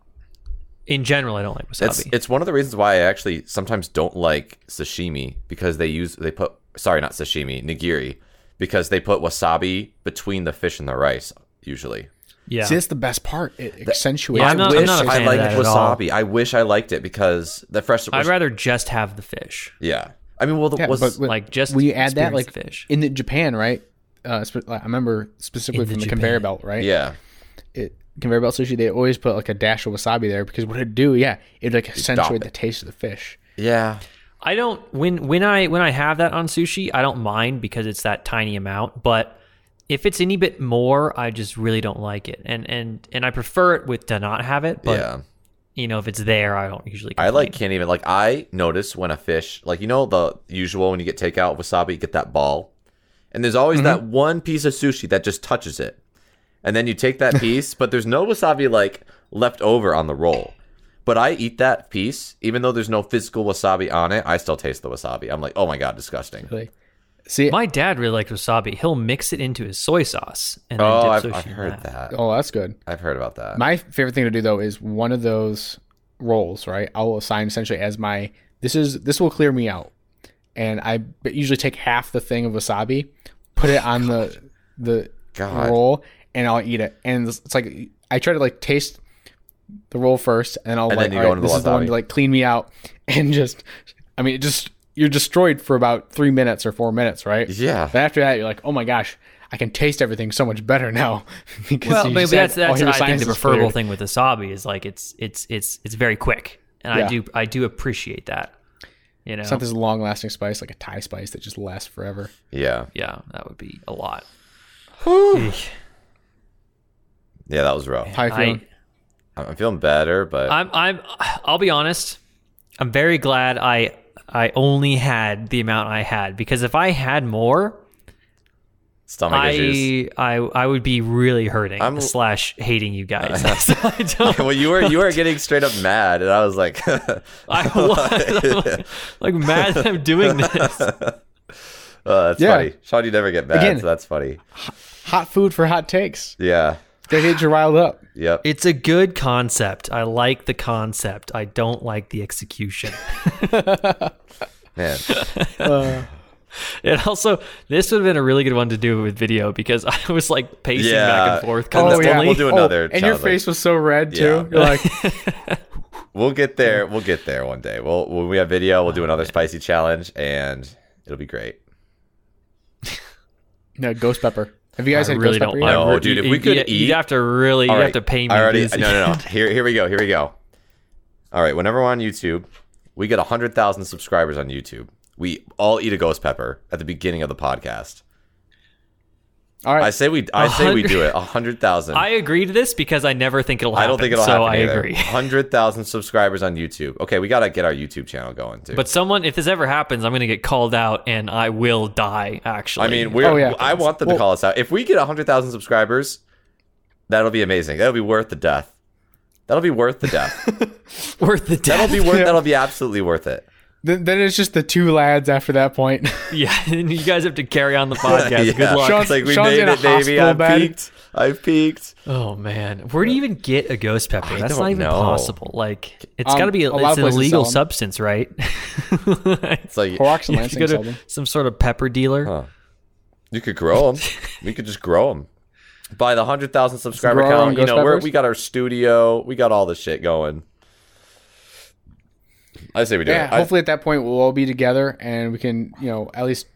Speaker 3: in general, I don't like wasabi.
Speaker 2: It's it's one of the reasons why I actually sometimes don't like sashimi because they use they put sorry not sashimi nigiri because they put wasabi between the fish and the rice usually.
Speaker 3: yeah.
Speaker 1: See, that's the best part. It accentuates.
Speaker 3: Yeah, I'm not-
Speaker 2: I
Speaker 1: the
Speaker 2: wish
Speaker 1: taste.
Speaker 3: a fan
Speaker 2: I
Speaker 3: of
Speaker 2: liked
Speaker 3: that at all.
Speaker 2: wasabi. I wish I liked it because the fresh.
Speaker 3: I'd rather just have the fish.
Speaker 2: yeah. I mean, well, the,
Speaker 1: Yeah,
Speaker 2: was,
Speaker 1: but when,
Speaker 3: Like just
Speaker 1: when you add that,
Speaker 3: experience
Speaker 1: like
Speaker 3: the fish.
Speaker 1: in the Japan, right? Uh, sp- I remember specifically
Speaker 3: In the
Speaker 1: from the conveyor
Speaker 3: Japan.
Speaker 1: belt, right?
Speaker 2: yeah,
Speaker 1: It, conveyor belt sushi, they always put like a dash of wasabi there because what it do, yeah, it like accentuate
Speaker 2: it.
Speaker 1: the taste of the fish.
Speaker 2: Yeah.
Speaker 3: I don't when when I when I have that on sushi, I don't mind because it's that tiny amount, but if it's any bit more, I just really don't like it. And and and I prefer it with to not have it, but
Speaker 2: yeah.
Speaker 3: you know, if it's there, I don't usually
Speaker 2: I
Speaker 3: complain.
Speaker 2: like can't even like I notice when a fish like you know the usual when you get takeout wasabi you get that ball, and there's always that one piece of sushi that just touches it, and then you take that piece, but there's no wasabi like left over on the roll. But I eat that piece even though there's no physical wasabi on it. I still taste the wasabi. I'm like, oh my god, disgusting.
Speaker 1: Like, see,
Speaker 3: My dad really likes wasabi. He'll mix it into his soy sauce and then
Speaker 2: Oh,
Speaker 3: dip
Speaker 2: I've,
Speaker 3: sushi
Speaker 2: I've
Speaker 3: in
Speaker 2: heard that.
Speaker 1: oh, that's good.
Speaker 2: I've heard about that.
Speaker 1: My favorite thing to do though is one of those roles, right? I'll assign essentially as my this is this will clear me out, and I b- usually take half the thing of wasabi, put it on the the
Speaker 2: God.
Speaker 1: roll, and I'll eat it. And it's, it's like I try to like taste the roll first, and I'll
Speaker 2: And
Speaker 1: like
Speaker 2: then you
Speaker 1: all
Speaker 2: go
Speaker 1: right,
Speaker 2: into the
Speaker 1: this is the one
Speaker 2: wasabi.
Speaker 1: to like clean me out, and just I mean it just you're destroyed for about three minutes or four minutes, right?
Speaker 2: Yeah.
Speaker 1: Then after that, you're like, oh my gosh. I can taste everything so much better now because
Speaker 3: Well,
Speaker 1: you
Speaker 3: maybe
Speaker 1: just had
Speaker 3: that's that's
Speaker 1: all your
Speaker 3: I think
Speaker 1: sinuses
Speaker 3: the preferable
Speaker 1: cleared.
Speaker 3: thing with wasabi is like it's it's it's it's very quick, and
Speaker 1: Yeah.
Speaker 3: I do I do appreciate that. You know,
Speaker 1: It's not this long lasting spice like a Thai spice that just lasts forever.
Speaker 2: Yeah.
Speaker 3: yeah, that would be a lot. Eek.
Speaker 2: Yeah, that was rough.
Speaker 1: How you
Speaker 3: I,
Speaker 1: feeling?
Speaker 2: I'm I'm feeling better, but
Speaker 3: I'm I'm I'll be honest. I'm very glad I I only had the amount I had because if I had more,
Speaker 2: stomach issues.
Speaker 3: I, I I would be really hurting
Speaker 2: I'm-
Speaker 3: slash hating you guys. So I don't.
Speaker 2: well, you were you were getting straight up mad, and I was like,
Speaker 3: I was like mad that I'm doing this.
Speaker 2: Oh, that's
Speaker 1: Yeah.
Speaker 2: funny. Sean, you never get mad,
Speaker 1: Again.
Speaker 2: so that's funny.
Speaker 1: Hot food for hot takes.
Speaker 2: Yeah.
Speaker 1: They get you riled up.
Speaker 2: Yep.
Speaker 3: It's a good concept. I like the concept. I don't like the execution.
Speaker 2: Man.
Speaker 3: And also, this would have been a really good one to do with video because I was like pacing back
Speaker 2: Yeah.
Speaker 3: and forth
Speaker 2: Oh, yeah.
Speaker 3: constantly.
Speaker 2: We'll do another
Speaker 1: and your
Speaker 2: challenge.
Speaker 1: face was so red too.
Speaker 2: Yeah.
Speaker 1: You're like,
Speaker 2: We'll get there. We'll get there one day. We'll when we have video, we'll do another spicy challenge and it'll be great.
Speaker 1: no, ghost pepper. Have you guys
Speaker 3: I
Speaker 1: had
Speaker 3: really
Speaker 1: ghost
Speaker 3: don't.
Speaker 1: pepper?
Speaker 3: I
Speaker 1: yet?
Speaker 2: No,
Speaker 3: re-
Speaker 2: dude, if
Speaker 3: you-
Speaker 2: we could
Speaker 3: you,
Speaker 2: eat-
Speaker 3: you'd have to really,
Speaker 2: All
Speaker 3: you'd
Speaker 2: right.
Speaker 3: have to pay me.
Speaker 2: I already
Speaker 3: these-
Speaker 2: no no no. Here here we go. Here we go. All right, whenever we're on YouTube, we get 100,000 subscribers on YouTube. We all eat a ghost pepper at the beginning of the podcast.
Speaker 1: All right.
Speaker 2: I say we I say we do it. 100,000.
Speaker 3: I agree to this because I never think it'll happen.
Speaker 2: I don't think it'll
Speaker 3: so
Speaker 2: happen.
Speaker 3: I
Speaker 2: either.
Speaker 3: agree.
Speaker 2: 100,000 subscribers on YouTube. Okay, we got to get our YouTube channel going, too.
Speaker 3: But someone, if this ever happens, I'm going to get called out and I will die. Actually,
Speaker 2: I mean, we're,
Speaker 1: Oh, yeah.
Speaker 2: I want them
Speaker 1: Well-
Speaker 2: to call us out. If we get 100,000 subscribers, that'll be amazing. That'll be worth the death. That'll be worth the death.
Speaker 3: worth the death.
Speaker 2: that'll be worth that'll be absolutely worth it.
Speaker 1: Th- then it's just the two lads after that point.
Speaker 3: yeah, and you guys have to carry on the podcast.
Speaker 2: Yeah.
Speaker 3: Good luck.
Speaker 1: Sean's-
Speaker 2: It's like we
Speaker 1: Sean's in
Speaker 2: made
Speaker 1: a
Speaker 2: it, baby.
Speaker 1: hospital
Speaker 2: I've
Speaker 1: bed.
Speaker 2: peaked. I've peaked.
Speaker 3: Oh man, where do you even get a ghost pepper? That's
Speaker 2: don't
Speaker 3: not even
Speaker 2: know.
Speaker 3: possible. Like, it's
Speaker 1: Um,
Speaker 3: got to be
Speaker 1: a
Speaker 3: a,
Speaker 1: lot
Speaker 3: it's
Speaker 1: of
Speaker 3: an
Speaker 1: places
Speaker 3: illegal
Speaker 1: sell 'em.
Speaker 3: substance, right?
Speaker 2: It's like
Speaker 1: Clorox and
Speaker 3: you have
Speaker 1: Lansing
Speaker 3: to go
Speaker 1: sold
Speaker 3: to
Speaker 1: them.
Speaker 3: some sort of pepper dealer.
Speaker 2: you could grow them. we could just grow them. By the 100,000 subscriber
Speaker 1: Grow our own
Speaker 2: count, you
Speaker 1: ghost
Speaker 2: know, we're,
Speaker 1: peppers?
Speaker 2: we got our studio. We got all this shit going. I say we do
Speaker 1: yeah.
Speaker 2: it. I-
Speaker 1: Hopefully, at that point, we'll all be together and we can, you know, at least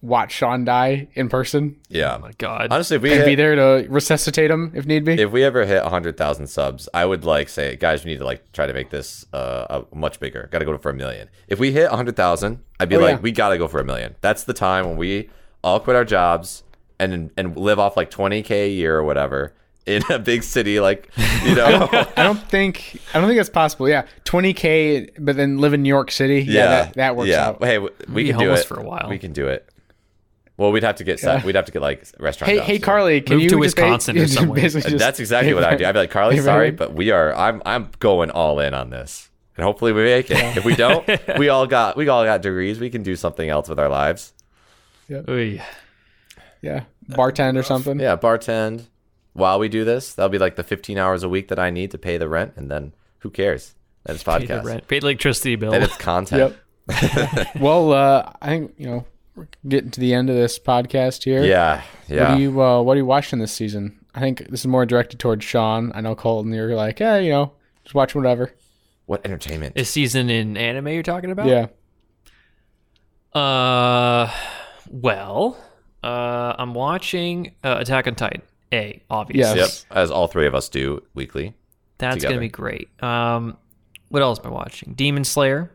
Speaker 1: watch Sean die in person
Speaker 2: yeah.
Speaker 3: Oh my God,
Speaker 2: Honestly, if we
Speaker 1: and
Speaker 2: hit-
Speaker 1: be there to resuscitate him if need be.
Speaker 2: if we ever hit 100,000 subs, I would like say, guys, we need to like try to make this uh, a- much bigger. Got to go for a million. If we hit 100,000, I'd be
Speaker 1: Oh,
Speaker 2: like,
Speaker 1: yeah.
Speaker 2: we got to go for a million. That's the time when we all quit our jobs and and live off like 20k a year or whatever in a big city, like you know.
Speaker 1: I don't think I don't think that's possible. Yeah, 20k, but then live in New York City. Yeah, that, that works
Speaker 2: yeah.
Speaker 1: out.
Speaker 2: Hey, w- we
Speaker 3: be
Speaker 2: can do
Speaker 3: homeless
Speaker 2: it
Speaker 3: for a while.
Speaker 2: We can do it. Well, we'd have to get set. We'd have to get like restaurant.
Speaker 1: Hey,
Speaker 2: jobs
Speaker 1: hey,
Speaker 2: too.
Speaker 1: Carly, can
Speaker 3: Move
Speaker 1: you
Speaker 3: to
Speaker 1: just pay-
Speaker 3: Wisconsin or somewhere.
Speaker 1: basically just-
Speaker 2: Uh, That's exactly what I do. I'd be like, Carly,
Speaker 1: Hey,
Speaker 2: sorry,
Speaker 1: Brian.
Speaker 2: but we are. I'm I'm going all in on this, and hopefully we make it. If we don't, we all got we all got degrees. We can do something else with our lives.
Speaker 3: Oy.
Speaker 1: yeah, bartend or something.
Speaker 2: Yeah, bartend. While we do this, that'll be like the 15 hours a week that I need to pay the rent, and then who cares? That is
Speaker 3: Paid the
Speaker 2: podcast.
Speaker 3: rent, paid electricity bill.
Speaker 2: That is content.
Speaker 1: Yep. well, uh, I think you know we're getting to the end of this podcast here.
Speaker 2: Yeah,
Speaker 1: What
Speaker 2: yeah.
Speaker 1: are you uh, What are you watching this season? I think this is more directed towards Sean. I know Colton, you're like, yeah, you know, just watch whatever.
Speaker 2: what entertainment?
Speaker 3: A season in anime you're talking about?
Speaker 1: Yeah.
Speaker 3: Uh, well, uh, I'm watching uh, Attack on Titan, A, obviously.
Speaker 1: Yes.
Speaker 2: Yep, as all three of us do weekly.
Speaker 3: That's
Speaker 2: Together.
Speaker 3: gonna be great. Um, what else am I watching? Demon Slayer.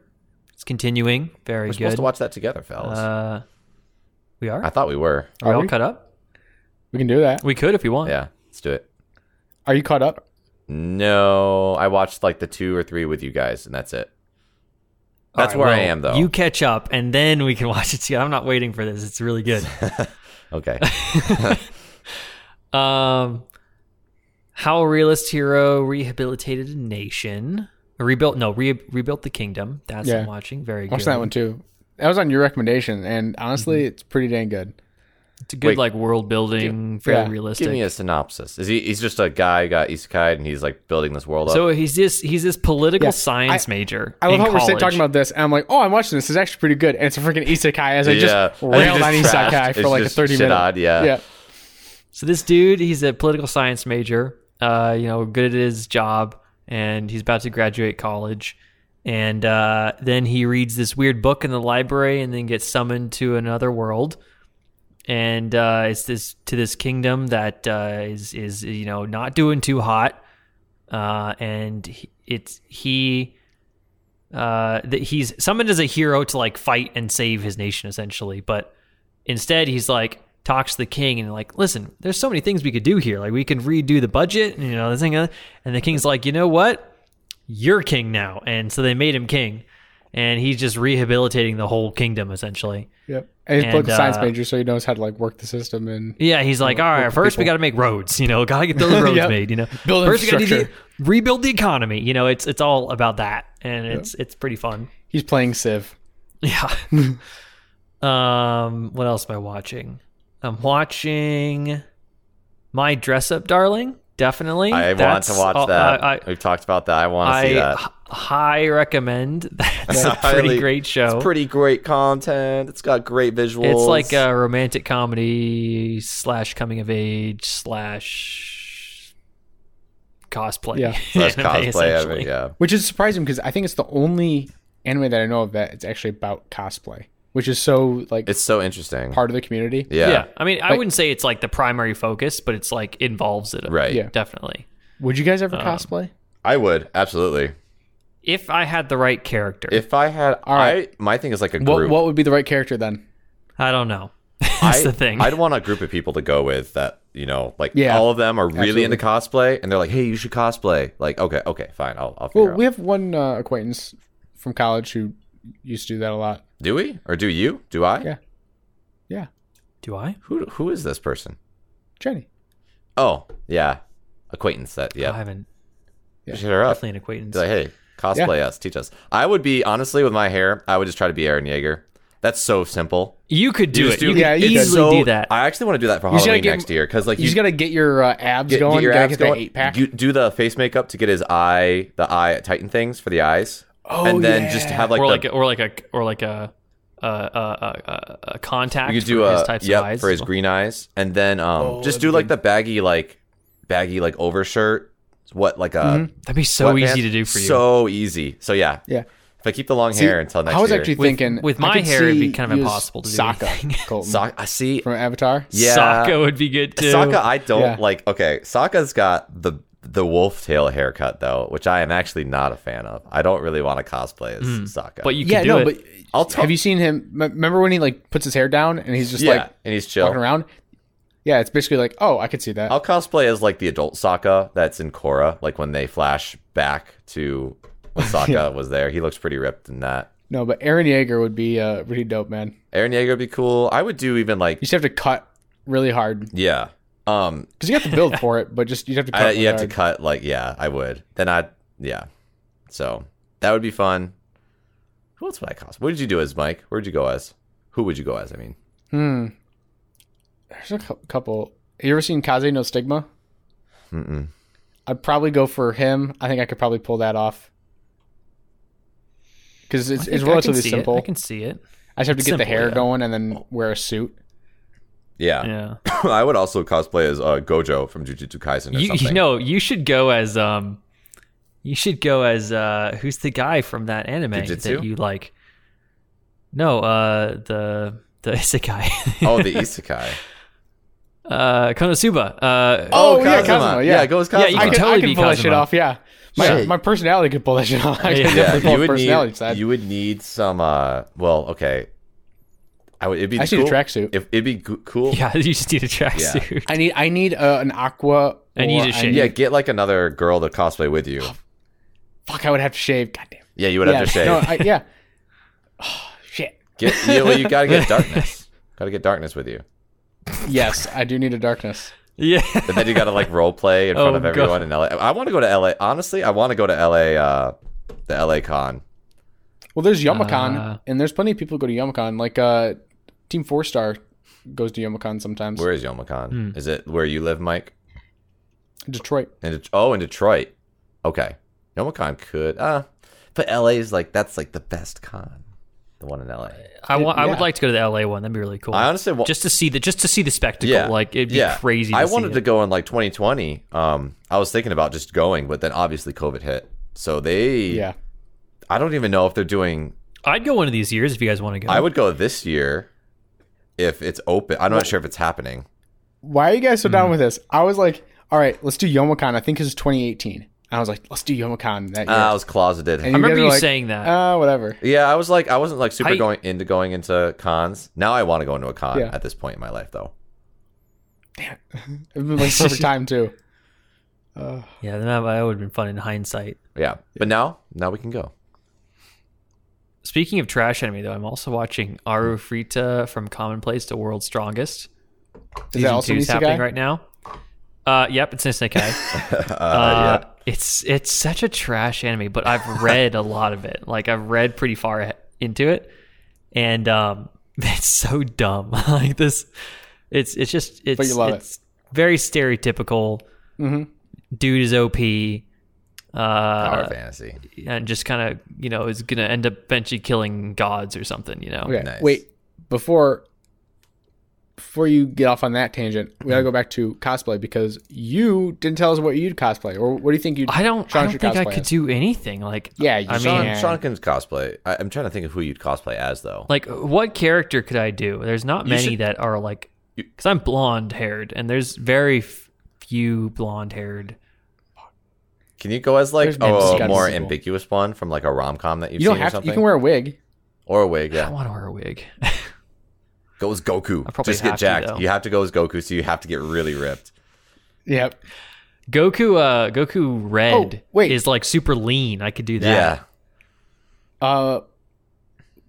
Speaker 3: It's continuing. Very
Speaker 2: We're
Speaker 3: good.
Speaker 2: supposed to watch that together, fellas.
Speaker 3: Uh, we are.
Speaker 2: I thought we were.
Speaker 3: are we
Speaker 1: Are
Speaker 3: all
Speaker 1: we?
Speaker 3: cut up?
Speaker 1: We can do that.
Speaker 3: We could if we want.
Speaker 2: Yeah, let's do it.
Speaker 1: Are you caught up?
Speaker 2: No, I watched like the two or three with you guys, and that's it. That's
Speaker 3: All
Speaker 2: where
Speaker 3: right,
Speaker 2: I
Speaker 3: well,
Speaker 2: am, though.
Speaker 3: You catch up, and then we can watch it together. I'm not waiting for this. It's really good.
Speaker 2: okay.
Speaker 3: Um, how a realist hero rehabilitated a nation, rebuilt no, re- rebuilt the kingdom. That's what
Speaker 1: Yeah.
Speaker 3: I'm watching. Very
Speaker 1: Watch
Speaker 3: good.
Speaker 1: that one too. That was on your recommendation, and honestly,
Speaker 3: Mm-hmm.
Speaker 1: it's pretty dang good.
Speaker 3: It's a good
Speaker 2: Wait.
Speaker 3: like world building, very
Speaker 1: yeah,
Speaker 3: realistic.
Speaker 2: Give me a synopsis. Is he? He's just a guy who got isekai, and he's like building this world up.
Speaker 3: so he's this he's this political
Speaker 1: Yeah,
Speaker 3: science major.
Speaker 1: I love
Speaker 3: in
Speaker 1: how we're sitting
Speaker 3: college.
Speaker 1: talking about this, and I'm like, oh, I'm watching this. It's actually pretty good, and it's a freaking isekai. As I
Speaker 2: Yeah.
Speaker 1: just
Speaker 2: And he
Speaker 1: railed on
Speaker 2: just trashed-
Speaker 1: isekai for
Speaker 2: it's
Speaker 1: like a
Speaker 2: just
Speaker 1: 30
Speaker 2: shit
Speaker 1: minute.
Speaker 2: on, yeah.
Speaker 1: yeah,
Speaker 3: So this dude, he's a political science major. Uh, you know, good at his job, and he's about to graduate college. And uh, then he reads this weird book in the library, and then gets summoned to another world. And uh, it's this to this kingdom that uh, is is you know not doing too hot. Uh, and he, it's he uh, that he's summoned as a hero to like fight and save his nation essentially, but instead he's like talks to the king and like listen there's so many things we could do here like we can redo the budget and you know this thing uh, and the king's like you know what you're king now and so they made him king and he's just rehabilitating the whole kingdom essentially
Speaker 1: Yep. And he's
Speaker 3: And,
Speaker 1: political science
Speaker 3: uh,
Speaker 1: major, so he knows how to like work the system and
Speaker 3: yeah he's like all right
Speaker 1: with the
Speaker 3: first we
Speaker 1: people.
Speaker 3: got to make roads you know gotta get those roads
Speaker 1: Yep.
Speaker 3: made you know
Speaker 1: Build
Speaker 3: first we gotta do the,
Speaker 1: infrastructure.
Speaker 3: rebuild the economy you know it's it's all about that and it's it's pretty fun
Speaker 1: he's playing Civ.
Speaker 3: Yeah. um, what else am I watching? I'm watching My Dress Up Darling. Definitely.
Speaker 2: I want
Speaker 3: That's-
Speaker 2: to watch
Speaker 3: uh,
Speaker 2: that.
Speaker 3: I,
Speaker 2: We've talked about that. I want to
Speaker 3: I,
Speaker 2: see that.
Speaker 3: h- high recommend. That's a
Speaker 2: Highly-
Speaker 3: pretty great show.
Speaker 2: It's pretty great content. It's got great visuals.
Speaker 3: It's like uh, a romantic comedy slash coming of age slash cosplay.
Speaker 1: Yeah.
Speaker 2: Slash
Speaker 3: anime,
Speaker 2: cosplay. I
Speaker 3: essentially.
Speaker 2: mean, yeah.
Speaker 1: Which is surprising because I think it's the only anime that I know of that it's actually about cosplay, which is so like
Speaker 2: It's so interesting.
Speaker 1: part of the community.
Speaker 2: yeah.
Speaker 3: I mean, I wouldn't say it's like the primary focus, but it's like involves it.
Speaker 2: Right.
Speaker 1: Yeah.
Speaker 3: Definitely.
Speaker 1: Would you guys
Speaker 3: Uh,
Speaker 1: ever cosplay?
Speaker 2: I would absolutely.
Speaker 3: If I had the right character.
Speaker 2: If I had, all right.
Speaker 1: right.
Speaker 2: I, my thing is like a
Speaker 1: What
Speaker 2: group.
Speaker 1: What would be the right character then?
Speaker 3: I don't know. That's
Speaker 2: I,
Speaker 3: the thing.
Speaker 2: I'd want a group of people to go with that. You know, like
Speaker 1: Yeah.
Speaker 2: all of them are really into cosplay, and they're like, "Hey, you should cosplay." Like, okay, okay, fine. I'll, I'll figure
Speaker 1: Well,
Speaker 2: out.
Speaker 1: we have one uh, acquaintance from college who used to do that a lot.
Speaker 2: do we or do you? Do I?
Speaker 1: Yeah. Yeah,
Speaker 3: Do I?
Speaker 2: Who Who is this person?
Speaker 1: Jenny.
Speaker 2: Oh, yeah, acquaintance. That
Speaker 3: I
Speaker 2: yeah.
Speaker 3: haven't.
Speaker 2: Hit her up.
Speaker 3: Definitely an acquaintance.
Speaker 2: Be like, hey, cosplay us, teach us. I would be honestly with my hair. I would just try to be Aaron Yeager. That's so simple.
Speaker 3: You could do
Speaker 2: You
Speaker 3: it.
Speaker 2: just
Speaker 3: you
Speaker 1: Yeah,
Speaker 3: could
Speaker 1: you could.
Speaker 3: easily
Speaker 2: so,
Speaker 3: do that.
Speaker 2: I actually want to do that for
Speaker 1: just gotta
Speaker 2: Halloween
Speaker 1: get-
Speaker 2: next year because like
Speaker 1: You just gotta get your uh, abs
Speaker 2: get,
Speaker 1: going.
Speaker 2: get your
Speaker 1: gotta
Speaker 2: abs
Speaker 1: get
Speaker 2: going.
Speaker 1: that eight pack.
Speaker 2: You do the face makeup to get his eye, the eye tighten things for the eyes,
Speaker 1: Oh,
Speaker 2: and then just have like
Speaker 3: or
Speaker 2: the.
Speaker 3: like a, or like a or like a uh, uh, uh, uh, a contact.
Speaker 2: you could do
Speaker 3: for
Speaker 2: a
Speaker 3: his types
Speaker 2: yep
Speaker 3: of eyes
Speaker 2: for
Speaker 3: as
Speaker 2: his
Speaker 3: well.
Speaker 2: green eyes, and then um
Speaker 1: Oh,
Speaker 2: just
Speaker 1: that'd
Speaker 2: do
Speaker 1: be
Speaker 2: like
Speaker 1: good.
Speaker 2: the baggy like baggy like overshirt. What like a
Speaker 3: That'd be so
Speaker 2: sweatpants?
Speaker 3: easy to do for you.
Speaker 2: So easy. So yeah,
Speaker 1: Mm-hmm. yeah.
Speaker 2: if I keep the long hair until next
Speaker 1: I was
Speaker 2: year,
Speaker 1: actually
Speaker 3: With-
Speaker 1: thinking
Speaker 3: with
Speaker 1: I
Speaker 3: my
Speaker 1: could
Speaker 3: hair, it'd be
Speaker 1: see
Speaker 3: kind of
Speaker 1: you as
Speaker 3: impossible to do anything.
Speaker 1: Sokka Colton
Speaker 2: So- I see.
Speaker 1: from Avatar.
Speaker 2: Yeah.
Speaker 3: Sokka would be good too.
Speaker 2: Sokka, I don't
Speaker 1: Yeah.
Speaker 2: like. Okay, Sokka's got the the wolf tail haircut though, which I am actually not a fan of. I don't really want to cosplay as Sokka.
Speaker 3: Mm-hmm. but you could
Speaker 1: yeah,
Speaker 3: do
Speaker 1: no,
Speaker 3: it.
Speaker 1: but
Speaker 2: I'll tell
Speaker 1: have you seen him? m- Remember when he like puts his hair down and he's just
Speaker 2: yeah,
Speaker 1: like
Speaker 2: and he's
Speaker 1: walking
Speaker 2: chill.
Speaker 1: around? Yeah, it's basically like, oh, I could see that.
Speaker 2: I'll cosplay as like the adult Sokka that's in Korra, like when they flash back to when Sokka was there. He looks pretty ripped in that.
Speaker 1: No, but Aaron Yeager would be uh, really dope, man.
Speaker 2: Aaron Yeager would be cool. I would do even like
Speaker 1: You just have to cut really hard
Speaker 2: yeah. Um,
Speaker 1: because you have to build for it, but just you have to cut.
Speaker 2: I,
Speaker 1: really
Speaker 2: you have to
Speaker 1: hard.
Speaker 2: cut like yeah. I would then I yeah. So that would be fun. Who else would I cosplay? What did you do as Mike? Where would you go as? Who would you go as? I mean.
Speaker 1: Hmm. There's a cou- couple. You ever seen Kaze no Stigma?
Speaker 2: Mm-mm.
Speaker 1: I'd probably go for him. I think I could probably pull that off because
Speaker 3: I
Speaker 1: it's,
Speaker 3: think
Speaker 1: it's
Speaker 3: I can
Speaker 1: relatively
Speaker 3: see it.
Speaker 1: simple.
Speaker 3: I can see it.
Speaker 1: I just have to
Speaker 3: It's
Speaker 1: get the
Speaker 3: simple,
Speaker 1: hair
Speaker 2: yeah.
Speaker 1: going and then wear a suit.
Speaker 2: Yeah.
Speaker 3: Yeah.
Speaker 2: I would also cosplay as uh, Gojo from Jujutsu Kaisen or
Speaker 3: You,
Speaker 2: something.
Speaker 3: you know, you should go as um, you should go as uh, who's the guy from that anime
Speaker 2: Fujitsu?
Speaker 3: that you like? No, uh, the the isekai.
Speaker 2: oh, the isekai.
Speaker 3: uh, Konosuba. Uh,
Speaker 1: Oh, yeah,
Speaker 2: Kazuma.
Speaker 1: Kazuma, yeah.
Speaker 2: Yeah, go as
Speaker 3: Yeah,
Speaker 2: Kazuma.
Speaker 3: you
Speaker 1: I
Speaker 3: could
Speaker 1: can,
Speaker 3: totally
Speaker 1: I can
Speaker 3: be
Speaker 1: pull that shit
Speaker 3: Kazuma.
Speaker 1: off. Yeah, my,
Speaker 2: Shit.
Speaker 1: my personality could pull that shit off. I can
Speaker 3: Yeah.
Speaker 2: yeah,
Speaker 1: definitely pull
Speaker 2: you
Speaker 1: off
Speaker 2: would
Speaker 1: personality
Speaker 2: need
Speaker 1: side.
Speaker 2: you would need some. Uh, well, okay. I would. It'd be
Speaker 1: I just need a
Speaker 2: cool
Speaker 1: tracksuit.
Speaker 2: If it'd be go- cool. Yeah.
Speaker 3: yeah, you just need a tracksuit.
Speaker 1: I need I need uh, an aqua.
Speaker 3: I need
Speaker 1: or
Speaker 3: to shave.
Speaker 2: get like another girl to cosplay with you.
Speaker 1: fuck, I would have to shave. Goddamn.
Speaker 2: Yeah, you would
Speaker 1: yeah,
Speaker 2: have to shave.
Speaker 1: No, I, yeah. Oh, shit.
Speaker 2: Get you, know, you gotta get darkness. gotta get darkness with you.
Speaker 1: Yes, I do need a darkness.
Speaker 3: Yeah.
Speaker 2: And then you gotta like role play in front
Speaker 3: Oh,
Speaker 2: of everyone
Speaker 3: God.
Speaker 2: in LA. I want to go to LA. Honestly, I want to go to LA. Uh, the LA con.
Speaker 1: Well, there's Yomacon,
Speaker 3: Uh.
Speaker 1: and there's plenty of people who go to Yomacon. Like uh, Team Four Star goes to Yomacon sometimes.
Speaker 2: Where is Yomacon? Is it where you live, Mike?
Speaker 1: Detroit.
Speaker 2: In Det- oh, in Detroit. Okay, Yomacon could. Uh, but LA is like that's like the best con. The one in LA.
Speaker 3: I want. I would
Speaker 1: Yeah.
Speaker 3: like to go to the LA one. That'd be really cool.
Speaker 2: I honestly want
Speaker 3: Uh, just to see the just to see the spectacle. Like it'd be crazy. To
Speaker 2: I
Speaker 3: see
Speaker 2: wanted
Speaker 3: it.
Speaker 2: to go in like 2020. Um, I was thinking about just going, but then obviously COVID hit. So they,
Speaker 1: Yeah.
Speaker 2: I don't even know if they're doing.
Speaker 3: I'd go one of these years if you guys want to go.
Speaker 2: I would go this year if it's open. I'm not sure if it's happening.
Speaker 1: Why are you guys so
Speaker 3: Hmm.
Speaker 1: down with this? I was like, all right, let's do Yomacon. I think it's 2018. I was like, let's do Yomacon that
Speaker 2: Uh,
Speaker 1: year.
Speaker 2: I was closeted.
Speaker 1: And
Speaker 3: I remember
Speaker 1: guys are
Speaker 3: you
Speaker 1: like,
Speaker 3: saying
Speaker 2: Oh.
Speaker 3: that.
Speaker 1: Uh, whatever.
Speaker 2: yeah, I was like, I wasn't like super
Speaker 3: I-
Speaker 2: going into going into cons. Now I want to go into a con
Speaker 1: Yeah.
Speaker 2: at this point in my life, though.
Speaker 1: It would be like perfect time too.
Speaker 3: yeah, then that that would have been fun in hindsight.
Speaker 2: Yeah, but now, now we can go.
Speaker 3: Speaking of trash anime, though, I'm also watching Aru Frita from Commonplace to World's Strongest.
Speaker 1: Is that also
Speaker 3: two's
Speaker 1: Nisekai?
Speaker 3: happening right now. Uh, yep, it's Nisekai.
Speaker 2: Uh,
Speaker 3: Uh,
Speaker 2: yeah.
Speaker 3: It's it's such a trash anime, but I've read a lot of it. Like I've read pretty far ahe- into it, and um, it's so dumb. like this, it's it's just it's
Speaker 1: you love it.
Speaker 3: it's very stereotypical.
Speaker 1: Mhm.
Speaker 3: Dude is OP.
Speaker 2: Power
Speaker 3: Uh,
Speaker 2: fantasy.
Speaker 3: and just kind of you know is gonna end up eventually killing gods or something. You know.
Speaker 1: Okay.
Speaker 2: Nice.
Speaker 1: Wait, before before you get off on that tangent, we gotta go back to cosplay because you didn't tell us what you'd cosplay or what do you think you?
Speaker 3: I don't.
Speaker 1: Sean
Speaker 3: I don't
Speaker 1: should
Speaker 3: think I
Speaker 1: cosplay
Speaker 3: could
Speaker 1: as?
Speaker 3: do anything. Like
Speaker 1: Yeah, you
Speaker 3: I
Speaker 1: Sean-
Speaker 3: mean,
Speaker 1: Yeah.
Speaker 2: Sean can cosplay. I, I'm trying to think of who you'd cosplay as, though.
Speaker 3: like what character could I do? There's not many
Speaker 2: should-
Speaker 3: that are like
Speaker 2: You-
Speaker 3: because I'm blonde haired, and there's very f- few blonde haired.
Speaker 2: Can you go as like
Speaker 1: There's
Speaker 2: a,
Speaker 1: Nipsey
Speaker 2: a more
Speaker 1: Hussle.
Speaker 2: ambiguous one from like a rom com that you've
Speaker 1: You don't
Speaker 2: seen or
Speaker 1: have to.
Speaker 2: something?
Speaker 1: You can wear a wig.
Speaker 2: or a wig,
Speaker 3: I
Speaker 2: yeah.
Speaker 3: want to wear a wig.
Speaker 2: Go as Goku.
Speaker 3: I probably
Speaker 2: Just get
Speaker 3: have to,
Speaker 2: jacked.
Speaker 3: though.
Speaker 2: you have to go as Goku, so you have to get really ripped.
Speaker 1: Yep.
Speaker 3: Goku, uh, Goku Red
Speaker 1: Oh, wait.
Speaker 3: is like super lean. I could do
Speaker 2: Yeah.
Speaker 3: that.
Speaker 1: Uh,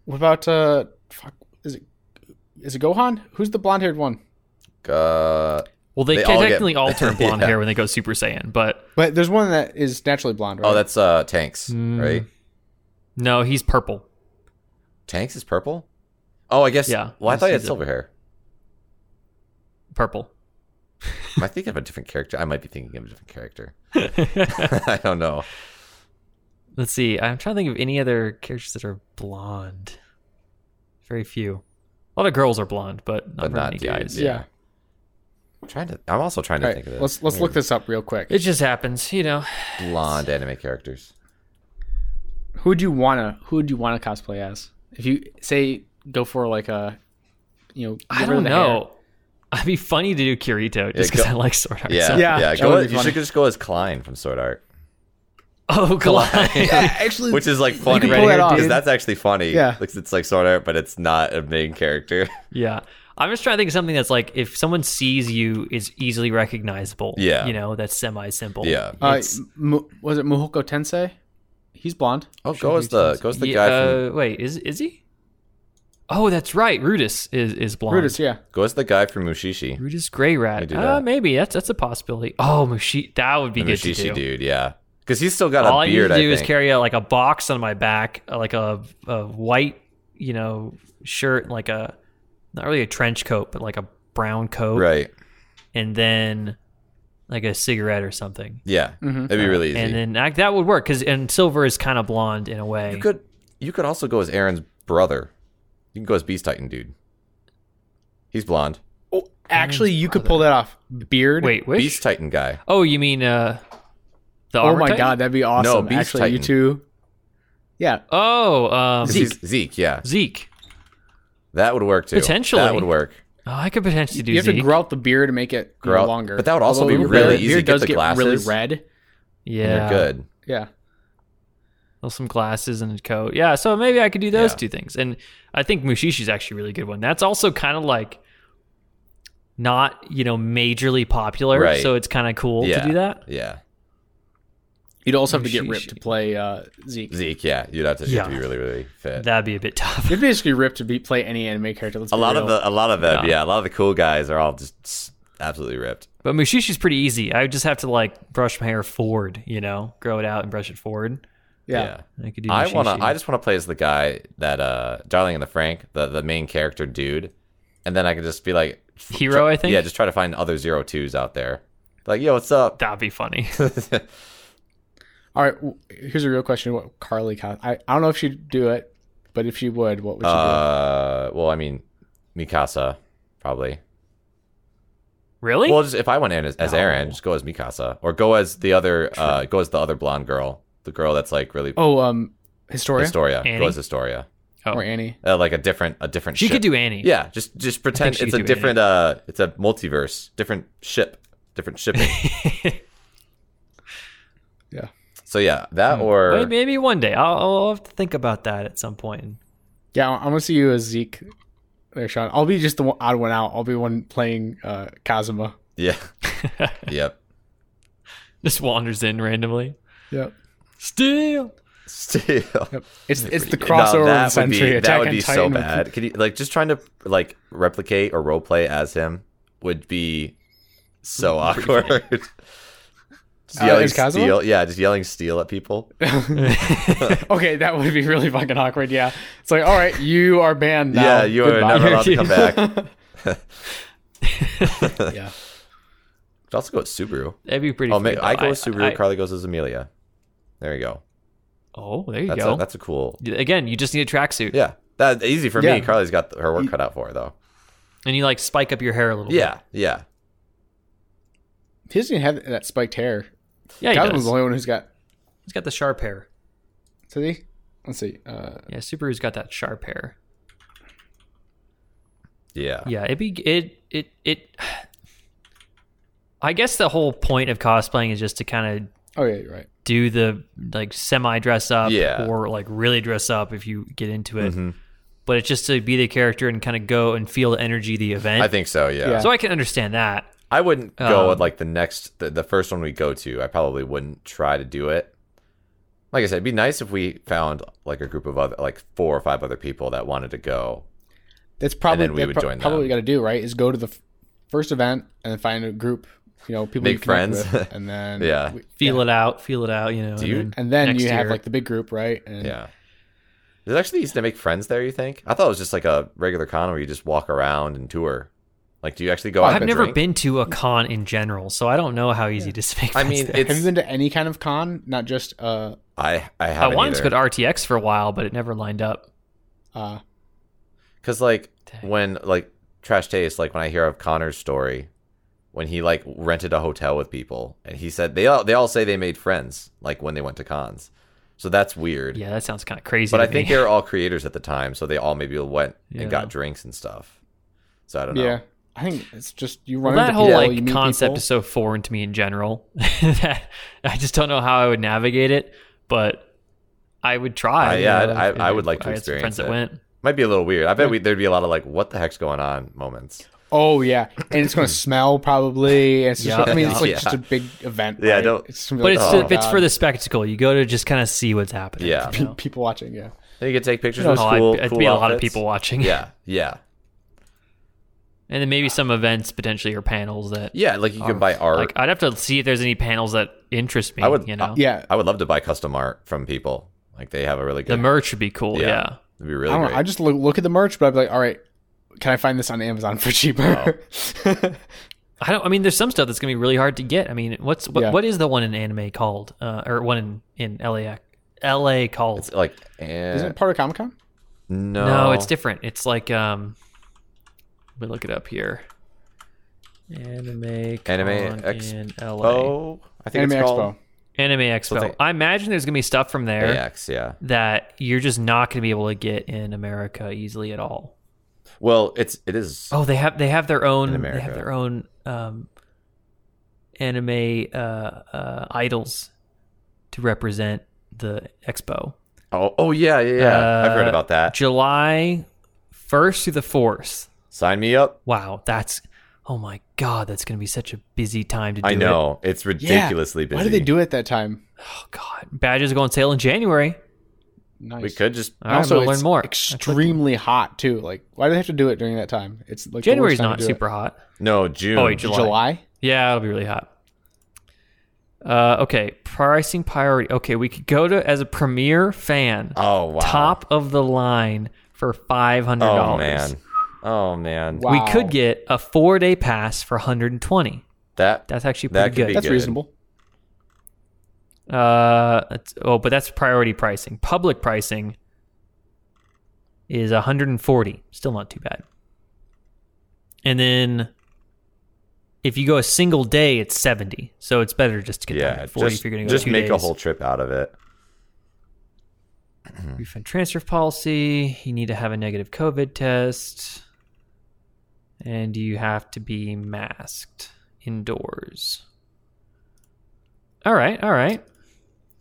Speaker 1: what about uh? Fuck, is it is it Gohan? Who's the blonde haired one?
Speaker 2: Uh,
Speaker 3: Well, they,
Speaker 2: They
Speaker 3: can
Speaker 2: all get-
Speaker 3: technically all turn blonde
Speaker 2: Yeah.
Speaker 3: hair when they go Super Saiyan, but
Speaker 1: But there's one that is naturally blonde, right?
Speaker 2: oh, that's uh, Tanks,
Speaker 3: Mm.
Speaker 2: right?
Speaker 3: no, he's purple.
Speaker 2: Tanks is purple? Oh, I guess.
Speaker 3: Yeah.
Speaker 2: Well, I
Speaker 3: He's-
Speaker 2: thought he had
Speaker 3: he's a-
Speaker 2: silver hair.
Speaker 3: Purple.
Speaker 2: Am I thinking of a different character? I might be thinking of a different character. I don't know.
Speaker 3: Let's see. I'm trying to think of any other characters that are blonde. Very few. A lot of girls are blonde, but not
Speaker 2: But
Speaker 3: very
Speaker 2: not
Speaker 3: many
Speaker 2: dudes,
Speaker 3: guys.
Speaker 1: yeah.
Speaker 2: yeah. I'm trying to. I'm also trying to
Speaker 1: All right,
Speaker 2: think of this.
Speaker 1: let's let's look this up real quick.
Speaker 3: It just happens, you know.
Speaker 2: blonde anime characters.
Speaker 1: Who'd you wanna who'd you wanna cosplay as? If you say go for like a you know, get
Speaker 3: I
Speaker 1: rid of
Speaker 3: don't
Speaker 1: the hair.
Speaker 3: know. I'd be funny to do Kirito
Speaker 2: Yeah,
Speaker 3: just because
Speaker 2: go-
Speaker 3: I like Sword Art.
Speaker 2: Yeah,
Speaker 3: so-
Speaker 1: Yeah,
Speaker 2: yeah.
Speaker 1: that
Speaker 2: go
Speaker 1: would
Speaker 2: as-
Speaker 1: be
Speaker 2: you
Speaker 1: funny.
Speaker 2: should just go as Klein from Sword Art,
Speaker 3: Oh, Kalai.
Speaker 1: actually
Speaker 2: which is like funny.
Speaker 1: pull that off.
Speaker 2: Because that's actually funny.
Speaker 1: Yeah.
Speaker 2: Like, it's like Sword Art, but it's not a main character.
Speaker 3: yeah. I'm just trying to think of something that's like if someone sees you, it's easily recognizable.
Speaker 2: Yeah.
Speaker 3: You know, that's semi simple.
Speaker 2: Yeah.
Speaker 1: uh,
Speaker 3: It's-
Speaker 1: Mu- was it Muhoko Tensei? He's blonde.
Speaker 2: Oh, go as the go as the
Speaker 3: Yeah,
Speaker 2: guy from
Speaker 3: uh, wait, is is he? Oh, that's right. Rudis is, is blonde.
Speaker 1: Brutus, yeah.
Speaker 2: go as the guy from Mushishi.
Speaker 3: Rudis Gray
Speaker 2: They
Speaker 3: Rat.
Speaker 2: do
Speaker 3: Uh,
Speaker 2: that.
Speaker 3: maybe that's that's a possibility. Oh, Mushi, that would be
Speaker 2: The
Speaker 3: good to do.
Speaker 2: Mushishi dude, yeah, because he's still got
Speaker 3: All
Speaker 2: a
Speaker 3: I
Speaker 2: beard.
Speaker 3: need to do
Speaker 2: I
Speaker 3: is
Speaker 2: think.
Speaker 3: carry a, like a box on my back, uh, like a, a white, you know, shirt, like a not really a trench coat, but like a brown coat,
Speaker 2: right?
Speaker 3: and then like a cigarette or something,
Speaker 2: Yeah,
Speaker 1: Mm-hmm.
Speaker 2: it'd be really easy.
Speaker 3: Uh, and then that, that would work because and silver is kind of blonde in a way.
Speaker 2: you could you could also go as Aaron's brother. You can go as Beast Titan dude. He's blonde.
Speaker 1: Oh, actually you could pull that off. Beard.
Speaker 3: Wait, which?
Speaker 2: Beast Titan guy.
Speaker 3: Oh, you mean uh, the
Speaker 1: Oh
Speaker 3: armor
Speaker 1: my
Speaker 3: titan?
Speaker 1: god, that'd be awesome.
Speaker 2: Beast
Speaker 1: actually you
Speaker 2: Titan.
Speaker 1: two. Yeah.
Speaker 3: Oh, um,
Speaker 2: Zeke. Zeke, yeah,
Speaker 3: Zeke.
Speaker 2: that would work too.
Speaker 3: Potentially.
Speaker 2: that would work.
Speaker 3: Oh, I could potentially do
Speaker 1: you have to
Speaker 3: Zeke.
Speaker 1: grow out the beard to make it you know,
Speaker 2: Grow out-
Speaker 1: longer.
Speaker 2: but that would also
Speaker 1: Although
Speaker 2: be
Speaker 1: the
Speaker 2: really
Speaker 1: beard
Speaker 2: easy to get
Speaker 1: does
Speaker 2: the
Speaker 1: really
Speaker 2: glasses.
Speaker 1: red.
Speaker 3: yeah,
Speaker 2: They're good.
Speaker 1: Yeah.
Speaker 3: Well, some glasses and a coat. Yeah, so maybe I could do those
Speaker 2: Yeah.
Speaker 3: two things. And I think Mushishi's actually a really good one. That's also kind of like not, you know, majorly popular.
Speaker 2: Right.
Speaker 3: So it's kind of cool
Speaker 2: Yeah.
Speaker 3: to do that.
Speaker 2: Yeah.
Speaker 1: You'd also have to get
Speaker 3: Sheesh.
Speaker 1: ripped to play uh, Zeke.
Speaker 2: Zeke, yeah. You'd have to, you have to
Speaker 3: Yeah.
Speaker 2: be really, really fit.
Speaker 3: That'd be a bit tough.
Speaker 1: You're basically ripped to be play any anime character. Let's
Speaker 2: a
Speaker 1: be
Speaker 2: lot
Speaker 1: real.
Speaker 2: of the a lot of them,
Speaker 3: Yeah.
Speaker 2: yeah. A lot of the cool guys are all just s- absolutely ripped.
Speaker 3: But Mushishi's pretty easy. I would just have to like brush my hair forward, you know, grow it out and brush it forward.
Speaker 1: yeah.
Speaker 3: I could do
Speaker 2: I want
Speaker 3: Mushishi.
Speaker 2: to I just want to play as the guy that uh Darling and the Frank, the the main character dude. And then I could just be like
Speaker 3: Hero,
Speaker 2: try-
Speaker 3: I think?
Speaker 2: Yeah, just try to find other zero twos out there. Like, yo, what's up?
Speaker 3: That'd be funny.
Speaker 1: All right. w- Here's a real question: What Carly? Co- I I don't know if she'd do it, but if she would, what would she
Speaker 2: Uh, well, I mean, Mikasa, probably.
Speaker 3: really?
Speaker 2: Well, just if I went in as, as Aaron,
Speaker 3: No.
Speaker 2: just go as Mikasa, or go as the other, uh, go as the other blonde girl, the girl that's like really
Speaker 1: do? Oh, um, Historia
Speaker 2: Historia.
Speaker 3: Annie?
Speaker 2: Go as Historia,
Speaker 3: Oh.
Speaker 1: or Annie?
Speaker 2: uh, like a different, a different.
Speaker 3: she
Speaker 2: ship.
Speaker 3: could do Annie.
Speaker 2: Yeah, just just pretend
Speaker 3: she
Speaker 2: it's
Speaker 3: could
Speaker 2: a
Speaker 3: do Annie.
Speaker 2: different, uh, it's a multiverse, different ship, different shipping.
Speaker 1: Yeah. Hmm.
Speaker 2: So yeah, that or
Speaker 3: Wait, Hmm. maybe one day. I'll, I'll have to think about that at some point.
Speaker 1: Yeah, I- I'm gonna see you as Zeke. There, Sean. I'll be just the one, odd one out. I'll be one playing uh, Kazuma.
Speaker 2: yeah, yep.
Speaker 3: Just wanders in randomly.
Speaker 1: Yep.
Speaker 3: Still.
Speaker 2: Still.
Speaker 1: It's it's the
Speaker 2: No,
Speaker 1: crossover of the
Speaker 2: that would be-
Speaker 1: century.
Speaker 2: that
Speaker 1: Attack
Speaker 2: would
Speaker 1: on
Speaker 2: be
Speaker 1: Titan
Speaker 2: so
Speaker 1: with-
Speaker 2: bad. Could you like just trying to like replicate or role play as him would be so awkward. just
Speaker 1: Uh,
Speaker 2: yelling
Speaker 1: as Kazuma?
Speaker 2: steel, yeah, just yelling steel at people.
Speaker 1: Okay, that would be really fucking awkward. Yeah, it's like, all right, you are banned now.
Speaker 2: yeah, you are
Speaker 1: Goodbye.
Speaker 2: never allowed to come back. But
Speaker 1: yeah,
Speaker 2: also go with Subaru.
Speaker 3: That'd be pretty
Speaker 2: Oh,
Speaker 3: funny,
Speaker 2: ma- I
Speaker 3: though.
Speaker 2: go with Subaru.
Speaker 3: I-
Speaker 2: Carly goes as Amelia. There you go.
Speaker 3: Oh, there you
Speaker 2: That's
Speaker 3: go.
Speaker 2: a, that's a cool.
Speaker 3: Again, you just need a tracksuit,
Speaker 2: Yeah, that easy for
Speaker 1: Yeah.
Speaker 2: me. Carly's got her work cut out for her though.
Speaker 3: and you like spike up your hair a little.
Speaker 2: Yeah, yeah.
Speaker 1: he doesn't even have that spiked hair.
Speaker 3: bit. yeah, he
Speaker 1: Kazuma's
Speaker 3: does.
Speaker 1: the only one who's got.
Speaker 3: He's got the sharp hair.
Speaker 1: Does he? Let's see. Uh,
Speaker 3: Yeah, Subaru's got that sharp hair.
Speaker 2: Yeah.
Speaker 3: Yeah, it'd be it it it. I guess the whole point of cosplaying is just to kind of
Speaker 1: oh yeah, you're right.
Speaker 3: do the like semi dress up
Speaker 2: Yeah.
Speaker 3: or like really dress up if you get into it.
Speaker 2: Mhm.
Speaker 3: But it's just to be the character and kind of go and feel the energy of the event.
Speaker 2: I think so. Yeah.
Speaker 1: Yeah.
Speaker 3: so I can understand that.
Speaker 2: I wouldn't go
Speaker 3: Um,
Speaker 2: with like the next the, the first one we go to. I probably wouldn't try to do it. Like I said, it'd be nice if we found like a group of other like four or five other people that wanted to go.
Speaker 1: That's probably
Speaker 2: then we
Speaker 1: that
Speaker 2: would
Speaker 1: pro-
Speaker 2: join
Speaker 1: probably
Speaker 2: them.
Speaker 1: what you got to do, right? Is go to the f- first event and then find a group, you know, people
Speaker 2: Make
Speaker 1: you connect
Speaker 2: friends.
Speaker 1: with, and then
Speaker 2: Yeah.
Speaker 1: we-
Speaker 3: Feel it out, feel it out, you know.
Speaker 2: you-
Speaker 3: and then,
Speaker 1: and then
Speaker 3: Next
Speaker 1: you have
Speaker 3: year.
Speaker 1: like the big group, right? And
Speaker 3: Mm.
Speaker 2: Yeah. Is it actually easy to make friends there? You think? I thought it was just like a regular con where you just walk around and tour. Like, do you actually go? out
Speaker 3: I've
Speaker 2: and
Speaker 3: never
Speaker 2: drink?
Speaker 3: been to a con in general, so I don't know how easy to make.
Speaker 2: I
Speaker 3: friends
Speaker 2: mean,
Speaker 3: there.
Speaker 2: it's
Speaker 1: Have you been to any kind of con? Not just uh
Speaker 2: I I
Speaker 3: I
Speaker 2: haven't
Speaker 3: wanted to go
Speaker 2: either.
Speaker 3: to RTX for a while, but it never lined up.
Speaker 1: uh
Speaker 2: Because like
Speaker 3: Dang.
Speaker 2: when like trash taste, like when I hear of Connor's story, when he like rented a hotel with people, and he said they all they all say they made friends like when they went to cons, so that's weird.
Speaker 3: Yeah, that sounds kind of crazy.
Speaker 2: but
Speaker 3: to
Speaker 2: I think
Speaker 3: me.
Speaker 2: they were all creators at the time, so they all maybe went
Speaker 3: Yeah.
Speaker 2: and got drinks and stuff. So I don't know.
Speaker 1: yeah. I think it's just you
Speaker 3: Well,
Speaker 1: run
Speaker 3: that
Speaker 1: into
Speaker 3: whole
Speaker 1: people, you
Speaker 3: like
Speaker 1: meet
Speaker 3: concept
Speaker 1: people.
Speaker 3: is so foreign to me in general that I just don't know how I would navigate it. But I would try.
Speaker 2: Uh,
Speaker 3: you
Speaker 2: yeah,
Speaker 3: know,
Speaker 2: I-
Speaker 3: if-
Speaker 2: I
Speaker 3: if
Speaker 2: would like to
Speaker 3: I had some
Speaker 2: experience
Speaker 3: friends that
Speaker 2: it.
Speaker 3: went.
Speaker 2: Might be a little weird. I bet we, there'd be a lot of like, what the heck's going on moments.
Speaker 1: Oh yeah, and it's gonna smell probably. and It's just,
Speaker 3: Yeah.
Speaker 1: I mean, it's like
Speaker 2: Yeah.
Speaker 1: just a big event.
Speaker 2: Yeah, I
Speaker 1: right?
Speaker 2: don't-
Speaker 1: It's just gonna
Speaker 3: But
Speaker 1: be
Speaker 3: it's
Speaker 1: like,
Speaker 2: to-
Speaker 1: oh,
Speaker 3: it's for
Speaker 1: God.
Speaker 3: the spectacle. You go to just kind of see what's happening.
Speaker 2: Yeah.
Speaker 3: you know?
Speaker 1: Pe- people watching. Yeah,
Speaker 2: Then you could take pictures
Speaker 1: No,
Speaker 2: of
Speaker 3: Oh,
Speaker 2: cool.
Speaker 3: I'd, it'd
Speaker 2: cool
Speaker 3: be a lot of
Speaker 2: outfits.
Speaker 3: people watching.
Speaker 2: Yeah, yeah,
Speaker 3: and then maybe some events potentially or panels that.
Speaker 2: yeah. Like you can buy art.
Speaker 3: Um, Like I'd have to see if there's any panels that interest me.
Speaker 2: I would-
Speaker 3: you know,
Speaker 1: yeah.
Speaker 2: I would love to buy custom art from people. Like they have a really good.
Speaker 3: the merch would be cool. Yeah,
Speaker 2: It'd be really
Speaker 1: I don't.
Speaker 2: great.
Speaker 1: Know, I just look, look at the merch, but I'd be like, all right, can I find this on Amazon for cheaper?
Speaker 3: I don't. I mean, there's some stuff that's gonna be really hard to get. I mean, what's what,
Speaker 1: Yeah.
Speaker 3: what is the one in anime called, uh, or one in in LA LA called?
Speaker 2: It's oh. like eh,
Speaker 1: Isn't it part of Comic Con?
Speaker 2: no,
Speaker 3: no. it's different. It's like um, let me look it up here. Anime
Speaker 2: Anime
Speaker 3: Con
Speaker 2: Expo?
Speaker 3: in LA
Speaker 2: Oh, I think
Speaker 1: Anime
Speaker 2: it's
Speaker 1: Expo.
Speaker 2: called
Speaker 3: Anime Expo.
Speaker 2: Something-
Speaker 3: I imagine there's gonna be stuff from there
Speaker 2: AX. Yeah,
Speaker 3: that you're just not gonna be able to get in America easily at all.
Speaker 2: Well, it's it is.
Speaker 3: Oh, they have they have their own they
Speaker 2: America.
Speaker 3: have their own um, anime uh, uh, idols to represent the expo.
Speaker 2: Oh, oh yeah, yeah, yeah. I've heard
Speaker 3: Uh,
Speaker 2: about that.
Speaker 3: July first through the fourth.
Speaker 2: Sign me up.
Speaker 3: Wow, that's oh my god, that's gonna be such a busy time to do
Speaker 2: I
Speaker 3: it.
Speaker 2: know it's ridiculously busy.
Speaker 1: Why did they do it that time?
Speaker 3: Oh god, badges go on sale in January.
Speaker 1: Nice.
Speaker 2: We could just
Speaker 3: All right,
Speaker 1: also,
Speaker 3: we'll learn
Speaker 1: it's
Speaker 3: more.
Speaker 1: Extremely hot too. Like, why do they have to do it during that time? It's like the
Speaker 3: January's
Speaker 1: worst time
Speaker 3: not
Speaker 1: to do it.
Speaker 3: super hot.
Speaker 2: no June.
Speaker 3: Oh, wait,
Speaker 1: July.
Speaker 3: July. Yeah, it'll be really hot. Uh, okay, pricing priority. Okay, we could go to as a premier fan,
Speaker 2: Oh, wow.
Speaker 3: top of the line for five hundred dollars.
Speaker 2: Oh man. Oh man.
Speaker 1: Wow.
Speaker 3: We could get a four day pass for hundred and twenty.
Speaker 2: That
Speaker 3: That's actually
Speaker 2: That
Speaker 3: pretty
Speaker 2: could
Speaker 3: good.
Speaker 1: That's
Speaker 2: Good.
Speaker 1: reasonable.
Speaker 3: Uh, it's- oh, but that's priority pricing. Public pricing is 140. Still not too bad. And then if you go a single day, it's 70. So it's better just to get down
Speaker 2: yeah.
Speaker 3: to 40
Speaker 2: Just,
Speaker 3: if you're going to go
Speaker 2: just
Speaker 3: two
Speaker 2: make a
Speaker 3: days.
Speaker 2: whole trip out of it.
Speaker 3: refund transfer policy. You need to have a negative COVID test, and you have to be masked indoors. All right, all right.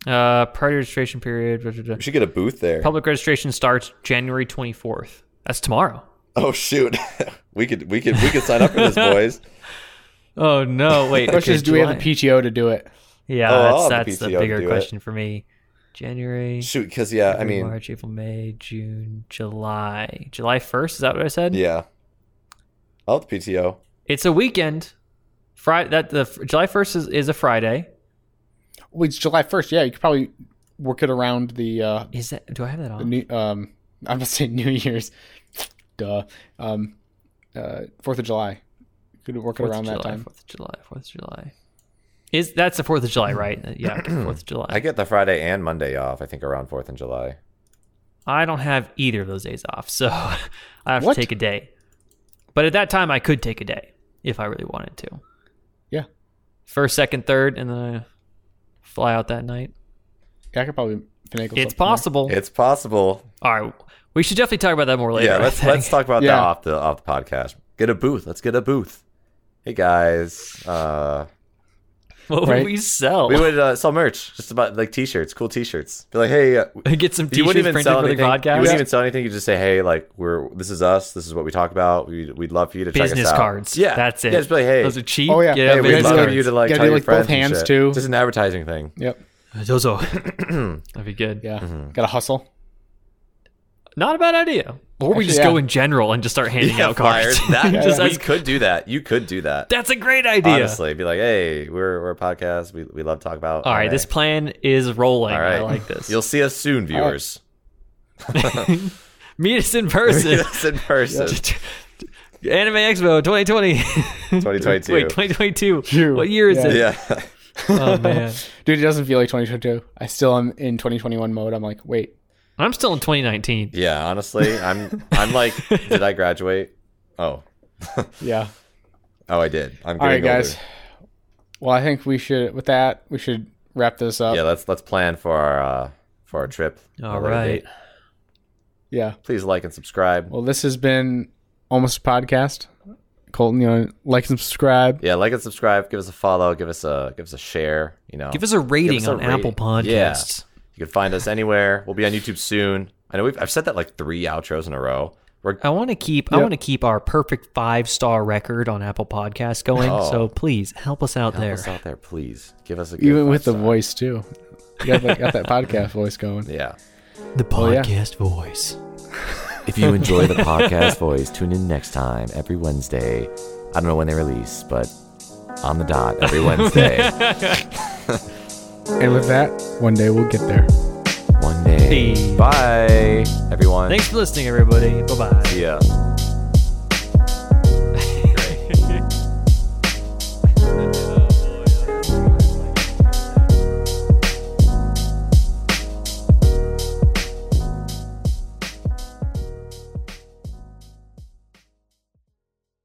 Speaker 3: Uh, prior to registration period. blah, blah, blah.
Speaker 2: We should get a booth there.
Speaker 3: Public registration starts January 24th. That's tomorrow.
Speaker 2: Oh shoot. we could we could we could sign up for this, boys.
Speaker 3: Oh no! Wait.
Speaker 1: Question is, do we have the PTO to do it?
Speaker 3: Yeah,
Speaker 2: Oh, I'll
Speaker 3: that's,
Speaker 2: have the
Speaker 3: that's the
Speaker 2: PTO to
Speaker 3: bigger
Speaker 2: do it.
Speaker 3: question for me. January.
Speaker 2: Shoot, because yeah, I
Speaker 3: February,
Speaker 2: mean,
Speaker 3: March, April, May, June, July. July 1st, is that what I said?
Speaker 2: yeah. I'll have the PTO.
Speaker 3: It's a weekend. Friday that the July 1st is, is a Friday.
Speaker 1: Well, it's July first. Yeah, you could probably work it around the uh,
Speaker 3: Is that do I have that
Speaker 1: the
Speaker 3: on?
Speaker 1: new. Um, I'm not saying New Year's. Duh. Um, uh, Fourth of July. You could work it
Speaker 3: of
Speaker 1: around
Speaker 3: July,
Speaker 1: that time.
Speaker 3: 4th of July, 4th of July. Is that's the 4th of July, right? Uh, Yeah, 4th of July.
Speaker 2: I get the Friday and Monday off. I think around Fourth in July.
Speaker 3: I don't have either of those days off, so I have
Speaker 1: What?
Speaker 3: to take a day. But at that time, I could take a day if I really wanted to.
Speaker 1: Yeah.
Speaker 3: First, second, third, and then I fly out that night.
Speaker 1: Yeah, I could probably finagle. something
Speaker 3: It's
Speaker 1: there.
Speaker 3: possible.
Speaker 2: It's possible.
Speaker 3: All right, we should definitely talk about that more later.
Speaker 2: yeah,
Speaker 3: I
Speaker 2: let's
Speaker 3: think.
Speaker 2: let's talk about that
Speaker 1: Yeah.
Speaker 2: off the off the podcast. Get a booth. Let's get a booth. Hey guys, uh,
Speaker 3: What would
Speaker 1: Right.
Speaker 3: we sell?
Speaker 2: we would uh, sell merch, just about like t-shirts, cool t-shirts. Be like, hey, uh,
Speaker 3: Get some
Speaker 2: you
Speaker 3: t-shirts
Speaker 2: wouldn't even
Speaker 3: printed
Speaker 2: sell
Speaker 3: for the
Speaker 2: anything.
Speaker 3: podcast.
Speaker 2: You wouldn't even sell anything. You just say, hey, like we're this is us. This is what we talk about. We'd, we'd love for you to check
Speaker 3: business
Speaker 2: us out.
Speaker 3: cards.
Speaker 2: Yeah,
Speaker 3: that's it.
Speaker 2: Yeah, just be like, hey,
Speaker 3: those are cheap.
Speaker 1: Oh, yeah. Hey,
Speaker 3: Get
Speaker 2: hey,
Speaker 3: out
Speaker 1: we
Speaker 2: we'd
Speaker 3: business
Speaker 1: business
Speaker 2: love for
Speaker 3: cards.
Speaker 2: you to like
Speaker 1: Gotta
Speaker 2: tell
Speaker 1: do,
Speaker 2: your
Speaker 1: like, both
Speaker 2: friends and
Speaker 1: hands,
Speaker 2: shit.
Speaker 1: too.
Speaker 2: Just an advertising thing.
Speaker 1: Yep.
Speaker 3: Uh, Those are- That'd be good.
Speaker 1: Yeah.
Speaker 2: Mm-hmm.
Speaker 1: Got to hustle.
Speaker 3: Not a bad idea. Or
Speaker 1: Actually,
Speaker 3: we just
Speaker 1: yeah.
Speaker 3: go in general and just start handing out cards.
Speaker 2: flyers. That
Speaker 3: Just
Speaker 2: we
Speaker 3: as-
Speaker 2: could do that. You could do that.
Speaker 3: that's a great idea.
Speaker 2: Honestly, be like, hey, we're we're a podcast. We we love to talk about.
Speaker 3: All right,
Speaker 2: anime."
Speaker 3: this plan is rolling.
Speaker 2: All right.
Speaker 3: I like this.
Speaker 2: You'll see us soon, viewers.
Speaker 3: Meet us in person.
Speaker 2: Us in person.
Speaker 3: Anime Expo 2020.
Speaker 2: 2022.
Speaker 3: Wait, 2022.
Speaker 1: Phew.
Speaker 3: What year is
Speaker 1: Yeah.
Speaker 3: it?
Speaker 2: Yeah.
Speaker 3: Oh man,
Speaker 1: Dude, it doesn't feel like 2022. I still am in 2021 mode. I'm like, wait,
Speaker 3: I'm still in 2019.
Speaker 2: Yeah, honestly, I'm I'm like, did I graduate? Oh.
Speaker 1: yeah.
Speaker 2: Oh, I did. I'm
Speaker 1: All right,
Speaker 2: getting
Speaker 1: guys.
Speaker 2: older.
Speaker 1: Well, I think we should. With that, we should wrap this up.
Speaker 2: Yeah, let's let's plan for our uh for our trip. A
Speaker 3: All
Speaker 2: later
Speaker 3: right.
Speaker 2: date.
Speaker 1: yeah.
Speaker 2: Please like and subscribe.
Speaker 1: Well, this has been almost a podcast. Colton, you know, like and subscribe.
Speaker 2: Yeah, like and subscribe, give us a follow, give us a give us a share, you know.
Speaker 3: Give us a rating
Speaker 2: a
Speaker 3: on Apple
Speaker 2: rating. Yeah.
Speaker 3: Podcasts.
Speaker 2: You can find us anywhere. We'll be on YouTube soon. I know we've I've said that like 3 outros in a row. We're
Speaker 3: I want to keep I
Speaker 1: Yep.
Speaker 3: want to keep our perfect five star record on Apple Podcasts going.
Speaker 2: Oh.
Speaker 3: So please help us out
Speaker 2: help
Speaker 3: there.
Speaker 2: us out there, please. Give us a good
Speaker 1: Even with the
Speaker 2: five-star.
Speaker 1: voice too. You got, that- got that podcast voice going.
Speaker 2: Yeah.
Speaker 3: The
Speaker 2: Oh,
Speaker 1: yeah.
Speaker 3: podcast voice.
Speaker 2: If you enjoy the podcast voice, tune in next time every Wednesday. I don't know when they release, but on the dot every Wednesday.
Speaker 1: And with that, one day we'll get there.
Speaker 2: One day.
Speaker 3: Peace.
Speaker 2: Bye, everyone.
Speaker 3: Thanks for listening, everybody. Bye bye.
Speaker 2: See ya.